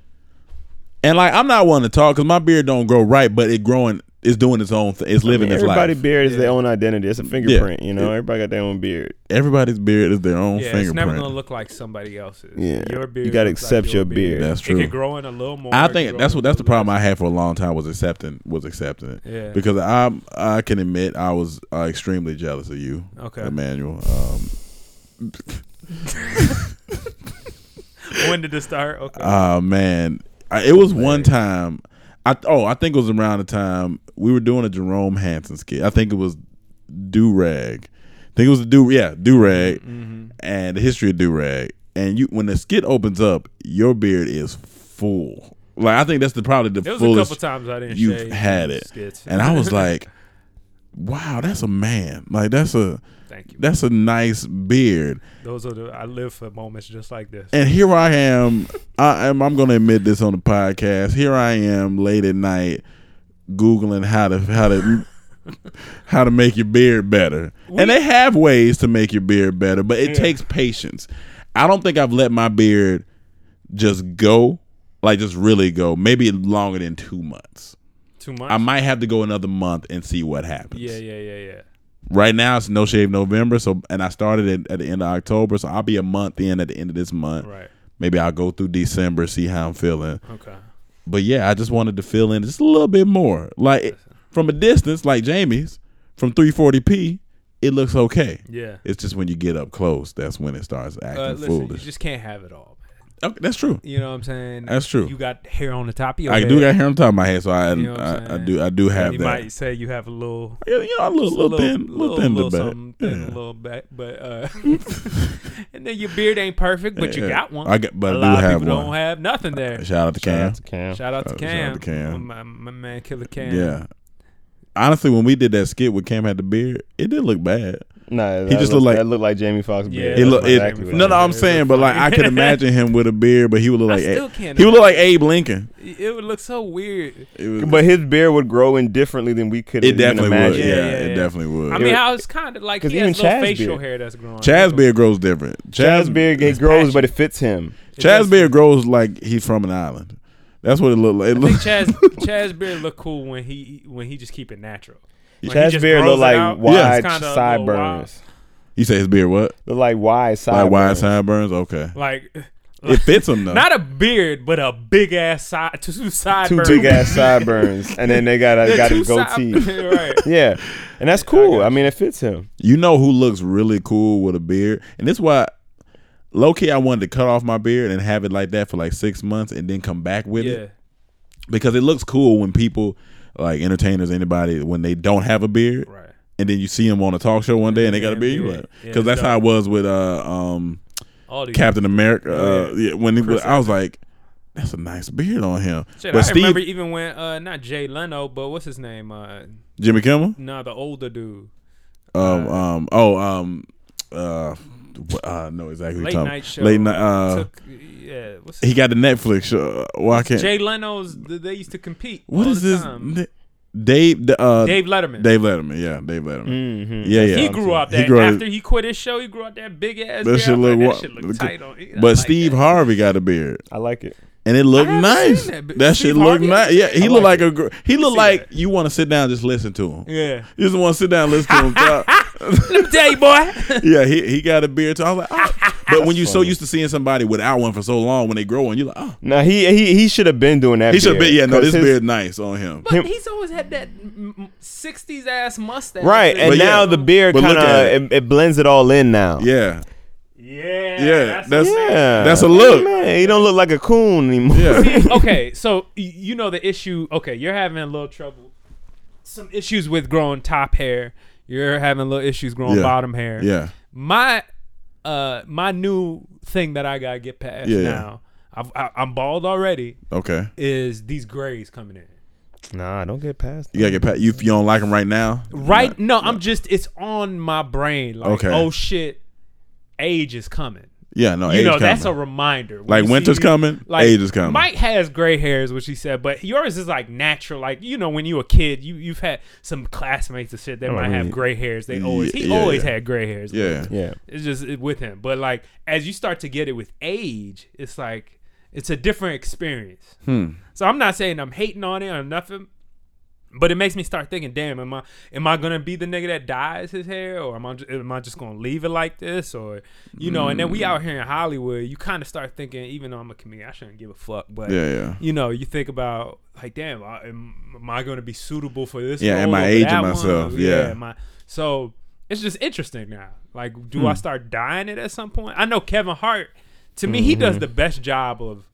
Speaker 5: And like I'm not one to talk because my beard don't grow right, but it growing is doing its own thing. It's living its
Speaker 7: Everybody
Speaker 5: life.
Speaker 7: beard is their own identity. It's a fingerprint, you know. Everybody got their own beard.
Speaker 5: Everybody's beard is their own
Speaker 6: Yeah, it's never
Speaker 5: fingerprint.
Speaker 6: gonna look like somebody else's.
Speaker 7: Yeah.
Speaker 6: your beard.
Speaker 7: you gotta
Speaker 6: looks like
Speaker 7: accept your beard.
Speaker 5: That's
Speaker 6: It
Speaker 5: true.
Speaker 6: can grow in a little more.
Speaker 5: I
Speaker 6: it
Speaker 5: think
Speaker 6: can
Speaker 5: that's
Speaker 6: grow
Speaker 5: what
Speaker 6: in
Speaker 5: that's
Speaker 6: a
Speaker 5: the
Speaker 6: little
Speaker 5: problem I had for a long time was accepting was accepting it.
Speaker 6: Yeah.
Speaker 5: Because I I can admit I was uh, extremely jealous of you.
Speaker 6: Okay.
Speaker 5: Emmanuel. Um,
Speaker 6: less. When did it start? Okay.
Speaker 5: uh man, I, it was one time. I oh I think it was around the time we were doing a Jerome Hanson skit. I think it was do rag. I think it was do yeah do rag
Speaker 6: Mm-hmm,
Speaker 5: and the history of do rag. And you when the skit opens up, your beard is full. Like I think that's the probably the
Speaker 6: There was a
Speaker 5: fullest
Speaker 6: couple times I didn't.
Speaker 5: you've
Speaker 6: shave
Speaker 5: had
Speaker 6: in
Speaker 5: it.
Speaker 6: skits.
Speaker 5: And I was like, wow, that's a man. Like that's a
Speaker 6: Thank you.
Speaker 5: that's a nice beard.
Speaker 6: Those are the I live for moments just like this.
Speaker 5: And here I am. I am I'm gonna admit this on the podcast. Here I am late at night googling how to how to how to make your beard better. and they have ways to make your beard better, but it takes patience. I don't think I've let my beard just go, like just really go, maybe longer than two months.
Speaker 6: Too much.
Speaker 5: I might have to go another month and see what happens.
Speaker 6: yeah, yeah, yeah, yeah.
Speaker 5: Right now it's no shave November, so and I started it at the end of October, so I'll be a month in at the end of this month.
Speaker 6: Right.
Speaker 5: Maybe I'll go through December, see how I'm feeling.
Speaker 6: Okay.
Speaker 5: But yeah, I just wanted to fill in just a little bit more. Like it- from a distance, like Jamie's, from 340p, it looks okay.
Speaker 6: Yeah.
Speaker 5: It's just when you get up close, that's when it starts acting
Speaker 6: Uh, listen,
Speaker 5: foolish.
Speaker 6: you just can't have it all. Man.
Speaker 5: okay, that's true.
Speaker 6: You know what I'm saying?
Speaker 5: That's true.
Speaker 6: You got hair on the top of your
Speaker 5: I
Speaker 6: head.
Speaker 5: do got hair on top of my head, so I
Speaker 6: You know what I'm
Speaker 5: I, I
Speaker 6: saying?
Speaker 5: do I do have
Speaker 6: You
Speaker 5: that.
Speaker 6: might say you have a little,
Speaker 5: Yeah, you know, a little,
Speaker 6: just
Speaker 5: little, thin, little, thin to back.
Speaker 6: something thin,
Speaker 5: Yeah.
Speaker 6: a little back, but uh, [LAUGHS]
Speaker 7: [LAUGHS]
Speaker 6: and then your beard ain't perfect, but you
Speaker 5: Yeah.
Speaker 6: got one.
Speaker 5: I got- but
Speaker 6: a
Speaker 5: I
Speaker 6: lot
Speaker 5: do
Speaker 6: of
Speaker 5: have
Speaker 6: people
Speaker 5: one.
Speaker 6: don't have nothing there.
Speaker 5: Shout out to Cam.
Speaker 6: Shout out to
Speaker 5: Uh, shout
Speaker 6: Cam,
Speaker 5: out to Cam.
Speaker 6: My, my man Killer Cam.
Speaker 5: Yeah. Honestly, when we did that skit with Cam had the beard, it did look bad.
Speaker 7: Nah,
Speaker 5: He
Speaker 7: that
Speaker 5: just
Speaker 7: looked-
Speaker 5: looked like-
Speaker 7: that looked like Jamie Foxx.
Speaker 6: Yeah,
Speaker 5: It
Speaker 6: That's
Speaker 5: look, it,
Speaker 6: exactly what
Speaker 5: no,
Speaker 6: I
Speaker 5: no, I'm
Speaker 6: did.
Speaker 5: saying, but like I
Speaker 6: [LAUGHS]
Speaker 5: could imagine him with a beard, but he would look
Speaker 6: I
Speaker 5: like
Speaker 6: still
Speaker 5: Abe-
Speaker 6: can't
Speaker 5: he would look like Abe Lincoln.
Speaker 6: It it would look so weird.
Speaker 5: It, was,
Speaker 7: But his beard would grow in differently than we could.
Speaker 5: it definitely
Speaker 7: even
Speaker 5: would.
Speaker 7: imagine.
Speaker 6: Yeah,
Speaker 5: Yeah,
Speaker 6: yeah,
Speaker 5: it
Speaker 6: yeah.
Speaker 5: definitely would.
Speaker 6: I mean, I was kind of like
Speaker 7: 'Cause
Speaker 6: he has
Speaker 7: even
Speaker 6: little
Speaker 7: Chaz
Speaker 6: facial
Speaker 7: beard.
Speaker 6: hair that's growing.
Speaker 5: Chaz beard grows different. Chaz,
Speaker 7: Chaz beard it
Speaker 6: It's
Speaker 7: grows,
Speaker 6: patchy.
Speaker 7: but it fits him.
Speaker 5: Chaz beard grows like he's from an island. That's what it looked like. It
Speaker 6: I [LAUGHS] think
Speaker 5: looked,
Speaker 6: Chaz Chaz beard look cool when he when he just keep it natural. When he
Speaker 7: Chaz
Speaker 6: just
Speaker 7: beard
Speaker 6: grows
Speaker 7: look
Speaker 6: it
Speaker 7: like
Speaker 6: out,
Speaker 5: Yeah.
Speaker 7: wide
Speaker 6: it's kinda a little wild.
Speaker 7: sideburns.
Speaker 5: [LAUGHS] you say his beard what?
Speaker 7: Look like wide sideburns.
Speaker 5: Like wide sideburns. Okay,
Speaker 6: Like,
Speaker 5: it fits him though.
Speaker 6: not a beard, but a big ass side, two side,
Speaker 7: Two big ass sideburns, and then they got a got a goatee.
Speaker 6: [LAUGHS] right?
Speaker 5: [LAUGHS]
Speaker 7: yeah, and that's cool. I mean, it fits him.
Speaker 5: You know who looks really cool with a beard? And this is why low key I wanted to cut off my beard and have it like that for like six months and then come back with
Speaker 6: Yeah,
Speaker 5: it. Because it looks cool when people like entertainers, anybody, when they don't have a beard.
Speaker 6: right.
Speaker 5: And then you see them on a talk show one day and they got a
Speaker 6: Yeah,
Speaker 5: beard. you
Speaker 6: yeah.
Speaker 5: like,
Speaker 6: Yeah,
Speaker 5: Cause that's
Speaker 6: so-
Speaker 5: how it was with uh um
Speaker 6: All these.
Speaker 5: Captain America. Uh,
Speaker 6: Oh,
Speaker 5: yeah, when he was, I was like, that's a nice beard on him.
Speaker 6: Shit,
Speaker 5: but
Speaker 6: I
Speaker 5: Steve,
Speaker 6: remember even when uh, not Jay Leno, but what's his name? Uh,
Speaker 5: Jimmy Kimmel,
Speaker 6: nah, the older dude.
Speaker 5: um, um, oh, um, uh, wh- I know exactly. who you're
Speaker 6: Late
Speaker 5: talking
Speaker 6: night
Speaker 5: about.
Speaker 6: show.
Speaker 5: Late night. Uh,
Speaker 6: Took, yeah, what's
Speaker 5: He got the Netflix show. Why can't?
Speaker 6: Jay Leno's? th- They used to compete.
Speaker 5: what
Speaker 6: all
Speaker 5: is
Speaker 6: the
Speaker 5: this?
Speaker 6: time.
Speaker 5: N- Dave. the, Uh,
Speaker 6: Dave Letterman.
Speaker 5: Dave Letterman. Yeah, Dave Letterman.
Speaker 7: Mm-hmm.
Speaker 5: Yeah, yeah.
Speaker 6: he grew out
Speaker 5: He
Speaker 6: that
Speaker 5: grew out-
Speaker 6: after he quit his show. He grew out that big ass.
Speaker 5: That
Speaker 6: beard.
Speaker 5: shit
Speaker 6: I'm like,
Speaker 5: look,
Speaker 6: that
Speaker 5: wa-
Speaker 6: shit look
Speaker 5: look-
Speaker 6: tight on it. I like
Speaker 5: But Steve
Speaker 6: that.
Speaker 5: Harvey got a beard,
Speaker 7: I like it.
Speaker 5: and it looked
Speaker 6: haven't
Speaker 5: nice.
Speaker 6: seen that,
Speaker 5: That,
Speaker 6: but
Speaker 5: shit
Speaker 6: Steve
Speaker 5: looked
Speaker 6: Harvey?
Speaker 5: nice. Yeah, he
Speaker 6: I
Speaker 5: looked
Speaker 6: like
Speaker 5: like a. gr- He looked
Speaker 6: see
Speaker 5: like
Speaker 6: that.
Speaker 5: you want to sit down, and just listen to him.
Speaker 6: Yeah. [LAUGHS]
Speaker 5: You just want to sit down, and listen to him talk.
Speaker 6: Day boy.
Speaker 5: Yeah, he, he got a beard too. I was like, oh. but when you're so used to seeing somebody without one for so long, when they grow one, you're like, oh,
Speaker 7: Now he he he should have been doing that.
Speaker 5: he should have
Speaker 7: beard,
Speaker 5: been. Yeah, no,
Speaker 7: 'cause
Speaker 5: this
Speaker 7: his-
Speaker 5: beard nice on him.
Speaker 6: But [LAUGHS]
Speaker 7: Him-
Speaker 6: he's always had that mm, mm, '60s ass mustache.
Speaker 7: Right,
Speaker 6: that-
Speaker 7: and
Speaker 5: But yeah.
Speaker 7: now the beard
Speaker 5: But look
Speaker 7: kind of
Speaker 5: at it.
Speaker 7: it. it blends it all in
Speaker 6: [LAUGHS]
Speaker 7: now.
Speaker 5: Yeah,
Speaker 6: yeah,
Speaker 5: yeah,
Speaker 6: that's-
Speaker 5: that's
Speaker 7: yeah.
Speaker 5: that's a look.
Speaker 7: Man, he don't look like a coon anymore.
Speaker 5: yeah.
Speaker 6: okay, so y- you know the issue. Okay, you're having a little trouble, some issues with growing top hair. You're having little issues growing
Speaker 5: Yeah.
Speaker 6: bottom hair.
Speaker 5: Yeah,
Speaker 6: My, uh, my new thing that I gotta get past
Speaker 5: Yeah, yeah.
Speaker 6: now. I've, I, I'm bald already.
Speaker 5: okay.
Speaker 6: Is these grays coming in?
Speaker 7: [LAUGHS] Nah, don't get past.
Speaker 5: You gotta get pat. You if you don't like him right now,
Speaker 6: Right? No, I'm just. It's on my brain. Like,
Speaker 5: Okay.
Speaker 6: oh shit, age is coming.
Speaker 5: yeah, no,
Speaker 6: You
Speaker 5: age
Speaker 6: know,
Speaker 5: coming.
Speaker 6: that's a reminder. When
Speaker 5: Like,
Speaker 6: you see
Speaker 5: winter's
Speaker 6: you-
Speaker 5: coming, age is coming.
Speaker 6: Mike has gray hairs, which he said, but yours is like natural. Like you know, when you a kid, you you've had some classmates and shit that might have gray hairs. They always he
Speaker 5: yeah,
Speaker 6: always
Speaker 5: yeah.
Speaker 6: had gray hairs.
Speaker 5: yeah.
Speaker 7: Yeah.
Speaker 6: it's just it- with him. But like as you start to get it with age, it's like it's a different experience. So I'm not saying I'm hating on it or nothing. But it makes me start thinking, damn, am I am I gonna be the nigga that dyes his hair, or am I ju- am I just gonna leave it like this, or you know? And then we out here in Hollywood, you kind of start thinking, even though I'm a comedian, I shouldn't give a fuck, but
Speaker 5: Yeah, yeah.
Speaker 6: you know, you think about like, damn, I, am, am I gonna be suitable for this?
Speaker 5: Yeah, am
Speaker 6: role
Speaker 5: I
Speaker 6: over
Speaker 5: aging
Speaker 6: that one?
Speaker 5: myself?
Speaker 6: Or,
Speaker 5: Yeah.
Speaker 6: am I- so it's just interesting now. Like,
Speaker 5: Hmm.
Speaker 6: do I start dying it at some point? I know Kevin Hart. To me, he
Speaker 5: Mm-hmm.
Speaker 6: does the best job of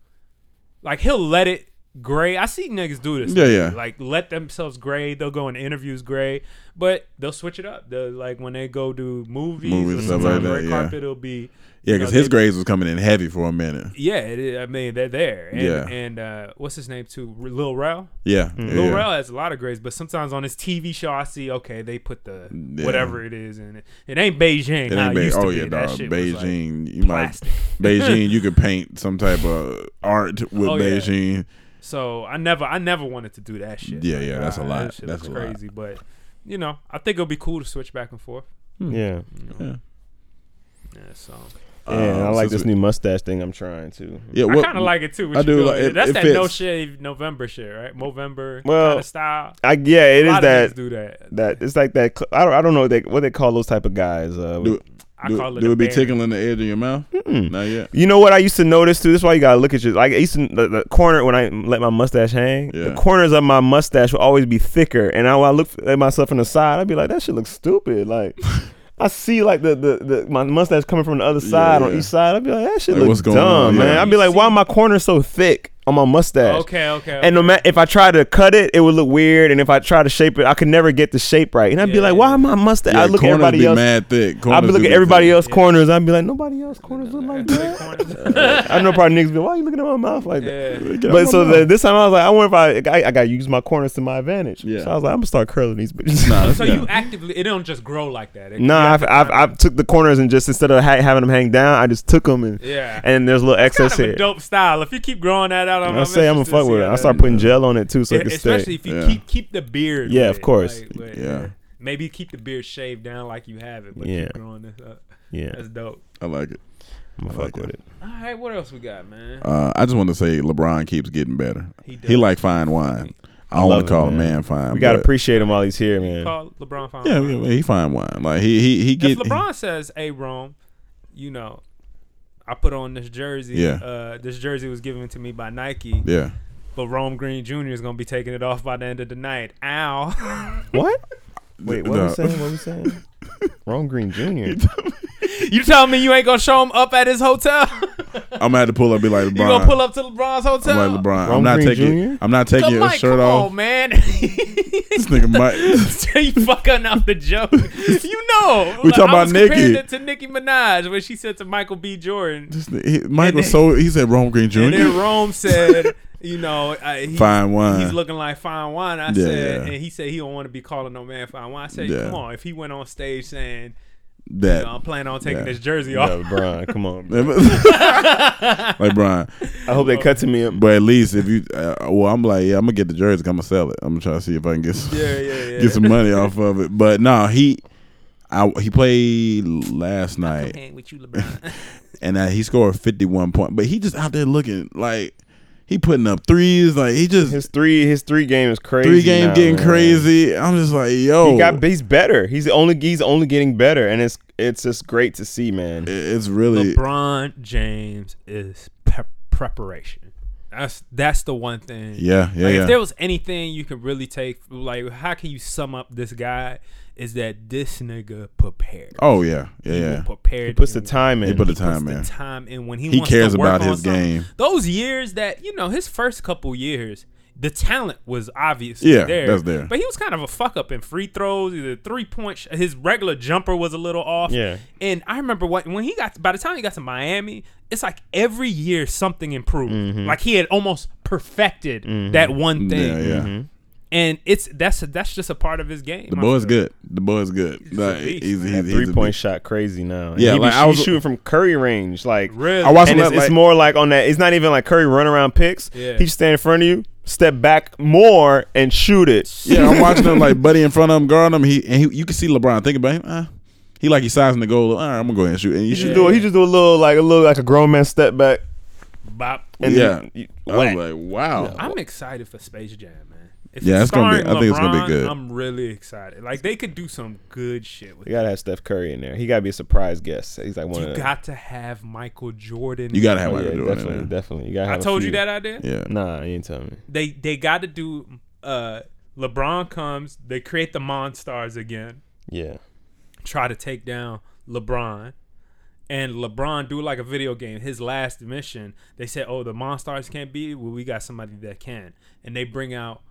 Speaker 6: like he'll let it gray. I see niggas do this.
Speaker 5: Yeah, yeah.
Speaker 6: Like let themselves gray. They'll go in interviews gray, but they'll switch it up. They'll like when they go do movies,
Speaker 5: Movies
Speaker 6: or
Speaker 5: and stuff
Speaker 6: sometimes
Speaker 5: like that,
Speaker 6: red
Speaker 5: yeah.
Speaker 6: carpet it'll be
Speaker 5: Yeah,
Speaker 6: you
Speaker 5: because
Speaker 6: know,
Speaker 5: his
Speaker 6: they-
Speaker 5: grades was coming in heavy for a minute.
Speaker 6: Yeah, it is, I mean they're there. And,
Speaker 5: Yeah.
Speaker 6: and uh, what's his name too? Lil Rel.
Speaker 5: Yeah, yeah.
Speaker 6: Hmm. Lil Rel has a lot of grades, but sometimes on his TV show, I see okay, they put the
Speaker 5: Yeah.
Speaker 6: whatever it is, and it, it ain't Beijing.
Speaker 5: It
Speaker 6: how
Speaker 5: ain't
Speaker 6: it
Speaker 5: Be-
Speaker 6: used to
Speaker 5: oh
Speaker 6: be.
Speaker 5: yeah,
Speaker 6: That
Speaker 5: dog.
Speaker 6: shit was, like,
Speaker 5: Beijing, you
Speaker 6: plastic. [LAUGHS]
Speaker 5: might Beijing. You could paint some type of art with
Speaker 6: Oh, yeah.
Speaker 5: Beijing.
Speaker 6: So I never, I never wanted to do that shit.
Speaker 5: Yeah, yeah, that's a
Speaker 6: uh,
Speaker 5: lot.
Speaker 6: That shit
Speaker 5: That's
Speaker 6: looks
Speaker 5: a lot.
Speaker 6: crazy, but you know, I think it'll be cool to switch back and forth.
Speaker 7: Yeah.
Speaker 6: Yeah, so
Speaker 7: Yeah, and I
Speaker 5: Um,
Speaker 7: like
Speaker 5: since
Speaker 7: this
Speaker 5: we-
Speaker 7: new mustache thing I'm trying to.
Speaker 5: Yeah,
Speaker 6: I
Speaker 5: what,
Speaker 6: kind of like it too. What
Speaker 5: I
Speaker 6: you
Speaker 5: do
Speaker 6: do.
Speaker 5: like- it-
Speaker 6: That's
Speaker 5: it
Speaker 6: that
Speaker 5: fits.
Speaker 6: no shave November shit, right? Movember
Speaker 7: Well,
Speaker 6: kind of style.
Speaker 7: I yeah, it
Speaker 6: A
Speaker 7: is
Speaker 6: lot of niggas
Speaker 7: that
Speaker 6: do that.
Speaker 7: that it's like that. cl- I don't I don't know what they what they call those type of guys. Uh,
Speaker 5: Do,
Speaker 6: I
Speaker 5: do,
Speaker 6: call it
Speaker 5: do
Speaker 6: a
Speaker 5: it be
Speaker 6: bear.
Speaker 5: tickling the edge of your mouth? Not yet.
Speaker 7: You know what I used to notice too. This is why you gotta look at your like I used to the, the corner when I let my mustache hang.
Speaker 5: Yeah.
Speaker 7: The corners of my mustache would always be thicker, and I, when I look at myself on the side, I'd be like, that shit looks stupid.
Speaker 5: [LAUGHS]
Speaker 7: Like I see like the, the, the my mustache coming from the other side on
Speaker 5: yeah.
Speaker 7: each side. I'd be like, that shit
Speaker 5: Like,
Speaker 7: looks
Speaker 5: what's going
Speaker 7: dumb,
Speaker 5: on?
Speaker 7: man.
Speaker 5: Yeah.
Speaker 7: I'd be like, why are my corners so thick on my mustache?
Speaker 6: Okay, okay.
Speaker 7: And no matter if I try to cut it, it would look weird. And if I try to shape it, I could never get the shape right. And I'd be
Speaker 6: Yeah.
Speaker 7: like, why am I mustache?
Speaker 5: Yeah,
Speaker 7: I look at
Speaker 5: corners
Speaker 7: everybody
Speaker 5: be
Speaker 7: else.
Speaker 5: mad thick.
Speaker 7: I'd be
Speaker 5: Corners do
Speaker 7: looking at
Speaker 5: be
Speaker 7: everybody
Speaker 5: thick.
Speaker 7: else corners. I'd be like, nobody else corners look like that. [LAUGHS] I know probably niggas be like, why you looking at my mouth like that?
Speaker 5: [LAUGHS] Get out
Speaker 7: But
Speaker 5: my
Speaker 7: so
Speaker 5: mouth.
Speaker 7: the, this time I was like, I wonder if I I, I gotta use my corners to my advantage.
Speaker 5: Yeah.
Speaker 7: So I was like, I'm gonna start curling these bitches. [LAUGHS]
Speaker 5: Nah,
Speaker 6: so
Speaker 5: yeah.
Speaker 6: you actively, it don't just grow like that. It- you
Speaker 7: Nah,
Speaker 6: have
Speaker 7: I've,
Speaker 6: to
Speaker 7: I've,
Speaker 6: kinda-
Speaker 7: I've took the corners and just instead of ha- having them hang down, I just took them and
Speaker 6: Yeah.
Speaker 7: and there's a little
Speaker 6: kind
Speaker 7: excess
Speaker 6: of a
Speaker 7: here.
Speaker 6: dope style. If you keep growing that out, I'm,
Speaker 7: I say I'm gonna
Speaker 6: interested to
Speaker 7: fuck
Speaker 6: see
Speaker 7: with it.
Speaker 6: how
Speaker 7: I
Speaker 6: that-
Speaker 7: start putting gel on it too, so it,
Speaker 6: Yeah,
Speaker 7: can
Speaker 6: especially
Speaker 7: stay.
Speaker 6: if you
Speaker 5: Yeah.
Speaker 6: keep keep the beard.
Speaker 7: Yeah,
Speaker 6: with
Speaker 7: of
Speaker 6: it,
Speaker 7: course.
Speaker 6: like, with-
Speaker 5: Yeah.
Speaker 6: Maybe keep the beard shaved down like you have it, but
Speaker 7: Yeah.
Speaker 6: keep growing this up.
Speaker 7: Yeah,
Speaker 6: That's dope.
Speaker 5: I like it.
Speaker 7: I'm gonna fuck with it.
Speaker 6: All right, what else we got, man?
Speaker 5: Uh, I just want to say LeBron keeps getting better. He,
Speaker 6: He does.
Speaker 5: like fine wine. I don't
Speaker 7: love
Speaker 5: want to call
Speaker 7: it,
Speaker 5: a
Speaker 7: man.
Speaker 5: man fine.
Speaker 7: We gotta
Speaker 5: but-
Speaker 7: appreciate him while he's here, man.
Speaker 6: Call LeBron. Fine.
Speaker 5: Yeah, yeah, he fine wine. Like he he he
Speaker 6: If
Speaker 5: get.
Speaker 6: LeBron says, "Hey, Rome, you know, I put on this jersey.
Speaker 5: Yeah.
Speaker 6: Uh, this jersey was given to me by Nike,
Speaker 5: yeah.
Speaker 6: but Rome Green Jr. is gonna be taking it off by the end of the night. Ow! [LAUGHS]
Speaker 7: What? Wait, what
Speaker 5: No.
Speaker 7: we saying? What
Speaker 5: [LAUGHS]
Speaker 7: we saying? Ron Green Jr.
Speaker 6: you tell me you ain't gonna show him up at his hotel? [LAUGHS]
Speaker 5: I'm gonna have to pull up. Be like LeBron.
Speaker 6: you gonna pull up to LeBron's hotel?
Speaker 5: I'm like LeBron.
Speaker 7: Ron
Speaker 5: I'm not
Speaker 7: Green
Speaker 5: taking.
Speaker 7: Jr.?
Speaker 5: I'm not taking
Speaker 6: Come,
Speaker 5: your
Speaker 6: Mike,
Speaker 5: shirt
Speaker 6: come
Speaker 5: off.
Speaker 6: on, man.
Speaker 5: [LAUGHS] This nigga
Speaker 6: [LAUGHS]
Speaker 5: Mike.
Speaker 6: you fucking up the joke. You know,
Speaker 5: We talking
Speaker 6: I was
Speaker 5: about Nicki.
Speaker 6: comparing it to Nicki Minaj when she said to Michael B. Jordan,
Speaker 5: This nigga, he, Mike
Speaker 6: And
Speaker 5: was
Speaker 6: then-
Speaker 5: so. He said Rome Green Jr.
Speaker 6: and then Rome said, you know, uh, he,
Speaker 5: fine wine.
Speaker 6: he's looking like fine wine. I
Speaker 5: Yeah,
Speaker 6: said,
Speaker 5: yeah.
Speaker 6: and he said he don't want to be calling no man fine wine. I said,
Speaker 5: Yeah.
Speaker 6: come on, if he went on stage saying.
Speaker 5: that.
Speaker 6: No, I'm planning on taking
Speaker 5: Yeah.
Speaker 6: this jersey
Speaker 7: Yeah,
Speaker 6: [LAUGHS] off.
Speaker 7: Brian, come on. bro.
Speaker 5: [LAUGHS]
Speaker 6: [LAUGHS]
Speaker 5: like Brian,
Speaker 7: I hope they cut to me.
Speaker 5: but at least if you, uh, well, I'm like, yeah, I'm gonna get the jersey. I'm gonna sell it. I'm gonna try to see if I can get some,
Speaker 6: Yeah, yeah, yeah.
Speaker 5: [LAUGHS] get some money off of it. But no, he, I he played last night.
Speaker 6: with you, LeBron.
Speaker 5: and uh, he scored 51 point. But he just out there looking like he putting up threes. Like he just
Speaker 7: His three, his three game is crazy.
Speaker 5: three game
Speaker 7: now,
Speaker 5: getting
Speaker 7: man.
Speaker 5: crazy. I'm just like yo,
Speaker 7: He got he's better. He's only he's only getting better, and it's it's just great to see, man.
Speaker 5: It- it's really
Speaker 6: LeBron James is pre- preparation. That's that's the one thing.
Speaker 5: yeah yeah
Speaker 6: Like,
Speaker 5: yeah.
Speaker 6: If there was anything you could really take, like, how can you sum up this guy? Is that this nigga prepared?
Speaker 5: oh yeah yeah
Speaker 6: He will
Speaker 5: yeah.
Speaker 6: prepared.
Speaker 7: He puts the
Speaker 6: and
Speaker 7: time in.
Speaker 5: He put the
Speaker 6: puts
Speaker 5: time
Speaker 6: the
Speaker 5: in.
Speaker 6: time in when he,
Speaker 5: He
Speaker 6: wants to
Speaker 5: cares
Speaker 6: work
Speaker 5: about
Speaker 6: on
Speaker 5: his
Speaker 6: something.
Speaker 5: game.
Speaker 6: Those years that you know, his first couple years, the talent was obviously
Speaker 5: Yeah,
Speaker 6: there.
Speaker 5: that's there.
Speaker 6: But he was kind of a fuck up in free throws. Either three point, sh- his regular jumper was a little off.
Speaker 7: Yeah.
Speaker 6: And I remember what when he got by the time he got to Miami, it's like every year something improved. Like he had almost perfected that one thing.
Speaker 5: Yeah, yeah.
Speaker 6: And it's that's that's just a part of his game.
Speaker 5: The
Speaker 6: I
Speaker 5: boy's
Speaker 6: feel.
Speaker 5: good. The boy's good. Like,
Speaker 6: beast.
Speaker 5: he's, he's,
Speaker 7: That
Speaker 5: he's
Speaker 7: three
Speaker 5: a
Speaker 7: point
Speaker 5: beast.
Speaker 7: shot crazy now.
Speaker 5: Yeah,
Speaker 7: Yeah, he
Speaker 5: like,
Speaker 7: be,
Speaker 5: I
Speaker 7: he's
Speaker 5: was-
Speaker 7: shooting from Curry range. Like
Speaker 6: Really?
Speaker 5: I watched
Speaker 7: and
Speaker 5: him.
Speaker 7: it's,
Speaker 5: like,
Speaker 7: it's more like on that. It's not even like Curry run around picks.
Speaker 6: Yeah.
Speaker 7: He just stand in front of you, step back more, and shoot it.
Speaker 5: yeah, I'm watching him
Speaker 7: [LAUGHS]
Speaker 5: like buddy in front of him, guarding him. He and he, you can see LeBron thinking about him. Uh, he like he's sizing the goal. All right, I'm gonna go ahead and shoot. And you
Speaker 7: He just
Speaker 5: should do
Speaker 7: do. He just do a little like a little like a grown man step back.
Speaker 6: Bop.
Speaker 7: And
Speaker 5: Yeah.
Speaker 7: you-
Speaker 5: it.
Speaker 7: whack.
Speaker 5: I'm like, wow.
Speaker 6: I'm excited for Space Jam, man. If
Speaker 5: Yeah, it's gonna be-
Speaker 6: starring
Speaker 5: I think it's gonna be good.
Speaker 6: I'm really excited. Like they could do some good shit with
Speaker 7: We
Speaker 6: it.
Speaker 7: gotta have Steph Curry in there. He gotta be a surprise guest. He's like one
Speaker 6: You
Speaker 7: of the.
Speaker 6: got to have Michael Jordan.
Speaker 5: You gotta have
Speaker 7: Oh, yeah,
Speaker 5: Michael Jordan in
Speaker 7: definitely,
Speaker 5: there.
Speaker 7: definitely. You gotta.
Speaker 6: I
Speaker 7: Have a
Speaker 6: told you
Speaker 7: few.
Speaker 6: that idea.
Speaker 5: Yeah.
Speaker 7: Nah, you ain't telling me.
Speaker 6: They they got to do. Uh, LeBron comes. They create the Monstars again.
Speaker 7: Yeah.
Speaker 6: Try to take down LeBron. And LeBron do like a video game. His last mission, they said, "Oh, the Monstars can't beat. it. Well, we got somebody that can." And they bring out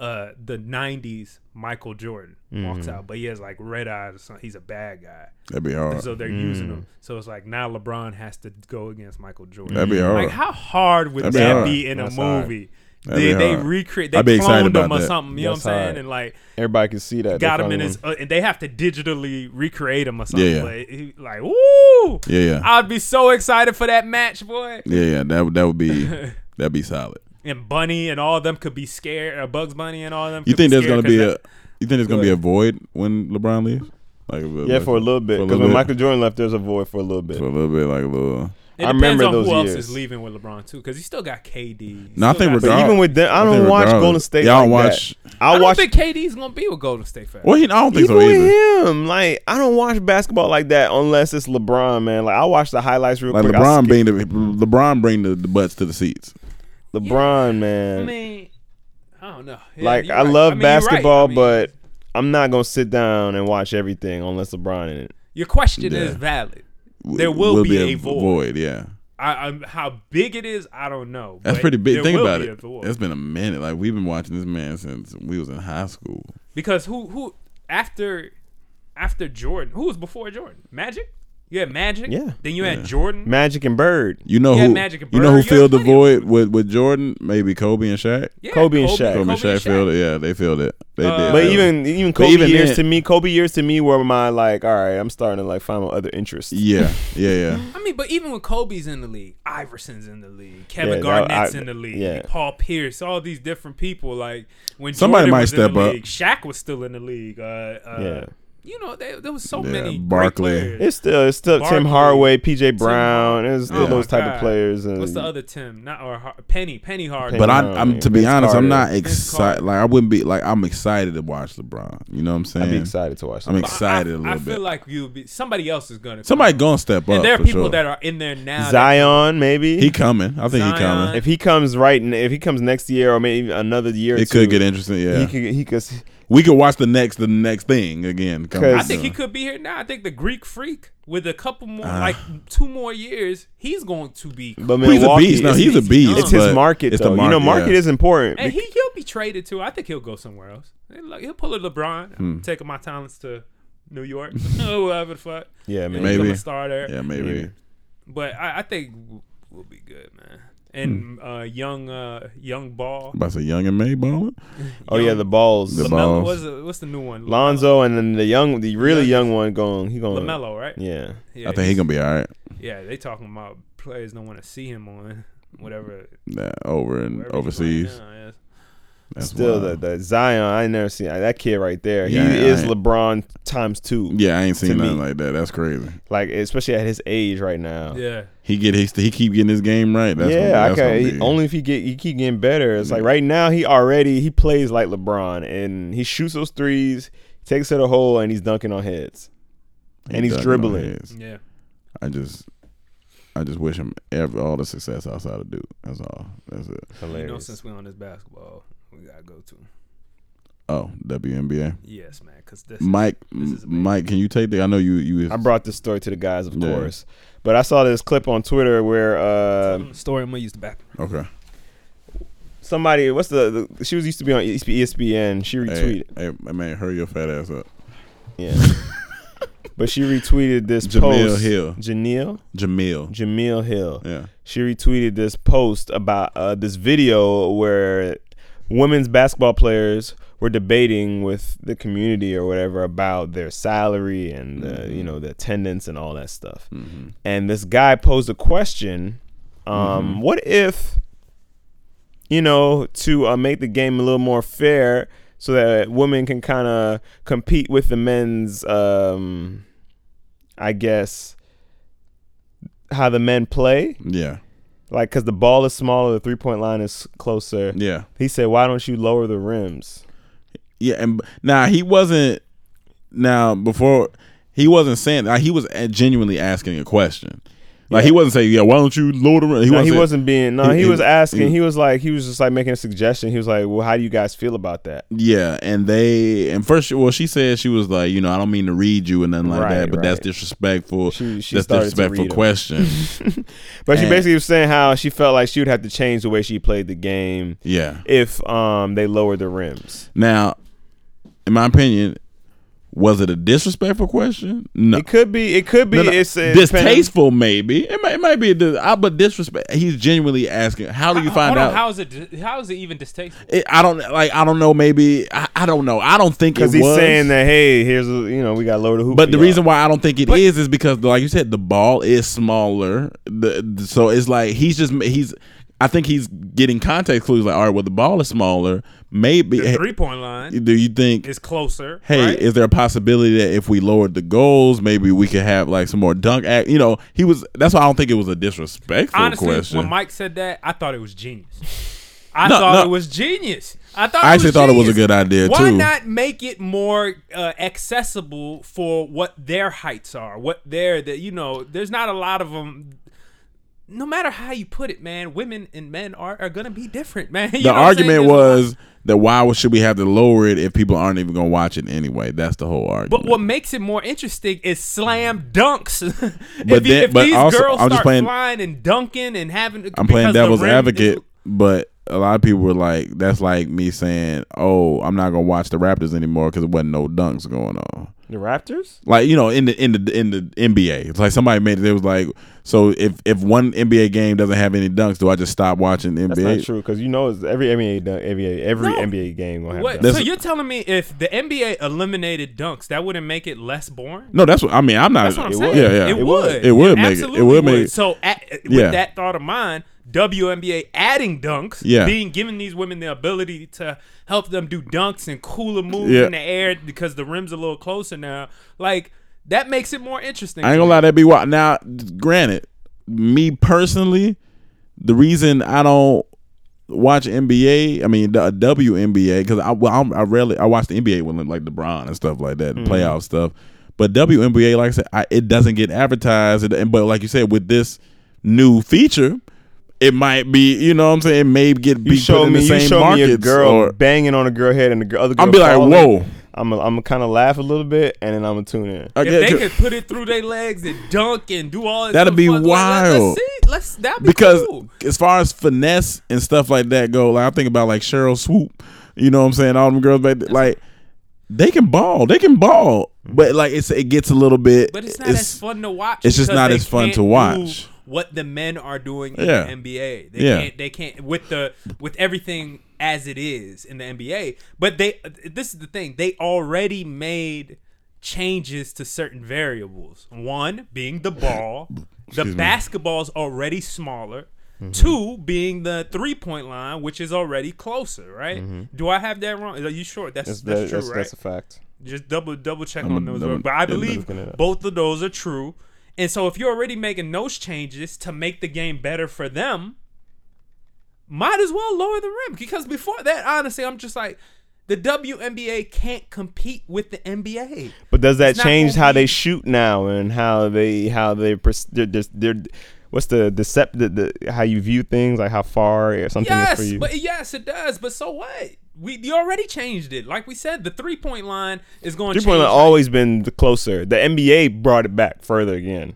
Speaker 6: uh the '90s Michael Jordan
Speaker 5: Mm-hmm.
Speaker 6: walks out, but he has like red eyes or something. He's a bad guy.
Speaker 5: That'd be hard.
Speaker 6: so they're using
Speaker 5: Mm.
Speaker 6: him. So it's like now LeBron has to go against Michael Jordan.
Speaker 5: That'd be hard.
Speaker 6: Like how hard would
Speaker 5: That'd be
Speaker 6: that
Speaker 5: hard.
Speaker 6: be in
Speaker 7: That's
Speaker 6: a
Speaker 7: hard.
Speaker 6: movie?
Speaker 5: That'd
Speaker 6: They,
Speaker 5: be
Speaker 6: they
Speaker 5: hard.
Speaker 6: recreate, they
Speaker 5: I'd be excited
Speaker 6: cloned him
Speaker 5: about
Speaker 6: or
Speaker 5: that.
Speaker 6: something. You know what I'm
Speaker 7: That's
Speaker 6: saying?
Speaker 7: hard.
Speaker 6: And like
Speaker 7: Everybody can see that.
Speaker 6: got
Speaker 7: They
Speaker 6: him in
Speaker 7: finally-
Speaker 6: his, uh, and they have to digitally recreate him or something.
Speaker 5: Yeah, yeah.
Speaker 6: But he, like, woo!
Speaker 5: Yeah, yeah.
Speaker 7: [LAUGHS]
Speaker 6: I'd be so excited for that match, boy.
Speaker 5: Yeah, yeah, that would that would
Speaker 7: [LAUGHS]
Speaker 5: be that'd be solid.
Speaker 6: And Bunny and all of them could be scared. Or Bugs Bunny and all of them.
Speaker 5: You
Speaker 6: could be
Speaker 5: think there's
Speaker 6: scared
Speaker 5: gonna be
Speaker 6: 'cause
Speaker 5: a you think there's gonna be a void when LeBron leaves? Like
Speaker 7: Yeah, for a little bit.
Speaker 5: for a
Speaker 7: Because
Speaker 5: little
Speaker 7: when
Speaker 5: bit?
Speaker 7: Michael Jordan left, there's a void for a little
Speaker 5: for a
Speaker 7: bit.
Speaker 5: little bit, like a little.
Speaker 6: that- It
Speaker 7: I
Speaker 6: depends
Speaker 7: remember
Speaker 6: on
Speaker 7: those
Speaker 6: who else
Speaker 7: years.
Speaker 6: is leaving with LeBron too, because he still got KD.
Speaker 5: No, I
Speaker 6: Still
Speaker 5: think
Speaker 6: got-
Speaker 7: But
Speaker 5: Dog.
Speaker 7: even with them, I
Speaker 5: I
Speaker 7: don't
Speaker 5: think
Speaker 7: watch
Speaker 5: regardless-
Speaker 7: Golden State.
Speaker 5: Y'all
Speaker 7: like
Speaker 5: watch-
Speaker 7: That.
Speaker 6: I
Speaker 7: I
Speaker 6: don't
Speaker 7: watch.
Speaker 6: think KD's gonna be with Golden State forever.
Speaker 5: Well, he, I don't think
Speaker 7: even
Speaker 5: so either.
Speaker 7: with him, like I don't watch basketball like that unless it's LeBron, man. Like I watch the highlights real
Speaker 5: Like
Speaker 7: quick. I
Speaker 5: LeBron
Speaker 7: skip-
Speaker 5: bring the LeBron bring the, the butts to the seats.
Speaker 7: LeBron, man.
Speaker 6: I mean, I don't know. Yeah,
Speaker 7: like
Speaker 6: you're
Speaker 7: I
Speaker 6: right.
Speaker 7: love
Speaker 6: mean, you're right.
Speaker 7: basketball,
Speaker 6: I mean,
Speaker 7: but I'm not gonna sit down and watch everything unless LeBron in it.
Speaker 6: your question
Speaker 5: Yeah.
Speaker 6: is valid.
Speaker 5: W-
Speaker 6: There will be a void.
Speaker 5: Yeah,
Speaker 6: I, I'm, how big it is, I don't know.
Speaker 5: that's
Speaker 6: but
Speaker 5: pretty big.
Speaker 6: there
Speaker 5: Think
Speaker 6: will
Speaker 5: about
Speaker 6: be a
Speaker 5: it.
Speaker 6: void.
Speaker 5: It's been a minute. Like we've been watching this man since we was in high school.
Speaker 6: because who who after after Jordan, who was before Jordan? Magic. You had Magic.
Speaker 7: Yeah.
Speaker 6: Then you had Jordan.
Speaker 7: Magic and Bird,
Speaker 5: You know
Speaker 6: Yeah,
Speaker 5: who?
Speaker 6: Magic and
Speaker 5: you
Speaker 6: Bird.
Speaker 5: know who
Speaker 6: You got
Speaker 5: filled the
Speaker 6: plenty
Speaker 5: void with with Jordan? Maybe Kobe and Shaq.
Speaker 6: yeah,
Speaker 7: Kobe and Shaq.
Speaker 5: Kobe, and Shaq filled it. Yeah, they filled it. They
Speaker 6: Uh,
Speaker 5: did.
Speaker 7: but
Speaker 5: feel it.
Speaker 7: even even Kobe
Speaker 5: even
Speaker 7: years
Speaker 5: then-
Speaker 7: to me, Kobe years to me were my like, all right, I'm starting to like find my other interests.
Speaker 5: yeah, yeah,
Speaker 7: [LAUGHS]
Speaker 5: yeah.
Speaker 6: I mean, but even when Kobe's in the league, Iverson's in the league, Kevin
Speaker 7: Yeah, that-
Speaker 6: Garnett's
Speaker 7: I-
Speaker 6: in the league,
Speaker 7: yeah.
Speaker 6: Paul Pierce, all these different people. Like when
Speaker 5: Somebody
Speaker 6: Jordan
Speaker 5: might
Speaker 6: was
Speaker 5: step
Speaker 6: in the
Speaker 5: up.
Speaker 6: League, Shaq was still in the league. Uh, uh,
Speaker 7: Yeah.
Speaker 6: You know, there, there was so
Speaker 5: Yeah,
Speaker 6: many Barkley.
Speaker 5: Barkley.
Speaker 6: Great players.
Speaker 7: It's still it's still Tim
Speaker 6: Barkley. Oh
Speaker 7: Hardaway, PJ Brown, it's still
Speaker 5: Yeah.
Speaker 7: those type
Speaker 6: God.
Speaker 7: of players.
Speaker 5: uh,
Speaker 7: And
Speaker 6: What's the other Tim? Not or Har- Penny. Penny Hard.
Speaker 5: But I,
Speaker 7: No,
Speaker 5: I'm
Speaker 7: Oh, man.
Speaker 5: to be
Speaker 7: Vince
Speaker 5: honest, I'm
Speaker 7: Carter.
Speaker 5: not
Speaker 6: Vince Carter.
Speaker 5: excited. Like I wouldn't be like I'm excited to watch LeBron. You know what I'm saying?
Speaker 7: I'd be excited to watch.
Speaker 5: I'm
Speaker 7: that.
Speaker 5: excited a
Speaker 6: I
Speaker 5: little
Speaker 6: feel
Speaker 5: bit.
Speaker 6: like you be somebody else is gonna. come.
Speaker 5: Somebody gonna step up.
Speaker 6: And there are
Speaker 5: for
Speaker 6: people
Speaker 5: sure.
Speaker 6: that are in there now. that-
Speaker 7: Zion, maybe
Speaker 5: he coming. I think he coming.
Speaker 6: Zion.
Speaker 7: if he comes right, n- if he comes next year or maybe another year, or
Speaker 5: It could
Speaker 7: two,
Speaker 5: get interesting. Yeah,
Speaker 7: He could. He could.
Speaker 5: we could watch the next the next thing again. coming
Speaker 6: I
Speaker 7: Cause-
Speaker 5: soon.
Speaker 6: think he could be here now. I think the Greek Freak with a couple more,
Speaker 5: Ah.
Speaker 6: like two more years, he's going to be.
Speaker 7: But
Speaker 5: Well, he's a
Speaker 7: Milwaukee,
Speaker 5: beast. No,
Speaker 7: it's-
Speaker 5: he's a
Speaker 6: he's
Speaker 5: beast.
Speaker 6: young.
Speaker 7: It's his
Speaker 5: but
Speaker 7: market,
Speaker 5: it's
Speaker 7: though. you know, market
Speaker 5: yeah.
Speaker 7: is important.
Speaker 6: And he, he'll be traded too. I think he'll go somewhere else. He'll, like, he'll pull a LeBron.
Speaker 5: Hmm.
Speaker 6: I'm taking my talents to New
Speaker 5: [LAUGHS]
Speaker 6: York, [LAUGHS] or whatever the fuck.
Speaker 7: yeah,
Speaker 6: And
Speaker 7: man.
Speaker 5: Maybe.
Speaker 6: become a star there.
Speaker 5: Yeah, maybe.
Speaker 6: But I, I think we'll be good, man. and
Speaker 5: Hmm.
Speaker 6: uh, young uh, young ball.
Speaker 5: About to say young and May balling.
Speaker 7: Oh yeah, the balls.
Speaker 5: The
Speaker 7: The
Speaker 5: ball.
Speaker 6: Lamelo,
Speaker 5: balls.
Speaker 6: what's, the- what's the new one?
Speaker 7: Lonzo and then the young, the really young one going. He going.
Speaker 6: Lamelo, right?
Speaker 7: Yeah.
Speaker 6: yeah
Speaker 5: I think he gonna be all right.
Speaker 6: Yeah, they talking about players don't want to see him on [LAUGHS] whatever.
Speaker 5: Nah, over and
Speaker 6: wherever he's
Speaker 5: overseas.
Speaker 6: playing now, yeah.
Speaker 5: That's
Speaker 7: Still
Speaker 5: wild.
Speaker 7: that that Zion. I ain't never seen that kid right there.
Speaker 5: Yeah,
Speaker 7: he is
Speaker 5: I-
Speaker 7: LeBron times two.
Speaker 5: Yeah, I ain't seen
Speaker 7: to
Speaker 5: nothing
Speaker 7: me.
Speaker 5: like that. That's crazy.
Speaker 7: Like especially at his age right now.
Speaker 6: Yeah,
Speaker 5: He get his, he keep getting his game right. That's
Speaker 7: yeah,
Speaker 5: gonna,
Speaker 7: I
Speaker 5: that's
Speaker 7: can.
Speaker 5: gonna
Speaker 7: he-
Speaker 5: be-
Speaker 7: only if he get he keep getting better. It's like right now he already he plays like LeBron and he shoots those threes, takes to the hole, and he's dunking on heads.
Speaker 5: he
Speaker 7: and he's
Speaker 5: dunking on
Speaker 7: dribbling.
Speaker 5: heads.
Speaker 6: yeah.
Speaker 5: I just I just wish him every, all the success outside of Duke. That's all. That's it.
Speaker 6: You know,
Speaker 7: Hilarious.
Speaker 6: since we on this basketball, we gotta go to.
Speaker 5: Oh, WNBA.
Speaker 6: Yes, man. Because this.
Speaker 5: Mike,
Speaker 6: is amazing.
Speaker 5: Mike, can you take the? I know you. You.
Speaker 7: I brought this story to the guys, of
Speaker 5: Yeah.
Speaker 7: course, but I saw this clip on Twitter where uh,
Speaker 6: Story I'm gonna use the back.
Speaker 5: Okay.
Speaker 7: somebody what's the, the she was used to be on E ESPN. She
Speaker 5: Hey,
Speaker 7: retweeted,
Speaker 5: hey, man, hurry your fat ass up. [LAUGHS]
Speaker 7: yeah, but she retweeted this
Speaker 5: Jamil
Speaker 7: post.
Speaker 5: Hill.
Speaker 7: Janelle
Speaker 5: Jamil.
Speaker 7: Jamil Hill.
Speaker 5: Yeah.
Speaker 7: she retweeted this post about uh, this video where women's basketball players were debating with the community or whatever about their salary and uh, you know the attendance and all that stuff. And this guy posed a question: um, What if you know to uh, make the game a little more fair? So that women can kind of compete with the men's, um, I guess, how the men play
Speaker 5: Yeah.
Speaker 7: like because the ball is smaller, the three point line is closer.
Speaker 5: Yeah.
Speaker 7: He said, "Why don't you lower the rims?"
Speaker 5: Yeah. And now he wasn't. Now before he wasn't saying. Like, he was uh, genuinely asking a question. Like he wasn't saying, "Yeah, why don't you load him?" He,
Speaker 7: No,
Speaker 5: wasn't,
Speaker 7: he
Speaker 5: saying-
Speaker 7: wasn't being. No,
Speaker 5: he-
Speaker 7: he,
Speaker 5: he-
Speaker 7: was asking.
Speaker 5: he-
Speaker 7: He was like, he was just like making a suggestion. He was like, "Well, how do you guys feel about that?"
Speaker 5: Yeah, and they and first, well, she said she was like, you know, I don't mean to read you and nothing like
Speaker 7: Right,
Speaker 5: that, but that's
Speaker 7: right.
Speaker 5: disrespectful.
Speaker 7: She- she
Speaker 5: that's
Speaker 7: started to
Speaker 5: disrespectful
Speaker 7: read 'em. [LAUGHS]
Speaker 5: question.
Speaker 7: But she
Speaker 5: And-
Speaker 7: basically was saying how she felt like she would have to change the way she played the game
Speaker 5: yeah.
Speaker 7: if um they lowered the rims.
Speaker 5: Now, in my opinion, was it a disrespectful question? No.
Speaker 7: It could be. It could be.
Speaker 5: No, no.
Speaker 7: It's uh, depending-
Speaker 5: distasteful, maybe. It might, it might be, a dis- I, but disrespect. He's genuinely asking, "How do you find
Speaker 6: Hold on,
Speaker 5: out?"
Speaker 6: how is it? How is it even distasteful?
Speaker 5: It- I don't like. I don't know. Maybe I, I don't know. I don't think it
Speaker 7: he's
Speaker 5: was.
Speaker 7: saying that hey, here's a, you know we got to lower the hoop.
Speaker 5: But
Speaker 7: for
Speaker 5: the
Speaker 7: y'all.
Speaker 5: reason why I don't think it is is because, like you said, the ball is smaller. The, the- so it's like he's just he's. I think he's getting context clues. Like, all right, well, the ball is smaller. Maybe
Speaker 6: The three point line
Speaker 5: do you think?
Speaker 6: is closer.
Speaker 5: Hey,
Speaker 6: right?
Speaker 5: is there a possibility that if we lowered the goals, maybe we could have like some more dunk act? You know, he was. That's why I don't think it was a disrespectful
Speaker 6: honestly,
Speaker 5: question.
Speaker 6: when Mike said that, I thought it was genius.
Speaker 5: [LAUGHS]
Speaker 6: I
Speaker 5: No,
Speaker 6: thought
Speaker 5: no.
Speaker 6: it was genius. I thought.
Speaker 5: I
Speaker 6: it
Speaker 5: actually
Speaker 6: was
Speaker 5: thought it was a
Speaker 6: genius.
Speaker 5: good idea,
Speaker 6: Why
Speaker 5: too.
Speaker 6: not make it more uh, accessible for what their heights are? What their that you know, there's not a lot of them. No matter how you put it, man, women and men are, are gonna be different, man. [LAUGHS] You
Speaker 5: the
Speaker 6: know what I'm
Speaker 5: argument
Speaker 6: saying? There's a lot-
Speaker 5: was that why should we have to lower it if people aren't even going to watch it anyway? That's the whole argument.
Speaker 6: But what makes it more interesting is slam dunks. [LAUGHS]
Speaker 5: But
Speaker 6: if, you-
Speaker 5: then-
Speaker 6: if
Speaker 5: but
Speaker 6: these
Speaker 5: also,
Speaker 6: girls
Speaker 5: I'm just
Speaker 6: start
Speaker 5: playing-
Speaker 6: flying and dunking and having,
Speaker 5: I'm playing
Speaker 6: because the
Speaker 5: devil's
Speaker 6: rim is-
Speaker 5: advocate, but a lot of people were like, "That's like me saying, oh, I'm not gonna watch the Raptors anymore because it wasn't no dunks going on."
Speaker 7: the Raptors.
Speaker 5: Like you know, in the in the in the NBA, it's like somebody made it. It was like, so if if one NBA game doesn't have any dunks, do I just stop watching the
Speaker 7: That's
Speaker 5: NBA?
Speaker 7: not true because you know it's every NBA dun- NBA every
Speaker 6: No.
Speaker 7: NBA game gonna have.
Speaker 6: What?
Speaker 7: dunks.
Speaker 5: This-
Speaker 6: so you're telling me if the NBA eliminated dunks, that wouldn't make it less boring?
Speaker 5: No, that's what I mean. I'm not.
Speaker 6: That's what I'm
Speaker 5: it
Speaker 6: saying.
Speaker 5: would. Yeah, yeah.
Speaker 6: It,
Speaker 5: It,
Speaker 6: would.
Speaker 5: would make it.
Speaker 6: absolutely
Speaker 5: It would make.
Speaker 6: So at, with
Speaker 5: Yeah.
Speaker 6: that thought of mine, WNBA adding dunks,
Speaker 5: Yeah.
Speaker 6: being giving these women the ability to help them do dunks and cooler moves
Speaker 5: Yeah.
Speaker 6: in the air because the rim's a little closer now. Like that makes it more interesting.
Speaker 5: I ain't
Speaker 6: to
Speaker 5: gonna
Speaker 6: me.
Speaker 5: lie, that'd be wild. Now, granted, me personally, the reason I don't watch NBA, I mean the WNBA, because I well, I'm, I rarely I watch the NBA when like LeBron and stuff like that,
Speaker 7: Mm-hmm.
Speaker 5: playoff stuff. But WNBA, like I said, I, it doesn't get advertised. And, but like you said, with this new feature, it might be you know what I'm saying. It may get
Speaker 7: You
Speaker 5: be
Speaker 7: show
Speaker 5: put in
Speaker 7: me,
Speaker 5: the
Speaker 7: you
Speaker 5: same
Speaker 7: show me
Speaker 5: markets.
Speaker 7: a girl
Speaker 5: or,
Speaker 7: banging on a girl head and the girl, other girl.
Speaker 5: I'll be like,
Speaker 7: falling.
Speaker 5: whoa.
Speaker 7: I'm a, I'm kind of laugh a little bit and then I'm gonna tune in.
Speaker 5: I
Speaker 6: If
Speaker 5: get
Speaker 6: they
Speaker 5: you.
Speaker 6: could put it through their legs and dunk and do all that,
Speaker 5: That'd
Speaker 6: stuff,
Speaker 5: be
Speaker 6: like, let-
Speaker 5: wild.
Speaker 6: Let's see. Let's that'd be
Speaker 5: because
Speaker 6: cool.
Speaker 5: as far as finesse and stuff like that go, like I think about like Cheryl Swoop, you know what I'm saying? All them girls back there, like they can ball, they can ball, but like it's it gets a little bit.
Speaker 6: Mm-hmm. But it's not as fun to watch.
Speaker 5: it's just
Speaker 6: because
Speaker 5: not
Speaker 6: they
Speaker 5: as fun to
Speaker 6: can't do
Speaker 5: watch.
Speaker 6: what the men are doing in
Speaker 5: Yeah.
Speaker 6: the NBA. They
Speaker 5: Yeah.
Speaker 6: can't they can't with the with everything as it is in the NBA. But they this is the thing. They already made changes to certain variables. One being the ball. The
Speaker 5: Excuse me. Mm-hmm.
Speaker 6: basketball's already smaller. Two being the three point line, which is already closer, right?
Speaker 5: Mm-hmm.
Speaker 6: Do I have that wrong? Are you sure? That's that's,
Speaker 7: That-
Speaker 6: true,
Speaker 7: that's,
Speaker 6: right?
Speaker 7: that's a fact.
Speaker 6: Just double double check
Speaker 5: I'm
Speaker 6: on
Speaker 5: a-
Speaker 6: those.
Speaker 5: double-
Speaker 6: but I
Speaker 5: yeah,
Speaker 6: believe
Speaker 7: looking it up.
Speaker 6: both of those are true. And so if you're already making those changes to make the game better for them, might as well lower the rim. Because before that, honestly, I'm just like, the WNBA can't compete with the NBA.
Speaker 7: But does that
Speaker 6: It's not
Speaker 7: change
Speaker 6: gonna
Speaker 7: how
Speaker 6: be-
Speaker 7: they shoot now and how they how they pers- they're, they're, they're what's the decept the, the how you view things like how far or something is for
Speaker 6: Yes,
Speaker 7: you?
Speaker 6: but yes, it does. But so what? We you already changed it. Like we said, the three point line is going to
Speaker 7: Three
Speaker 6: change.
Speaker 7: point line always been the closer. The NBA brought it back further again.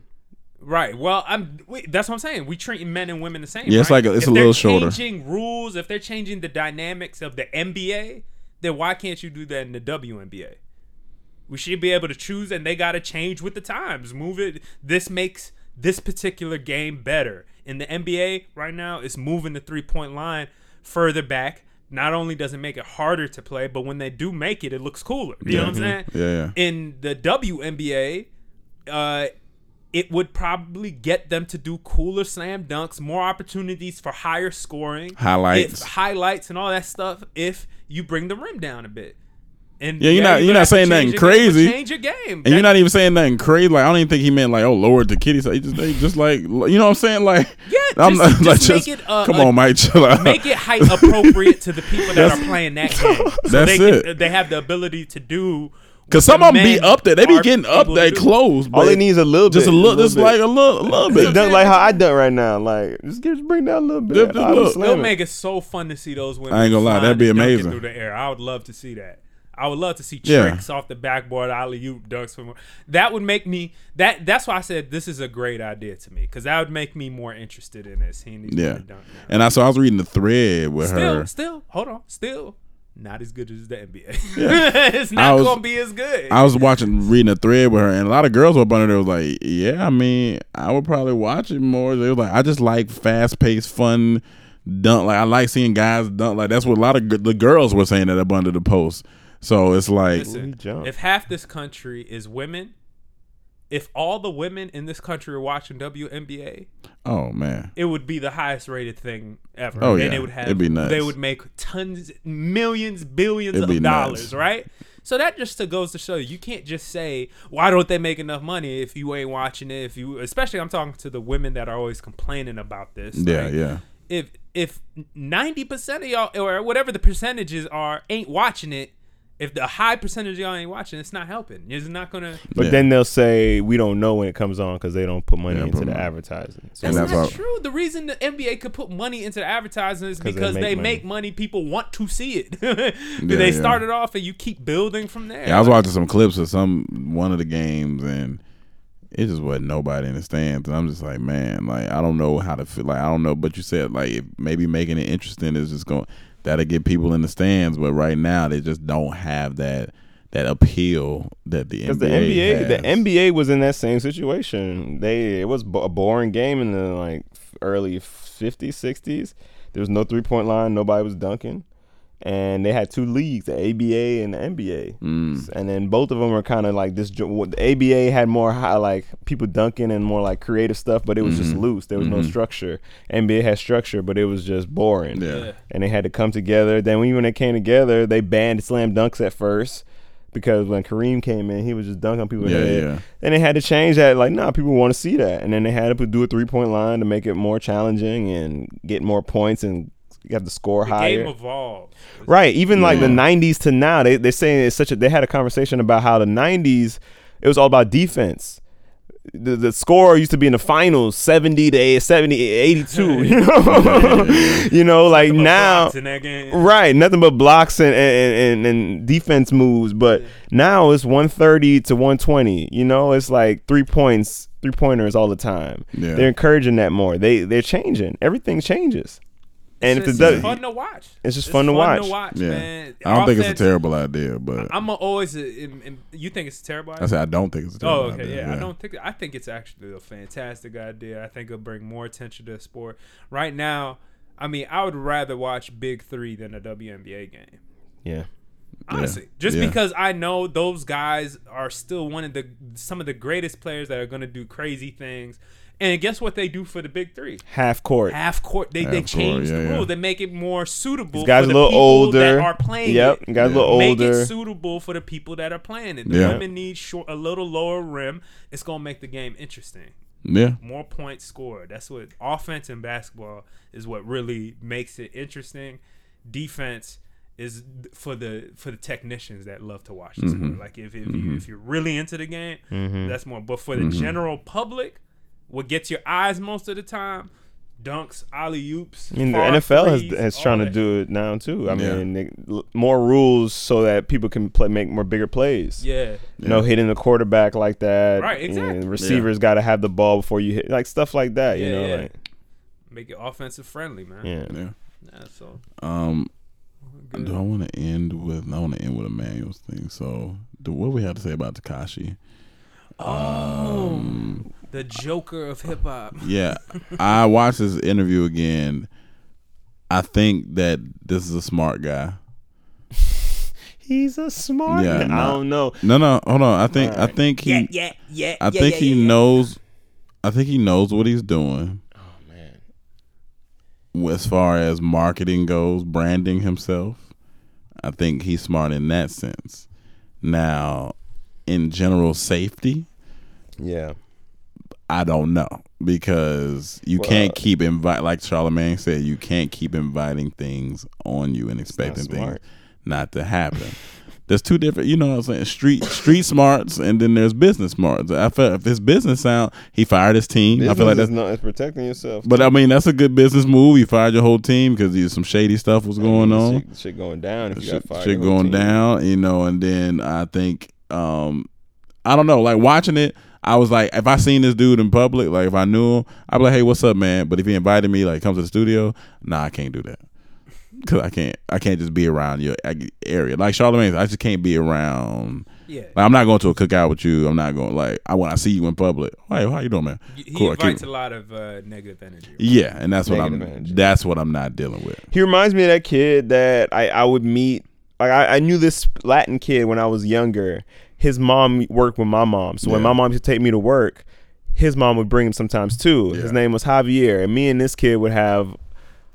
Speaker 6: Right. Well, I'm. We, that's what I'm saying. We treating men and women the same.
Speaker 5: Yeah, it's
Speaker 6: right?
Speaker 5: like a- it's
Speaker 6: If
Speaker 5: a
Speaker 6: they're
Speaker 5: little shorter.
Speaker 6: Changing rules. If they're changing the dynamics of the NBA, then why can't you do that in the WNBA? We should be able to choose, and they got to change with the times. Move it. This makes this particular game better. In the NBA right now, it's moving the three point line further back. Not only does it make it harder to play, but when they do make it, it looks cooler. You know what I'm saying?
Speaker 5: Mm-hmm. Yeah, yeah.
Speaker 6: In the WNBA, uh, it would probably get them to do cooler slam dunks, more opportunities for higher scoring,
Speaker 5: Highlights.
Speaker 6: if, highlights, and all that stuff. If you bring the rim down a bit, and
Speaker 5: Yeah, you're not-
Speaker 6: gonna
Speaker 5: you're not
Speaker 6: have to
Speaker 5: saying
Speaker 6: change
Speaker 5: nothing
Speaker 6: your game, but
Speaker 5: crazy.
Speaker 6: Change your game,
Speaker 5: And you're not even saying nothing crazy. Like I don't even think he meant like, oh Lord, the kitty. So he just, they just like, you know what I'm saying? Like,
Speaker 6: [LAUGHS] Yeah,
Speaker 5: I'm
Speaker 6: just-
Speaker 5: [LAUGHS]
Speaker 6: just make it, uh,
Speaker 5: come
Speaker 6: a-
Speaker 5: on, Mike, chill
Speaker 6: [LAUGHS]
Speaker 5: out.
Speaker 6: make it height appropriate to the people that are
Speaker 5: That's-
Speaker 6: playing
Speaker 5: [LAUGHS]
Speaker 6: that game. So
Speaker 5: That's
Speaker 6: they can-
Speaker 5: it.
Speaker 6: they have the ability to do.
Speaker 5: [LAUGHS] Cause
Speaker 6: what
Speaker 5: some of them be
Speaker 6: men
Speaker 5: up there. They be
Speaker 6: are
Speaker 5: getting up
Speaker 6: able to
Speaker 5: that
Speaker 6: do.
Speaker 5: close.
Speaker 7: All
Speaker 5: but
Speaker 7: they need is a little
Speaker 5: just
Speaker 7: bit,
Speaker 5: a little, just
Speaker 7: bit.
Speaker 5: like a little,
Speaker 7: [LAUGHS]
Speaker 5: little bit.
Speaker 7: dunk like how I dunk right now. Like just give, just bring down a little bit.
Speaker 5: Just- just
Speaker 7: I'll be
Speaker 5: look.
Speaker 6: It'll
Speaker 7: slamming.
Speaker 6: make it so fun to see those women.
Speaker 5: I ain't gonna lie,
Speaker 6: flying
Speaker 5: that'd be
Speaker 6: and dunking
Speaker 5: amazing.
Speaker 6: Through the air, I would love to see that. I would love to see
Speaker 5: Yeah.
Speaker 6: tricks off the backboard, alley oop ducks from. That would make me. That that's why I said this is a great idea to me because that would make me more interested in this. He needs
Speaker 5: Yeah.
Speaker 6: to dunk. now.
Speaker 5: And I so I was reading the thread with
Speaker 6: Still,
Speaker 5: her.
Speaker 6: still, hold on, still. Not as good as the NBA.
Speaker 5: Yeah.
Speaker 6: [LAUGHS] it's
Speaker 5: I
Speaker 6: not
Speaker 5: was-
Speaker 6: gonna be as good.
Speaker 5: I was watching reading a thread with her, and a lot of girls were up under there was like, "Yeah, I mean, I would probably watch it more." They were like, "I just like fast paced, fun dunk. Like I like seeing guys dunk. Like that's what a lot of g- the girls were saying that up under the post. So it's like,
Speaker 6: Listen,
Speaker 7: He jumped.
Speaker 6: if half this country is women, if all the women in this country are watching WNBA,
Speaker 5: oh man,
Speaker 6: it would be the highest rated thing ever.
Speaker 5: Oh,
Speaker 6: And
Speaker 5: yeah.
Speaker 6: it would have,
Speaker 5: It'd be nuts.
Speaker 6: They would make tons, millions, billions
Speaker 5: It'd be
Speaker 6: of dollars,
Speaker 5: nuts.
Speaker 6: right? So that just to- goes to show you, you can't just say, why don't they make enough money if you ain't watching it? If you, especially I'm talking to the women that are always complaining about this.
Speaker 5: yeah,
Speaker 6: Like,
Speaker 5: yeah,
Speaker 6: If, if 90% of y'all, or whatever the percentages are, ain't watching it, if the high percentage of y'all ain't watching, it's not helping. It's not gonna.
Speaker 7: But
Speaker 5: Yeah.
Speaker 7: then they'll say we don't know when it comes on because they don't put money
Speaker 5: Yeah,
Speaker 7: into
Speaker 5: put
Speaker 7: the
Speaker 5: money.
Speaker 7: advertising. So
Speaker 5: And
Speaker 6: That's,
Speaker 5: that's
Speaker 6: not
Speaker 5: all-
Speaker 6: true. The reason the NBA could put money into the advertising is
Speaker 7: 'Cause they
Speaker 6: because they,
Speaker 7: make
Speaker 6: make,
Speaker 7: money.
Speaker 6: money. People want to see it. [LAUGHS]
Speaker 5: Yeah,
Speaker 6: they
Speaker 5: yeah.
Speaker 6: started off, and you keep building from there.
Speaker 5: yeah. I was watching some clips of some one of the games, and it just wasn't nobody in the stands. And I'm just like, man, like I don't know how to feel. Like I don't know. But you said like if maybe making it interesting is just going that'll get people in the stands. But right now they just don't have that that appeal that the NBA.
Speaker 7: Because the NBA,
Speaker 5: has.
Speaker 7: the NBA was in that same situation. They it was bo- a boring game in the like early 50s, 60s. There was no three point line. Nobody was dunking, and they had two leagues, the ABA and the NBA.
Speaker 5: Mm.
Speaker 7: And then both of them were kind of like this. The ABA had more high, like people dunking and more like creative stuff, but it was
Speaker 5: Mm-hmm.
Speaker 7: just loose. There was no structure. NBA had structure, but it was just boring
Speaker 5: Yeah. Yeah.
Speaker 7: and they had to come together. Then when- when they came together, they banned slam dunks at first because when Kareem came in, he was just dunking people. in the
Speaker 5: Yeah,
Speaker 7: head.
Speaker 5: yeah.
Speaker 7: Then they had to change that. Like, nah, people want to see that. And then they had to put, do a three point line to make it more challenging and get more points and have to score
Speaker 6: the
Speaker 7: higher.
Speaker 6: game evolved.
Speaker 7: Right. Even like the
Speaker 5: Yeah.
Speaker 7: '90s to now, they they saying it's such a. They had a conversation about how the '90s, it was all about defense. The, the score used to be in the finals 70 to eight- 70 82 [LAUGHS]
Speaker 5: [LAUGHS]
Speaker 7: you know you know like
Speaker 6: But
Speaker 7: now
Speaker 6: blocks in that game.
Speaker 7: right nothing but blocks and and, and, and defense moves but now it's 130 to 120 you know it's like three points three pointers all the time
Speaker 5: Yeah.
Speaker 7: they're encouraging that more they they're changing everything changes And if
Speaker 6: it's
Speaker 7: it does,
Speaker 6: just fun to watch.
Speaker 7: It's just fun to watch.
Speaker 5: Yeah,
Speaker 6: man.
Speaker 5: I don't think it's a
Speaker 6: Offense-
Speaker 5: terrible idea, but
Speaker 6: I'm always. A, im- im- you think it's a terrible?
Speaker 5: I said I don't think it's a terrible
Speaker 6: Oh, okay,
Speaker 5: idea.
Speaker 6: yeah. I don't think I think it's actually a fantastic idea. I think it'll bring more attention to the sport. Right now, I mean, I would rather watch Big Three than a WNBA game.
Speaker 7: yeah,
Speaker 6: Honestly, just
Speaker 5: Yeah.
Speaker 6: because I know those guys are still one of the some of the greatest players that are going to do crazy things. And guess what they do for the Big Three?
Speaker 7: half court.
Speaker 6: Half court. They they
Speaker 5: Half court,
Speaker 6: change
Speaker 5: yeah,
Speaker 6: the
Speaker 5: yeah.
Speaker 6: rules. They make it more suitable.
Speaker 7: These guys
Speaker 6: for the
Speaker 7: a little
Speaker 6: people
Speaker 7: older.
Speaker 6: That are playing.
Speaker 7: Yep,
Speaker 6: it.
Speaker 7: guys a little
Speaker 6: Make it
Speaker 7: older.
Speaker 6: suitable for the people that are playing it. The
Speaker 5: Yeah.
Speaker 6: women need short, a little lower rim. It's gonna make the game interesting.
Speaker 5: Yeah,
Speaker 6: More points scored. That's what offense in basketball is. What really makes it interesting. Defense is for the for the technicians that love to watch
Speaker 7: Mm-hmm.
Speaker 6: the sport. Like if if, you, if you're really into the game, that's more. But for the
Speaker 7: Mm-hmm.
Speaker 6: general public, what gets your eyes most of the time. Dunks, alley oops.
Speaker 7: I mean, the NFL has, has trying to do it now too. I
Speaker 5: Yeah.
Speaker 7: mean, they, l- more rules so that people can play, make more bigger plays.
Speaker 6: Yeah,
Speaker 7: You know, hitting the quarterback like that.
Speaker 6: Right, exactly.
Speaker 7: And receivers got to have the ball before you hit, like stuff like that.
Speaker 6: Yeah,
Speaker 7: you know,
Speaker 6: yeah.
Speaker 7: like
Speaker 6: make it offensive friendly, man.
Speaker 7: yeah.
Speaker 5: yeah.
Speaker 6: Yeah, so
Speaker 5: Um,
Speaker 6: Good.
Speaker 5: do I want to end with? I want to end with Emmanuel's thing. So, do, what we have to say about Takashi?
Speaker 6: the Joker of hip hop.
Speaker 5: Yeah, I watched this interview again. I think that this is a smart guy.
Speaker 7: He's a smart.
Speaker 5: Yeah,
Speaker 7: man. I
Speaker 5: nah.
Speaker 7: don't know.
Speaker 5: No, no, hold on. I think I think he
Speaker 7: Mm.
Speaker 6: [LAUGHS] yeah, yeah.
Speaker 5: I think he knows. I think he knows what he's doing. Oh man. As far as marketing goes, branding himself, I think he's smart in that sense. Now, in general safety,
Speaker 7: Yeah.
Speaker 5: I don't know because you can't keep invite like Charlemagne said, you can't keep inviting things on you and expecting things
Speaker 7: smart.
Speaker 5: not to happen. There's two different, you know what I'm saying? Street street smarts and then there's business smarts. I felt if his business sound, he fired his team. I feel like that's
Speaker 7: not. It's protecting yourself.
Speaker 5: but I mean that's a good business move. You fired your whole team because some shady stuff was going on
Speaker 7: Shit, shit going down. If you
Speaker 5: shit,
Speaker 7: got fired,
Speaker 5: shit
Speaker 7: the whole
Speaker 5: going
Speaker 7: team.
Speaker 5: down, you know, and then I think um I don't know, like watching it, I was like, if I seen this dude in public, like if I knew him, I'd be like, hey, what's up, man? But if he invited me, like, come to the studio, nah, I can't do that. Cause I can't, I can't just be around your ag- area. Like Charlamagne, I just can't be around.
Speaker 6: Yeah.
Speaker 5: Like, I'm not going to a cookout with you. I'm not going like I when I see you in public. Hey, how you doing, man?
Speaker 6: He
Speaker 5: Cool, I keep-
Speaker 6: invites a lot of uh, negative energy.
Speaker 5: yeah, and that's what I'm.
Speaker 7: Negative energy.
Speaker 5: That's what I'm not dealing with.
Speaker 7: He reminds me of that kid that I, I would meet. Like I, I knew this Latin kid when I was younger. His mom worked with my mom, so when
Speaker 5: Yeah.
Speaker 7: my mom used to take me to work, his mom would bring him sometimes too. His name was Javier, and me and this kid would have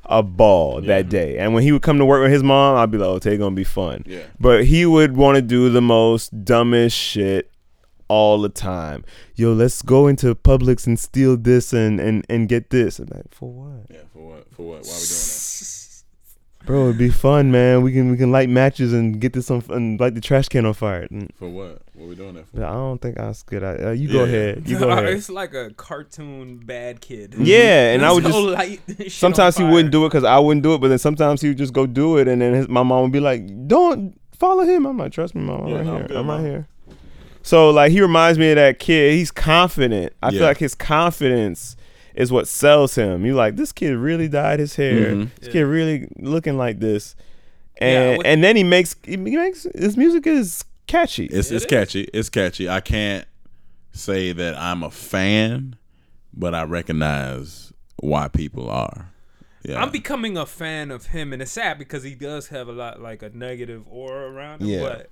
Speaker 7: a ball that day. And when he would come to work with his mom, I'd be like, "Oh, today gonna be fun."
Speaker 5: Yeah.
Speaker 7: But he would want to do the most dumbest shit all the time. Yo, let's go into Publix and steal this and and and get this. I'm like, for what?
Speaker 5: Yeah, for what? For what? Why we doing that?
Speaker 7: Bro, it'd be fun, man. We can we can light matches and get this on and light the trash can on fire. Mm,
Speaker 5: For what? What we doing that for?
Speaker 7: But I don't think that's good. I, uh, you go
Speaker 5: Yeah.
Speaker 6: [LAUGHS]
Speaker 7: ahead. [LAUGHS] You go ahead.
Speaker 6: it's like a cartoon bad kid.
Speaker 7: Yeah, and I would
Speaker 6: So
Speaker 7: just
Speaker 6: light [LAUGHS] this shit on
Speaker 7: sometimes he
Speaker 6: fire.
Speaker 7: wouldn't do it because I wouldn't do it, but then sometimes he would just go do it, and then his, my mom would be like, "Don't follow him." I'm like, "Trust me, mom. I'm
Speaker 5: Yeah,
Speaker 7: right
Speaker 5: no, I'm
Speaker 7: here.
Speaker 5: good,
Speaker 7: I'm
Speaker 5: Mom."
Speaker 7: right here." So like he reminds me of that kid. He's confident. I
Speaker 5: Yeah.
Speaker 7: feel like his confidence is what sells him. You like this kid really dyed his hair.
Speaker 5: Mm-hmm.
Speaker 7: This kid really looking like this, and
Speaker 6: Yeah, what-
Speaker 7: and then he makes he makes his music is catchy.
Speaker 5: It's it's catchy. It's catchy. I can't say that I'm a fan, but I recognize why people are. Yeah.
Speaker 6: I'm becoming a fan of him, and it's sad because he does have a lot like a negative aura around him.
Speaker 7: Yeah.
Speaker 6: But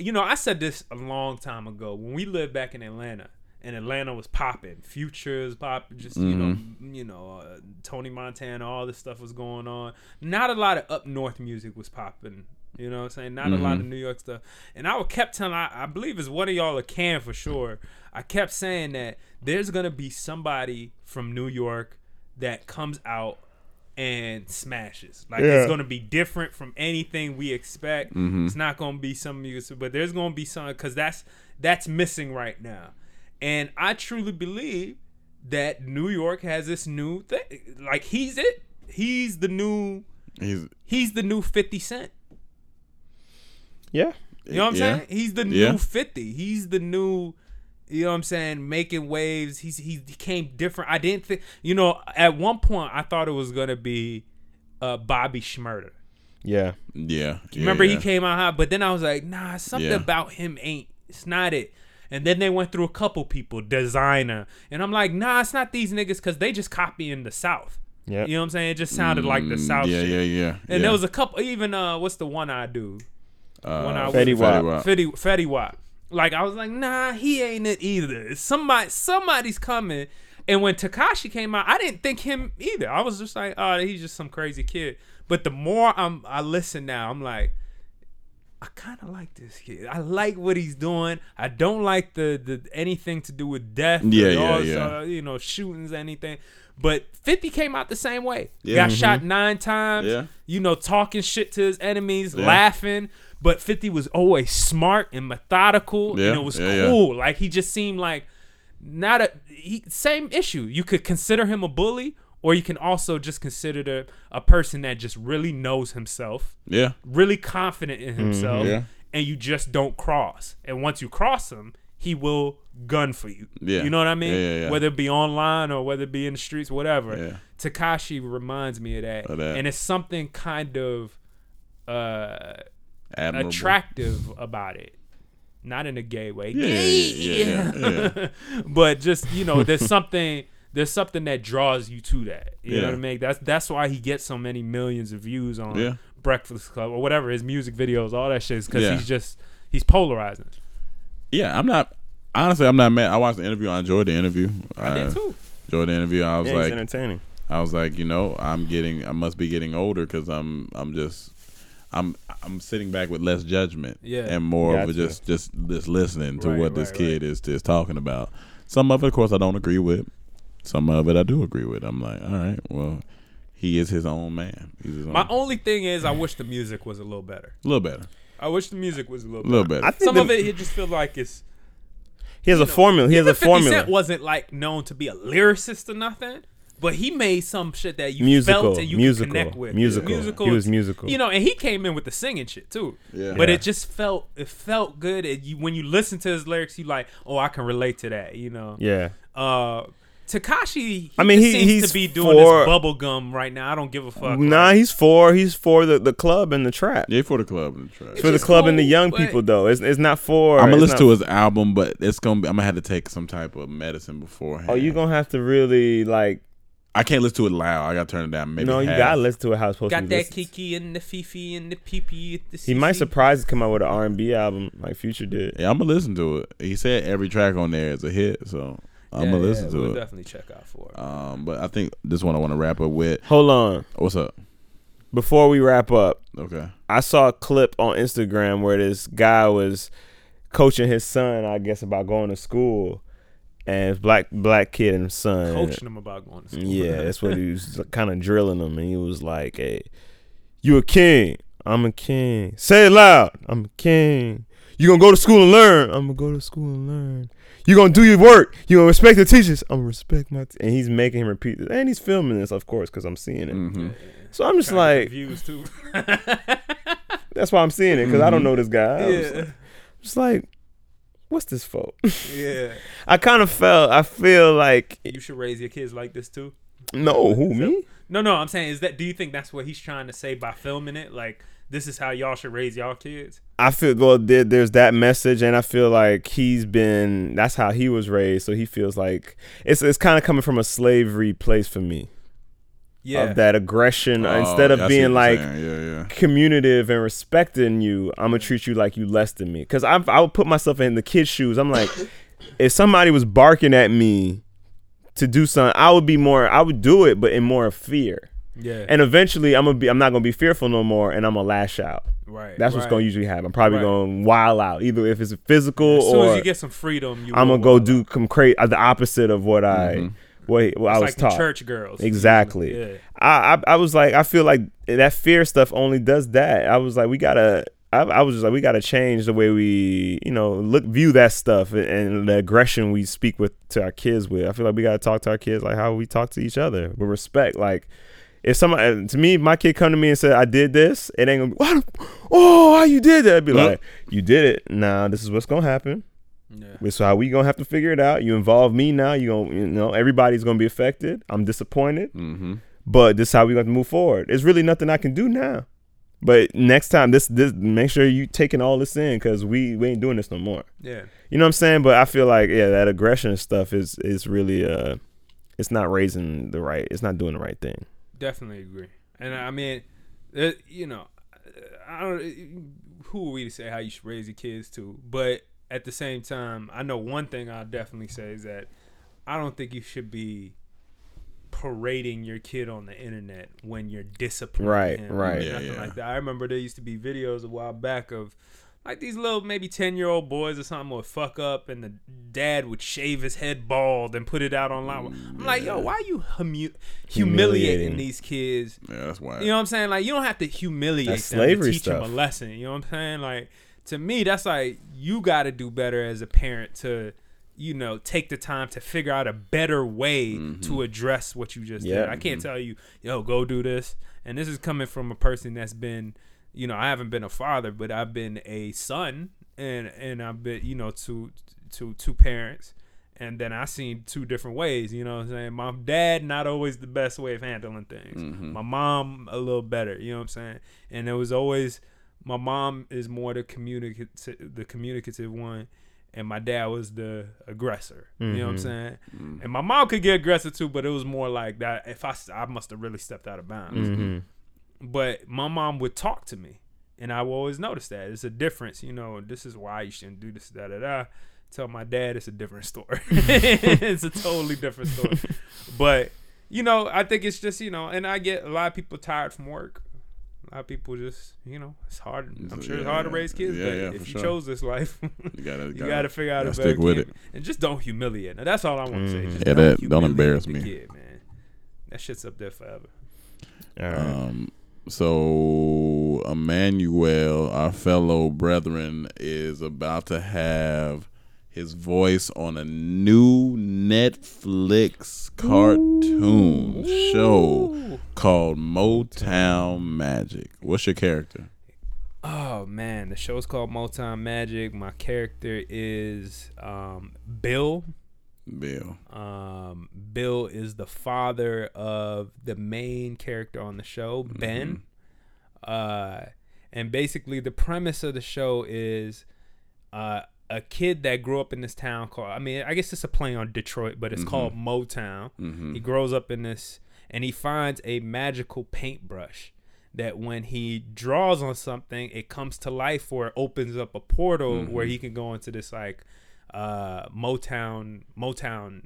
Speaker 6: you know, I said this a long time ago when we lived back in Atlanta, and Atlanta was popping, futures pop, just you know, you know, uh, Tony Montana, all this stuff was going on. Not a lot of up north music was popping. You know what I'm saying? Not a lot of New York stuff. And I would kept telling, I, I believe it's one of y'all a can for sure. I kept saying that there's going to be somebody from New York that comes out and smashes. Like
Speaker 7: Yeah.
Speaker 6: it's gonna be different from anything we expect.
Speaker 5: Mm-hmm.
Speaker 6: It's not gonna be some music, but there's gonna be some because that's that's missing right now. And I truly believe that New York has this new thing. Like he's it. He's the new.
Speaker 5: He's
Speaker 6: He's the new Fifty Cent.
Speaker 7: yeah.
Speaker 6: You know what I'm
Speaker 5: Yeah.
Speaker 6: saying? He's the
Speaker 5: Yeah.
Speaker 6: new 50. He's the new You know what I'm saying? Making waves. He's he became different. I didn't think. You know, at one point I thought it was gonna be uh, Bobby Schmurder.
Speaker 7: Yeah.
Speaker 5: Yeah. yeah,
Speaker 6: Remember
Speaker 5: yeah.
Speaker 6: he came out hot, but then I was like, nah, something
Speaker 5: Yeah.
Speaker 6: about him ain't. It's not it. And then they went through a couple people, designer, and I'm like, nah, it's not these niggas because they just copying the South.
Speaker 7: Yep.
Speaker 6: You know what I'm saying? It just sounded like the South.
Speaker 5: Mm, Yeah,
Speaker 6: shit.
Speaker 5: yeah, yeah. Uh,
Speaker 6: And there was a couple. Even uh, what's the one I do? one I
Speaker 7: Fetty Wap.
Speaker 6: Fetty, Fetty Wap. Like I was like, nah, he ain't it either. It's Somebody, somebody's coming. And when Takashi came out, I didn't think him either. I was just like, oh, he's just some crazy kid. But the more I'm, I listen now, I'm like, I kind of like this kid. I like what he's doing. I don't like the, the anything to do with death. or
Speaker 5: Yeah, yeah,
Speaker 6: all this,
Speaker 5: yeah.
Speaker 6: uh, You know, shootings, anything. But 50 came out the same way.
Speaker 5: Yeah.
Speaker 6: Got
Speaker 5: Mhm.
Speaker 6: shot nine times.
Speaker 5: Yeah.
Speaker 6: You know, talking shit to his enemies, laughing. But 50 was always smart and methodical.
Speaker 5: Yeah,
Speaker 6: And it was
Speaker 5: yeah, yeah.
Speaker 6: cool. Like, he just seemed like not a he, same issue. You could consider him a bully, or you can also just consider the, a person that just really knows himself
Speaker 5: Yeah.
Speaker 6: really confident in himself,
Speaker 5: Mm-hmm. Yeah.
Speaker 6: and you just don't cross. And once you cross him, he will gun for you.
Speaker 5: Yeah.
Speaker 6: You know what I mean?
Speaker 5: Yeah, yeah, yeah.
Speaker 6: Whether it be online or whether it be in the streets, whatever.
Speaker 5: Yeah.
Speaker 6: Takashi reminds me of that.
Speaker 5: Of that.
Speaker 6: And it's something kind of uh
Speaker 5: Admirable.
Speaker 6: attractive about it. Not in a gay way.
Speaker 5: Yeah,
Speaker 6: Gay
Speaker 5: yeah, yeah, yeah, yeah.
Speaker 6: but just you know,
Speaker 5: [LAUGHS]
Speaker 6: there's something there's something that draws you to that. You know
Speaker 5: Yeah.
Speaker 6: what I mean? That's that's why he gets so many millions of views on
Speaker 5: Yeah.
Speaker 6: Breakfast Club or whatever his music videos, all that shit is because
Speaker 5: Yeah.
Speaker 6: he's just he's polarizing.
Speaker 5: [LAUGHS] Yeah, I'm not. Honestly, I'm not mad. I watched the interview. I enjoyed the interview. I,
Speaker 6: did too.
Speaker 5: Enjoyed the interview. I was
Speaker 7: Yeah, he's
Speaker 5: like,
Speaker 7: entertaining.
Speaker 5: I was like, you know, I'm getting, I must be getting older because I'm, I'm just, I'm, I'm sitting back with less judgment,
Speaker 6: Yeah.
Speaker 5: and more of a
Speaker 7: Gotcha.
Speaker 5: just, just, just listening to
Speaker 6: Right,
Speaker 5: what this
Speaker 6: right,
Speaker 5: kid is, is talking about. Some of it, of course, I don't agree with. Some of it, I do agree with. I'm like, all right, well, he is his own man. He's his
Speaker 6: My
Speaker 5: own,
Speaker 6: only thing is, I wish the music was a little better.
Speaker 5: a little better,
Speaker 6: I wish the music was a little
Speaker 5: a
Speaker 6: better.
Speaker 5: little better.
Speaker 7: I think
Speaker 6: Some
Speaker 7: the-
Speaker 6: of it, it just feels like it's.
Speaker 7: He has a formula. He has a
Speaker 6: Even 50
Speaker 7: formula.
Speaker 6: Cent wasn't like known to be a lyricist or nothing, but he made some shit that you
Speaker 7: Musical,
Speaker 6: felt and you
Speaker 7: musical,
Speaker 6: could connect with.
Speaker 7: musical. He was musical.
Speaker 6: You know, and he came in with the singing shit too.
Speaker 5: Yeah.
Speaker 6: But
Speaker 7: Yeah.
Speaker 6: it just felt it felt good. And you, when you listen to his lyrics, you like, oh, I can relate to that. You know.
Speaker 7: yeah.
Speaker 6: Uh, Takashi,
Speaker 7: I mean, he-
Speaker 6: seems
Speaker 7: he's
Speaker 6: to be doing
Speaker 7: for-
Speaker 6: this bubble gum right now. I don't give a fuck.
Speaker 7: Nah, he's for he's for the, the club and the trap.
Speaker 5: yeah, for the club and the track.
Speaker 7: For the
Speaker 6: It's
Speaker 7: club and the
Speaker 6: cool,
Speaker 7: young
Speaker 6: but-
Speaker 7: people though. It's, it's not for
Speaker 5: I'm gonna
Speaker 7: it's
Speaker 5: listen
Speaker 7: not-
Speaker 5: to his album, but it's gonna be, I'm gonna have to take some type of medicine beforehand.
Speaker 7: Oh, you gonna have to really like
Speaker 5: I can't listen to it loud. I gotta turn it down. Maybe
Speaker 7: No, you
Speaker 5: half.
Speaker 7: gotta listen to it how it's supposed to
Speaker 6: Got
Speaker 7: be.
Speaker 6: that
Speaker 7: listened.
Speaker 6: Kiki and the Fifi and the Pee the
Speaker 7: He might
Speaker 6: Sisi.
Speaker 7: surprise us come out with an R and B album like Future did.
Speaker 5: Yeah, I'm gonna listen to it. He said every track on there is a hit, so I'm
Speaker 6: Yeah,
Speaker 5: gonna
Speaker 6: yeah,
Speaker 5: listen
Speaker 6: we'll
Speaker 5: to it.
Speaker 6: Definitely check out for
Speaker 7: Uh,
Speaker 6: it.
Speaker 5: Um, but I think this one I want to wrap up with.
Speaker 7: Hold on.
Speaker 5: What's up?
Speaker 7: Before we wrap up,
Speaker 5: Okay.
Speaker 7: I saw a clip on Instagram where this guy was coaching his son, I guess, about going to school, and it's black black kid and his son.
Speaker 6: Coaching him about going to school.
Speaker 7: Yeah,
Speaker 6: [LAUGHS]
Speaker 7: that's what he was kind of drilling him, and he was like, "Hey, you a king? I'm a king. Say it loud. I'm a king. You gonna go to school and learn? I'm gonna go to school and learn. You gonna do your work? You gonna respect the teachers? I'm gonna respect my." T-. And he's making him repeat this, and he's filming this, of course, because I'm seeing
Speaker 5: Mm.
Speaker 7: it. So I'm just like,
Speaker 6: views [LAUGHS] too.
Speaker 7: that's why I'm seeing it because I don't know this guy. I was
Speaker 6: Yeah.
Speaker 7: like- just like, what's this fault?
Speaker 6: yeah.
Speaker 7: [LAUGHS] I kind of felt. I feel like
Speaker 6: You should raise your kids like this too.
Speaker 7: no, who me?
Speaker 6: No, no, I'm saying is that do you think that's what he's trying to say by filming it? Like this is how y'all should raise y'all kids?
Speaker 7: I feel well. There, there's that message, and I feel like he's been. That's how he was raised, so he feels like it's it's kind of coming from a slavery place for me.
Speaker 6: Yeah.
Speaker 7: Of that aggression,
Speaker 5: Oh,
Speaker 7: instead
Speaker 5: I see what
Speaker 7: of
Speaker 5: you're
Speaker 7: being like
Speaker 5: saying. yeah, yeah,
Speaker 7: communicative and respecting you, I'm gonna treat you like you less than me. Cause I I would put myself in the kid's shoes.
Speaker 5: [LAUGHS]
Speaker 7: I'm like, if somebody was barking at me to do something, I would be more. I would do it, but in more of fear.
Speaker 6: yeah.
Speaker 7: And eventually, I'm gonna be. I'm not gonna be fearful no more, and I'm gonna lash out.
Speaker 6: right.
Speaker 7: That's what's
Speaker 6: right.
Speaker 7: gonna usually happen. I'm probably
Speaker 6: Right.
Speaker 7: gonna wild out, either if it's physical
Speaker 6: As soon
Speaker 7: or
Speaker 6: as you get some freedom, you
Speaker 7: I'm
Speaker 6: will
Speaker 7: gonna go
Speaker 6: wild out.
Speaker 7: do come crazy the opposite of what I what, what I
Speaker 6: It's
Speaker 7: was
Speaker 6: like the
Speaker 7: taught.
Speaker 6: church girls.
Speaker 7: Exactly.
Speaker 6: Yeah.
Speaker 7: I, I I was like, I feel like that fear stuff only does that. I was like, we gotta. I, I was just like, we gotta change the way we, you know, look view that stuff and, and the aggression we speak with to our kids with. I feel like we gotta talk to our kids like how we talk to each other with respect. Like, if somebody to me, if my kid come to me and said I did this, it ain't gonna be what. the- Oh, how you did that? I'd be
Speaker 5: Yep.
Speaker 7: like, you did it. Nah, this is what's gonna happen.
Speaker 6: Yeah.
Speaker 7: But So how we gonna have to figure it out? You involve me now. You gonna you know everybody's gonna be affected. I'm disappointed. But this is how we gonna move forward. There's really nothing I can do now. But next time, this this make sure you taking all this in because we we ain't doing this no more.
Speaker 6: Yeah.
Speaker 7: You know what I'm saying? But I feel like yeah, that aggression stuff is is really uh, it's not raising the right. It's not doing the right thing.
Speaker 6: Definitely agree. And I mean, it, you know, I don't. Who are we to say how you should raise your kids to? But at the same time, I know one thing I'll definitely say is that I don't think you should be parading your kid on the internet when you're disappointed.
Speaker 7: Right,
Speaker 6: him or
Speaker 7: right.
Speaker 5: Yeah,
Speaker 6: nothing
Speaker 5: yeah.
Speaker 6: like that. I remember there used to be videos a while back of like these little maybe 10 year old boys or something would fuck up and the dad would shave his head bald and put it out online. I'm like, yo, why are you humu- humiliating
Speaker 7: Mm, Humiliating.
Speaker 6: these kids?
Speaker 5: Yeah, that's why.
Speaker 6: You know what I'm saying? Like you don't have to humiliate
Speaker 7: That's
Speaker 6: them
Speaker 7: slavery
Speaker 6: to teach
Speaker 7: stuff.
Speaker 6: them a lesson. You know what I'm saying? Like to me, that's like you got to do better as a parent to, you know, take the time to figure out a better way to address what you just did.
Speaker 7: Mm-hmm. Yeah.
Speaker 6: I can't tell you, yo, go do this. And this is coming from a person that's been, you know, I haven't been a father, but I've been a son, and and I've been, you know, to to two parents. And then I seen two different ways, you know what I'm saying? My dad, not always the best way of handling things. My mom, a little better, you know what I'm saying? And it was always, my mom is more the communicative, the communicative one, and my dad was the aggressor. You know what I'm saying? And my mom could get aggressive too, but it was more like that. If I, s- I must have really stepped out of bounds.
Speaker 5: Mm.
Speaker 6: But my mom would talk to me, and I will always notice that it's a difference. You know, this is why you shouldn't do this, da da da. Tell my dad it's a different story. [LAUGHS] it's a totally different story. but you know, I think it's just you know, and I get a lot of people tired from work. A lot of people just, you know, it's hard. I'm sure it's
Speaker 5: yeah,
Speaker 6: hard to
Speaker 5: yeah.
Speaker 6: raise kids,
Speaker 5: Yeah,
Speaker 6: but
Speaker 5: yeah,
Speaker 6: if
Speaker 5: for
Speaker 6: you
Speaker 5: sure.
Speaker 6: chose this life,
Speaker 5: You
Speaker 6: [LAUGHS]
Speaker 5: gotta-
Speaker 6: you
Speaker 5: gotta-
Speaker 6: gotta figure out a
Speaker 5: gotta
Speaker 6: better
Speaker 5: stick with
Speaker 6: game.
Speaker 5: it. Mm-hmm.
Speaker 6: and just don't humiliate. Now that's all I want to say. Just
Speaker 5: Yeah, that- don't
Speaker 6: humiliate
Speaker 5: embarrass
Speaker 6: the
Speaker 5: me.
Speaker 6: kid, man. That shit's up there forever.
Speaker 7: All right.
Speaker 5: Um, so Emmanuel, our fellow brethren, is about to have his voice on a new Netflix cartoon show called Motown Magic. What's your character?
Speaker 6: Oh man, the show's called Motown Magic. My character is um, Bill.
Speaker 5: Bill.
Speaker 6: Um, Bill is the father of the main character on the show, Ben. Uh, and basically, the premise of the show is uh, a kid that grew up in this town called, I mean, I guess it's a play on Detroit, but it's called Motown. He grows up in this and he finds a magical paintbrush that when he draws on something, it comes to life or it opens up a portal where he can go into this like uh, Motown Motown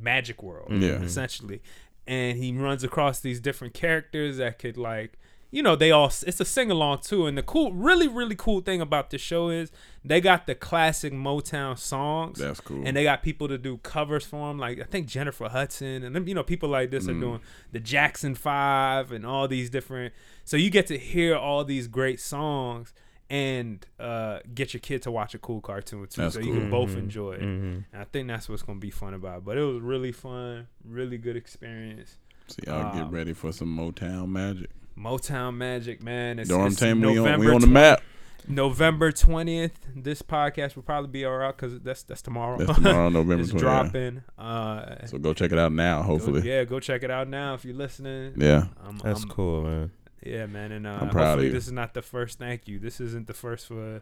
Speaker 6: magic world,
Speaker 5: Yeah.
Speaker 6: essentially. And he runs across these different characters that could like, you know, they all. It's a sing along too. And the cool, really, really cool thing about the show is they got the classic Motown songs.
Speaker 5: That's cool.
Speaker 6: And they got people to do covers for them. Like I think Jennifer Hudson and them, you know people like this
Speaker 5: Mm-hmm.
Speaker 6: are doing the Jackson Five and all these different. So you get to hear all these great songs and uh, get your kid to watch a cool cartoon too,
Speaker 5: That's
Speaker 6: so you
Speaker 5: cool.
Speaker 6: can both
Speaker 7: Mm-hmm.
Speaker 6: enjoy it. And I think that's what's gonna be fun about. it. But it was really fun, really good experience.
Speaker 5: So y'all get
Speaker 6: Um,
Speaker 5: ready for some Motown Magic.
Speaker 6: Motown Magic, man. It's,
Speaker 5: Dorm
Speaker 6: it's
Speaker 5: team, we on, we
Speaker 6: November
Speaker 5: on
Speaker 6: 20
Speaker 5: the map.
Speaker 6: November twentieth. This podcast will probably be all right because that's that's tomorrow.
Speaker 5: That's tomorrow,
Speaker 6: [LAUGHS]
Speaker 5: November
Speaker 6: it's
Speaker 5: 20th.
Speaker 6: dropping. Uh,
Speaker 5: So go check it out now,
Speaker 6: go,
Speaker 5: hopefully. yeah.
Speaker 6: yeah, go check it out now if you're listening. I'm,
Speaker 7: That's
Speaker 6: I'm-
Speaker 7: cool, man.
Speaker 6: Yeah, man, and uh,
Speaker 5: I'm proud of
Speaker 6: hopefully
Speaker 5: you.
Speaker 6: this is not the first. Thank you. This isn't the first for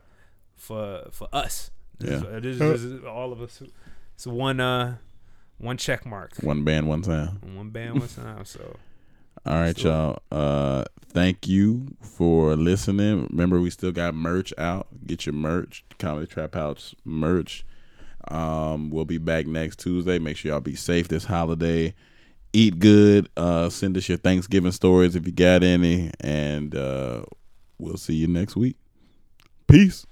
Speaker 6: for for us. This
Speaker 5: Yeah.
Speaker 6: is, uh, this, this is all of us. who- It's one uh one check mark,
Speaker 5: One band, one time.
Speaker 6: one band, one sound. So
Speaker 5: All right, y'all. Uh, thank you for listening. Remember, we still got merch out. Get your merch, Comedy Trap House merch. Um, we'll be back next Tuesday. Make sure y'all be safe this holiday. Eat good. Uh, send us your Thanksgiving stories if you got any, and uh, we'll see you next week. Peace.